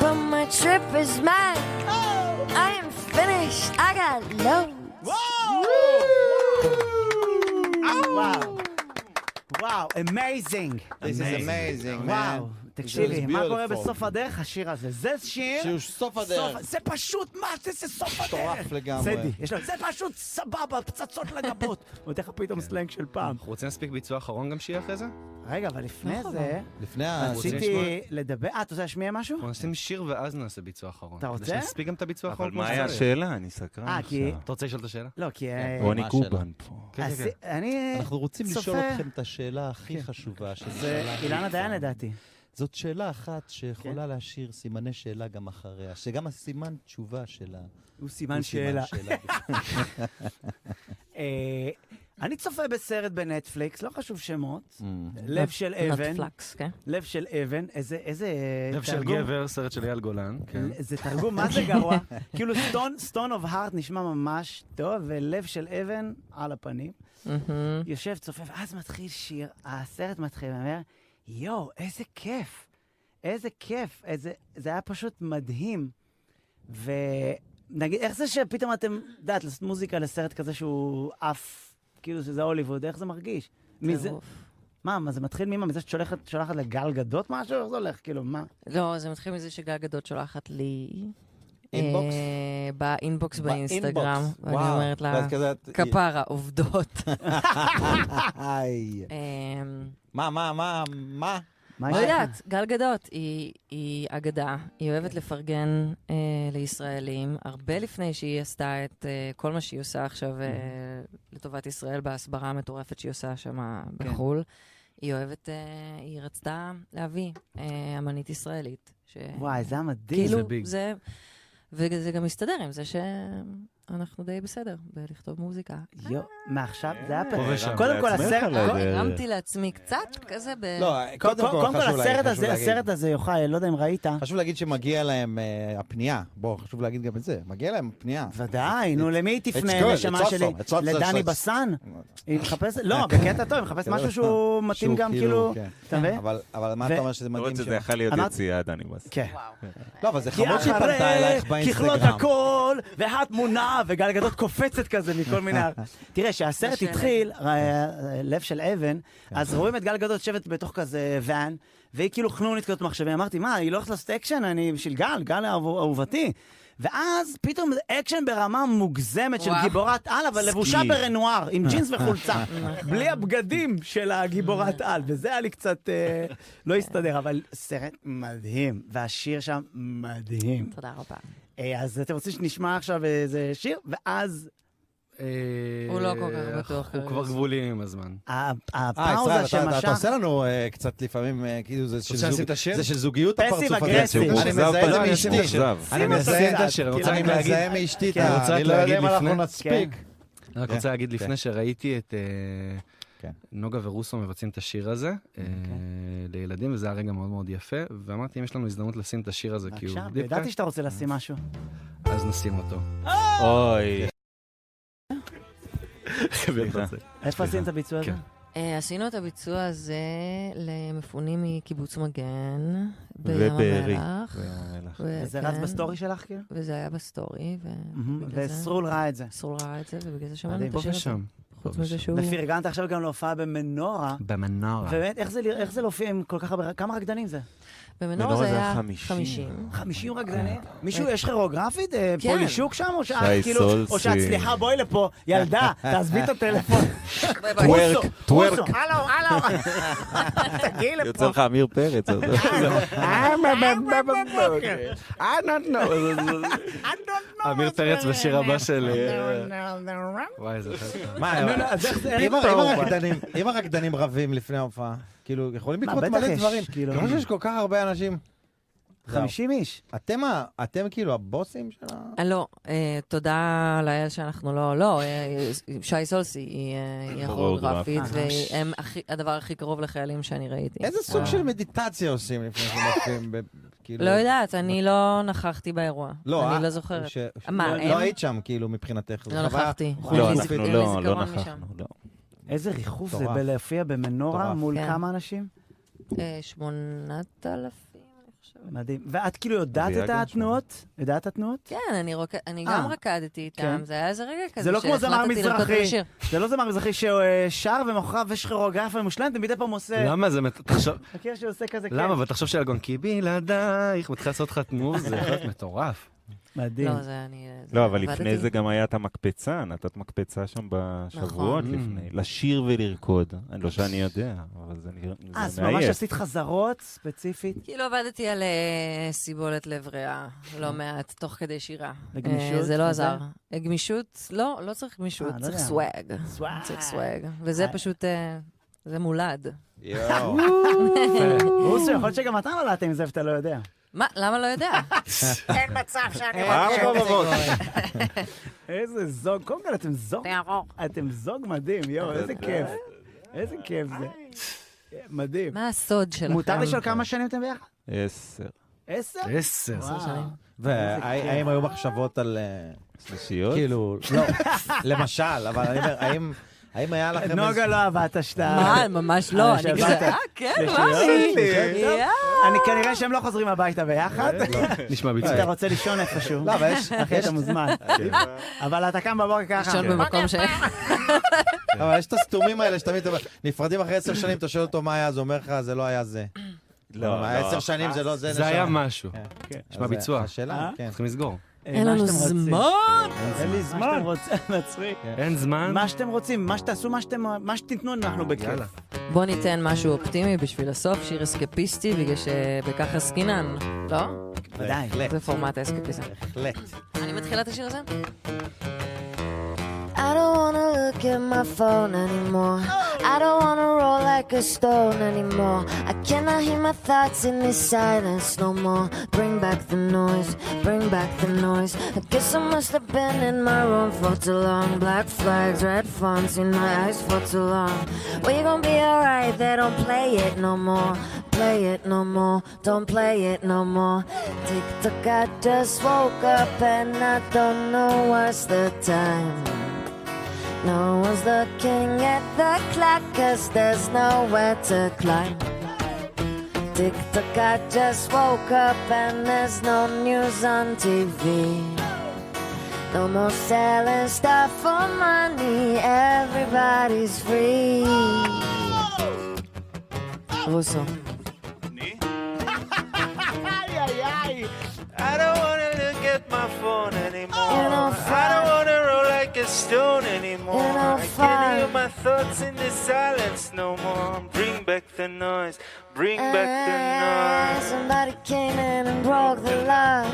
But my trip is mad. I am finished. I got loads. וואו, וואו, amazing. This is amazing, man. וואו, This תקשיבי, is מה קורה beautiful. בסוף הדרך, השיר הזה? זה שיר... שהוא סוף הדרך. זה פשוט, מה זה, זה סוף הדרך. מטורף לגמרי. סדי, יש לו, זה פשוט סבבה, פצצות לגבות. כן. הוא נותן לך פתאום סלנג של פעם. אנחנו רוצים להספיק ביצוע אחרון גם שיהיה אחרי זה? אנחנו נכון. רגע, אבל לפני זה, לפני ה... רציתי רוצים לדבר... אה, אתה רוצה להשמיע משהו? נשים שיר ואז נעשה ביצוע אחרון. אתה כדי רוצה? שנספיק גם את הביצוע אבל האחרון כמו מה היה שצריך. השאלה? אני סקרן אה, כי- עכשיו. אתה רוצה לשאול את השאלה? לא, כי... אה, רוני מה השאלה? קובן פה. כן, אז כן, אני... אנחנו רוצים צופה- לשאול אתכם את השאלה כן. הכי חשובה, שזה... זה אילנה דיין לדעתי. זאת שאלה אחת כן. שיכולה להשאיר סימני שאלה גם אחריה, שגם הסימן תשובה שלה הוא סימן הוא שאלה. סימן שאלה. אה, אני צופה בסרט בנטפליקס, לא חשוב Mm. שמות. לב של אבן. פלקס, כן? לב של אבן, איזה, איזה לב של אה, תרגום- גבר, סרט של אייל גולן. כן. זה תרגום, מה זה גרוע? כאילו סטון, סטון אוף הארט נשמע ממש טוב, ולב של אבן על הפנים. יושב, צופה, ואז מתחיל שיר, הסרט מתחיל, ואומר, יואו, איזה כיף, איזה כיף, איזה, זה היה פשוט מדהים. ונגיד, איך זה שפתאום אתם, את יודעת, לעשות מוזיקה לסרט כזה שהוא עף, כאילו שזה הוליווד, איך זה מרגיש? מי זה? טירוף. מה, מה זה מתחיל ממה? מזה שאת שולחת, שולחת לגל גדות משהו? איך זה הולך? כאילו, מה? לא, זה מתחיל מזה שגל גדות שולחת לי... אינבוקס? אה, באינבוקס באינבוקס. באינסטגרם, ואני וואו. אומרת לה, ואז כזה את- כפרה, עובדות. איי. אמ, מה, מה, מה, מה? מה לא יש לך? יודעת, גל גדות היא- היא אגדה, היא אוהבת לפרגן אה, לישראלים, הרבה לפני שהיא עשתה את אה, כל מה שהיא עושה עכשיו אה, לטובת ישראל בהסברה המטורפת שהיא עושה שם כן. בחו"ל. היא אוהבת, אה, היא רצתה להביא אה, אמנית ישראלית. ש- וואי, זה היה מדהים. כאילו, זה ביג. זה... וזה גם מסתדר עם זה שאנחנו די בסדר בלכתוב מוזיקה. יו, מעכשיו זה היה פה פרק. ושם קודם כל, לעצמך הסרט... על הדרך. הרמתי לעצמי קצת כזה ב... לא, קודם קודם כל, כל, חשוב הסרט להגיד, חשוב הזה, להגיד. הסרט הזה, יוחאי, לא יודע אם ראית. חשוב להגיד שמגיע להם אה, הפנייה. בוא, חשוב להגיד גם את זה. מגיע להם הפנייה. ודאי, נו, למי היא It's good, תפנה? נשמה it's awesome, שלי? it's awesome, לדני it's- בסן? היא מחפשת, לא, בקטע טוב, היא מחפשת משהו שהוא מתאים שהוא גם, כאילו, כן. אתה מבין? אבל- אבל מה ו- אתה אומר שזה מדהים? למרות שזה שם? יכל להיות אמרת- יציאה, דני בס. כן. לא, אבל זה כי חמוד שהיא פנתה אחרי אלייך ככלות באינסטגרם. הכל, והתמונה, וגל גדות קופצת כזה מכל מיני... תראה, כשהסרט השלג. התחיל, ר- אה, לב של אבן, אז כן. רואים את גל גדות יושבת בתוך כזה ואן, והיא כאילו חנונית כזאת מחשבים. אמרתי, מה, היא לא הולכת לעשות אקשן? אני בשביל גל, גל האהוב- אהובתי. ואז פתאום זה אקשן ברמה מוגזמת של וואו. גיבורת על, אבל לבושה ברנואר, עם ג'ינס וחולצה. בלי הבגדים של הגיבורת על, וזה היה לי קצת אה, לא הסתדר, אבל סרט מדהים, והשיר שם מדהים. תודה רבה. אה, אז אתם רוצים שנשמע עכשיו איזה שיר? ואז הוא לא כל כך אה, בטוח הוא כרגע. כבר גבולי עם הזמן. ה- אה, ישראל, הפאוזה אתה- אתה- אתה שמשך... עושה לנו אה, קצת לפעמים, אה, כאילו, זה של לשים זוג- את השיר? זה של זוגיות פסיב הפרצוף הזה. אגרסיב. שהוא אני מאוכזב, מזהה את אבל זה אני מאשתי. מאוכזב. אני רוצה מזהה את השיר, אני רוצה אני רק להגיד- מזהה מאשתי, את כן, אני רוצה ה- רק אני לא יודע להגיד אם אנחנו לפני- נספיק. אני רק רוצה להגיד כן. לפני שראיתי את אה, כן. נוגה ורוסו מבצעים את השיר הזה אה, לילדים, וזה היה רגע מאוד מאוד יפה, ואמרתי, אם יש לנו הזדמנות לשים את השיר הזה, כי הוא עכשיו, דיפ ידעתי שאתה רוצה לשים משהו. קאט, אז נשים אותו. אוי. איפה עשית את הביצוע הזה? כן. אה, עשינו את הביצוע הזה למפונים מקיבוץ מגן, בים ובארי. המלח. והמלח. ו- וזה כן, רץ בסטורי שלך, כאילו? וזה היה בסטורי, מהמם, ובגלל זה... וסרול ראה את זה. אסור ראה את זה, ובגלל זה שמענו מדהים. את פה השיר הזה. ושם. חוץ פה מזה ושם. שהוא... לפי ארגנת עכשיו גם להופעה במנורה. אה. במנורה. באמת, איך זה לרא- איך זה להופיע עם כל כך הרבה... כמה רקדנים זה? במנורה זה היה 50. 50 רקדנים? מישהו, יש כרוגרפית? אה, אה, כן. פולישוק שם? או שאת שי כאילו... או שאת, סולסי. סליחה, בואי לפה, ילדה, תעזבי את הטלפון. טוורק, רוסו, טוורק. רוסו, הלו, הלו. תגיעי יוצא לפה. לך עמיר פרץ. אז- אה, עמיר פרץ בשיר הבא של... אה, אה, וואי, זה חלק. מה, אבל- אז איך זה- אין אם ה- טוב. אם הרקדנים- אם הרקדנים רבים לפני ההופעה, כאילו, יכולים מה, לקרות בטח מלא יש, דברים. כאילו. אני חושב שיש כל כך הרבה אנשים. 50 איש. אתם ה- אתם כאילו הבוסים של ה... אה, לא, אה, תודה לאל שאנחנו לא... לא, אה, שי סולסי היא אה, היא הכוריאוגרפית, כוריאוגרפית. והם הכי- הדבר הכי קרוב לחיילים שאני ראיתי. איזה סוג אה. של מדיטציה עושים לפני שמופיעים? כאילו... לא יודעת, אני לא נכחתי באירוע. לא, אה, אני לא זוכרת. ש- ש- מה, לא- הם? לא היית שם, כאילו, מבחינתך. זו לא חוויה נכחתי. חוץ לא, מופית. אנחנו אין לי לא, לא זיכרון משם. נכחנו, לא. איזה ריחוף זה מטורף. בלהופיע במנורה מטורף. מול כן. כמה אנשים? אה, 8,000, אני חושבת. מדהים. ואת כאילו יודעת אביעד את גם התנועות? יודעת את התנועות? כן, אני, רוק... אני אה, גם רקדתי איתם, כן. זה היה איזה רגע כזה זה לא כמו זמר שהחלטתי לרקוד מזרחי. בשיר. זה לא זמר מזרחי ששר ומוכרח ויש כוריאוגרפיה מושלמת, ומדי פעם עושה... למה זה, מת- תחשוב, מכיר שהוא עושה כזה... למה? כן. אבל תחשוב שאלגון, כי בלעדייך מתחיל לעשות לך תנור, זה יכול להיות מטורף. מדהים. לא, זה אני... זה- לא, אבל עבדתי. לפני זה גם היה את המקפצה, נתת מקפצה שם בשבועות נכון. לפני. לשיר ולרקוד. לא שאני יודע, אבל זה נראה... אה, אז זה ממש מעייף. עשית חזרות ספציפית? כאילו עבדתי על אה, סיבולת לב ריאה לא מעט, תוך כדי שירה. וגמישות, אה, זה לא כן. וזה? עזר. אה, גמישות? לא, לא צריך גמישות, אה, לא צריך יודע. סוואג. סוואג. צריך סוואג. וזה אה. פשוט, אה, זה מולד. יואו. רוסו, יכול להיות שגם אתה נולדת עם זה ואתה לא יודע. מה, למה לא יודע? אה. אין מצב שאני ארבע בבוקר. איזה זוג, קודם כל אתם זוג, אתם זוג מדהים, יואו, איזה כיף. איזה כיף זה. מדהים. מה הסוד שלכם? מותר לשאול כמה שנים אתם ביחד? עשר. עשר? עשר. וואו. והאם היו מחשבות על... אה, שלישיות? כאילו, לא, למשל, אבל אני אומר, האם- האם היה לכם... איזה- נוגה לא אהבה את השטר. מה, ממש לא, אני שעברת. כזה, אה, כן, לשאלות? וואי. כן, טוב. יאה. אני כנראה שהם לא חוזרים הביתה ביחד. נשמע אם אתה ביצוע. רוצה לישון איפשהו, לא, אבל יש- אחי, אתה מוזמן. אבל אתה קם בבוקר ככה. לישון במקום ש... אבל יש את הסתומים האלה שתמיד אתה- נפרדים אחרי עשר שנים, אתה שואל אותו מה היה, אז הוא אומר לך, זה לא היה זה. לא, מה, לא. עשר שנים זה לא זה, זה נשמה. היה משהו. כן. נשמע אז זה- ביצוע. השאלה, אה? כן. צריכים לסגור. אה, אין מה לנו שאתם רוצים. זמן. אין לי זמן. מה שאתם רוצים, מצחיק. כן. אין זמן. מה שאתם רוצים, מה שתעשו, מה שאתם- מה שתיתנו, אה, אנחנו בכיף. יאללה. בוא ניתן משהו אופטימי בשביל הסוף, שיר אסקפיסטי, בגלל שבכך עסקינן, לא? ודאי. זה פורמט האסקפיסטי. בהחלט. אני מתחילה את השיר הזה? I don't wanna look at my phone anymore. I don't wanna roll like a stone anymore. I cannot hear my thoughts in this silence no more. Bring back the noise, bring back the noise. I guess I must have been in my room for too long. Black flags, red fonts in my eyes for too long. Well, you gonna be alright, they don't play it no more. Play it no more, don't play it no more. Tick tock, I just woke up and I don't know what's the time. No one's looking at the clock, cause there's nowhere to climb. Tick tock, I just woke up and there's no news on TV. No more selling stuff for money, everybody's free. רוסו. I don't wanna look at my phone anymore. In a I don't wanna roll like a stone anymore. In a I can't fight. hear my thoughts in the silence no more. Bring back the noise. Bring back the noise. Uh, Somebody came in and broke the lock.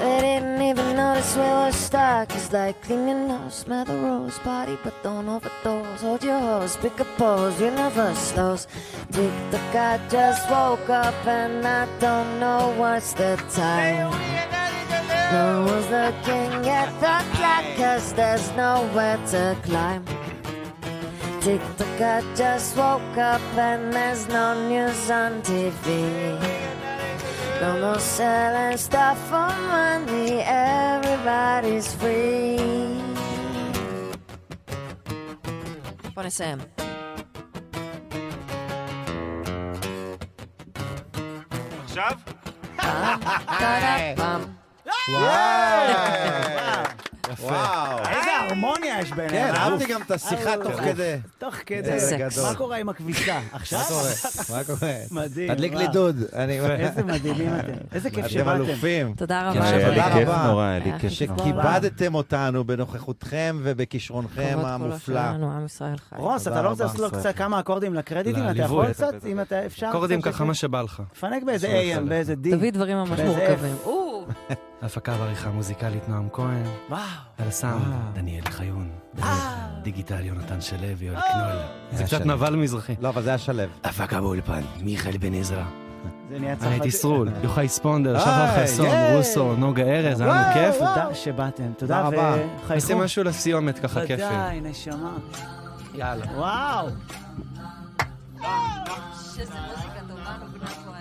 They didn't even notice we were stuck. It's like clinging nose, smell the rose, party, but don't overdose. Hold your hose, pick a pose, universe slows. Tick tock, I just woke up and I don't know what's the time. No one's looking at the clock, cause there's nowhere to climb. Tick tock, I just woke up and there's no news on TV. No more selling stuff for money, everybody's free. בוא נסיים. עכשיו? טאדה, פעם. וואו. איזה הרמוניה יש ביניהם. כן, אה? אהבתי גם את השיחה תוך כדי. תוך כדי. איזה סקס. מה קורה עם הכביסה? עכשיו? מה קורה? מה קורה? מדהים. תדליק לי וואו. דוד. אני- איזה מדהימים אתם. איזה כיף אתם שבאתם. אלופים. כן, תודה רבה. היה לי תודה כיף רבה. נורא, היה לי היה כיף כיף נורא. שכיבדתם אותנו בנוכחותכם ובכישרונכם כבוד כולו המופלא. שלנו, עם ישראל חי. רוס, תודה לא, אתה לא רוצה רבה, לעשות לו ישראל. קצת כמה אקורדים לקרדיטים? אתה לליווי. יכול קצת? אם אתה אפשר? אקורדים קצת ככה ש- מה שבא לך. תפנק באיזה שלוש AM, עליך. באיזה D. תביא דברים ממש באיזה מורכבים. F. או, הפקה ועריכה מוזיקלית נועם כהן. וואו. על הסאונד, דניאל חיון. דיגיטל יונתן שלו ויואל קנול. זה קצת נבל מזרחי. לא, אבל זה היה שלו. הפקה באולפן, מיכאל בן עזרא. אה, זה נהיה צרפתי. אני תסרול, אה. יוחאי ספונדר, שחר היי, חסון, ייי. רוסו, נוגה ארז, היה לנו כיף. תודה שבאתם. תודה תודה רבה. עושים וחייכו. משהו לסיומת ככה כיפי. ודאי, נשמה. יאללה. וואו. שזה מוזיקה טובה, נוגנת מאוד.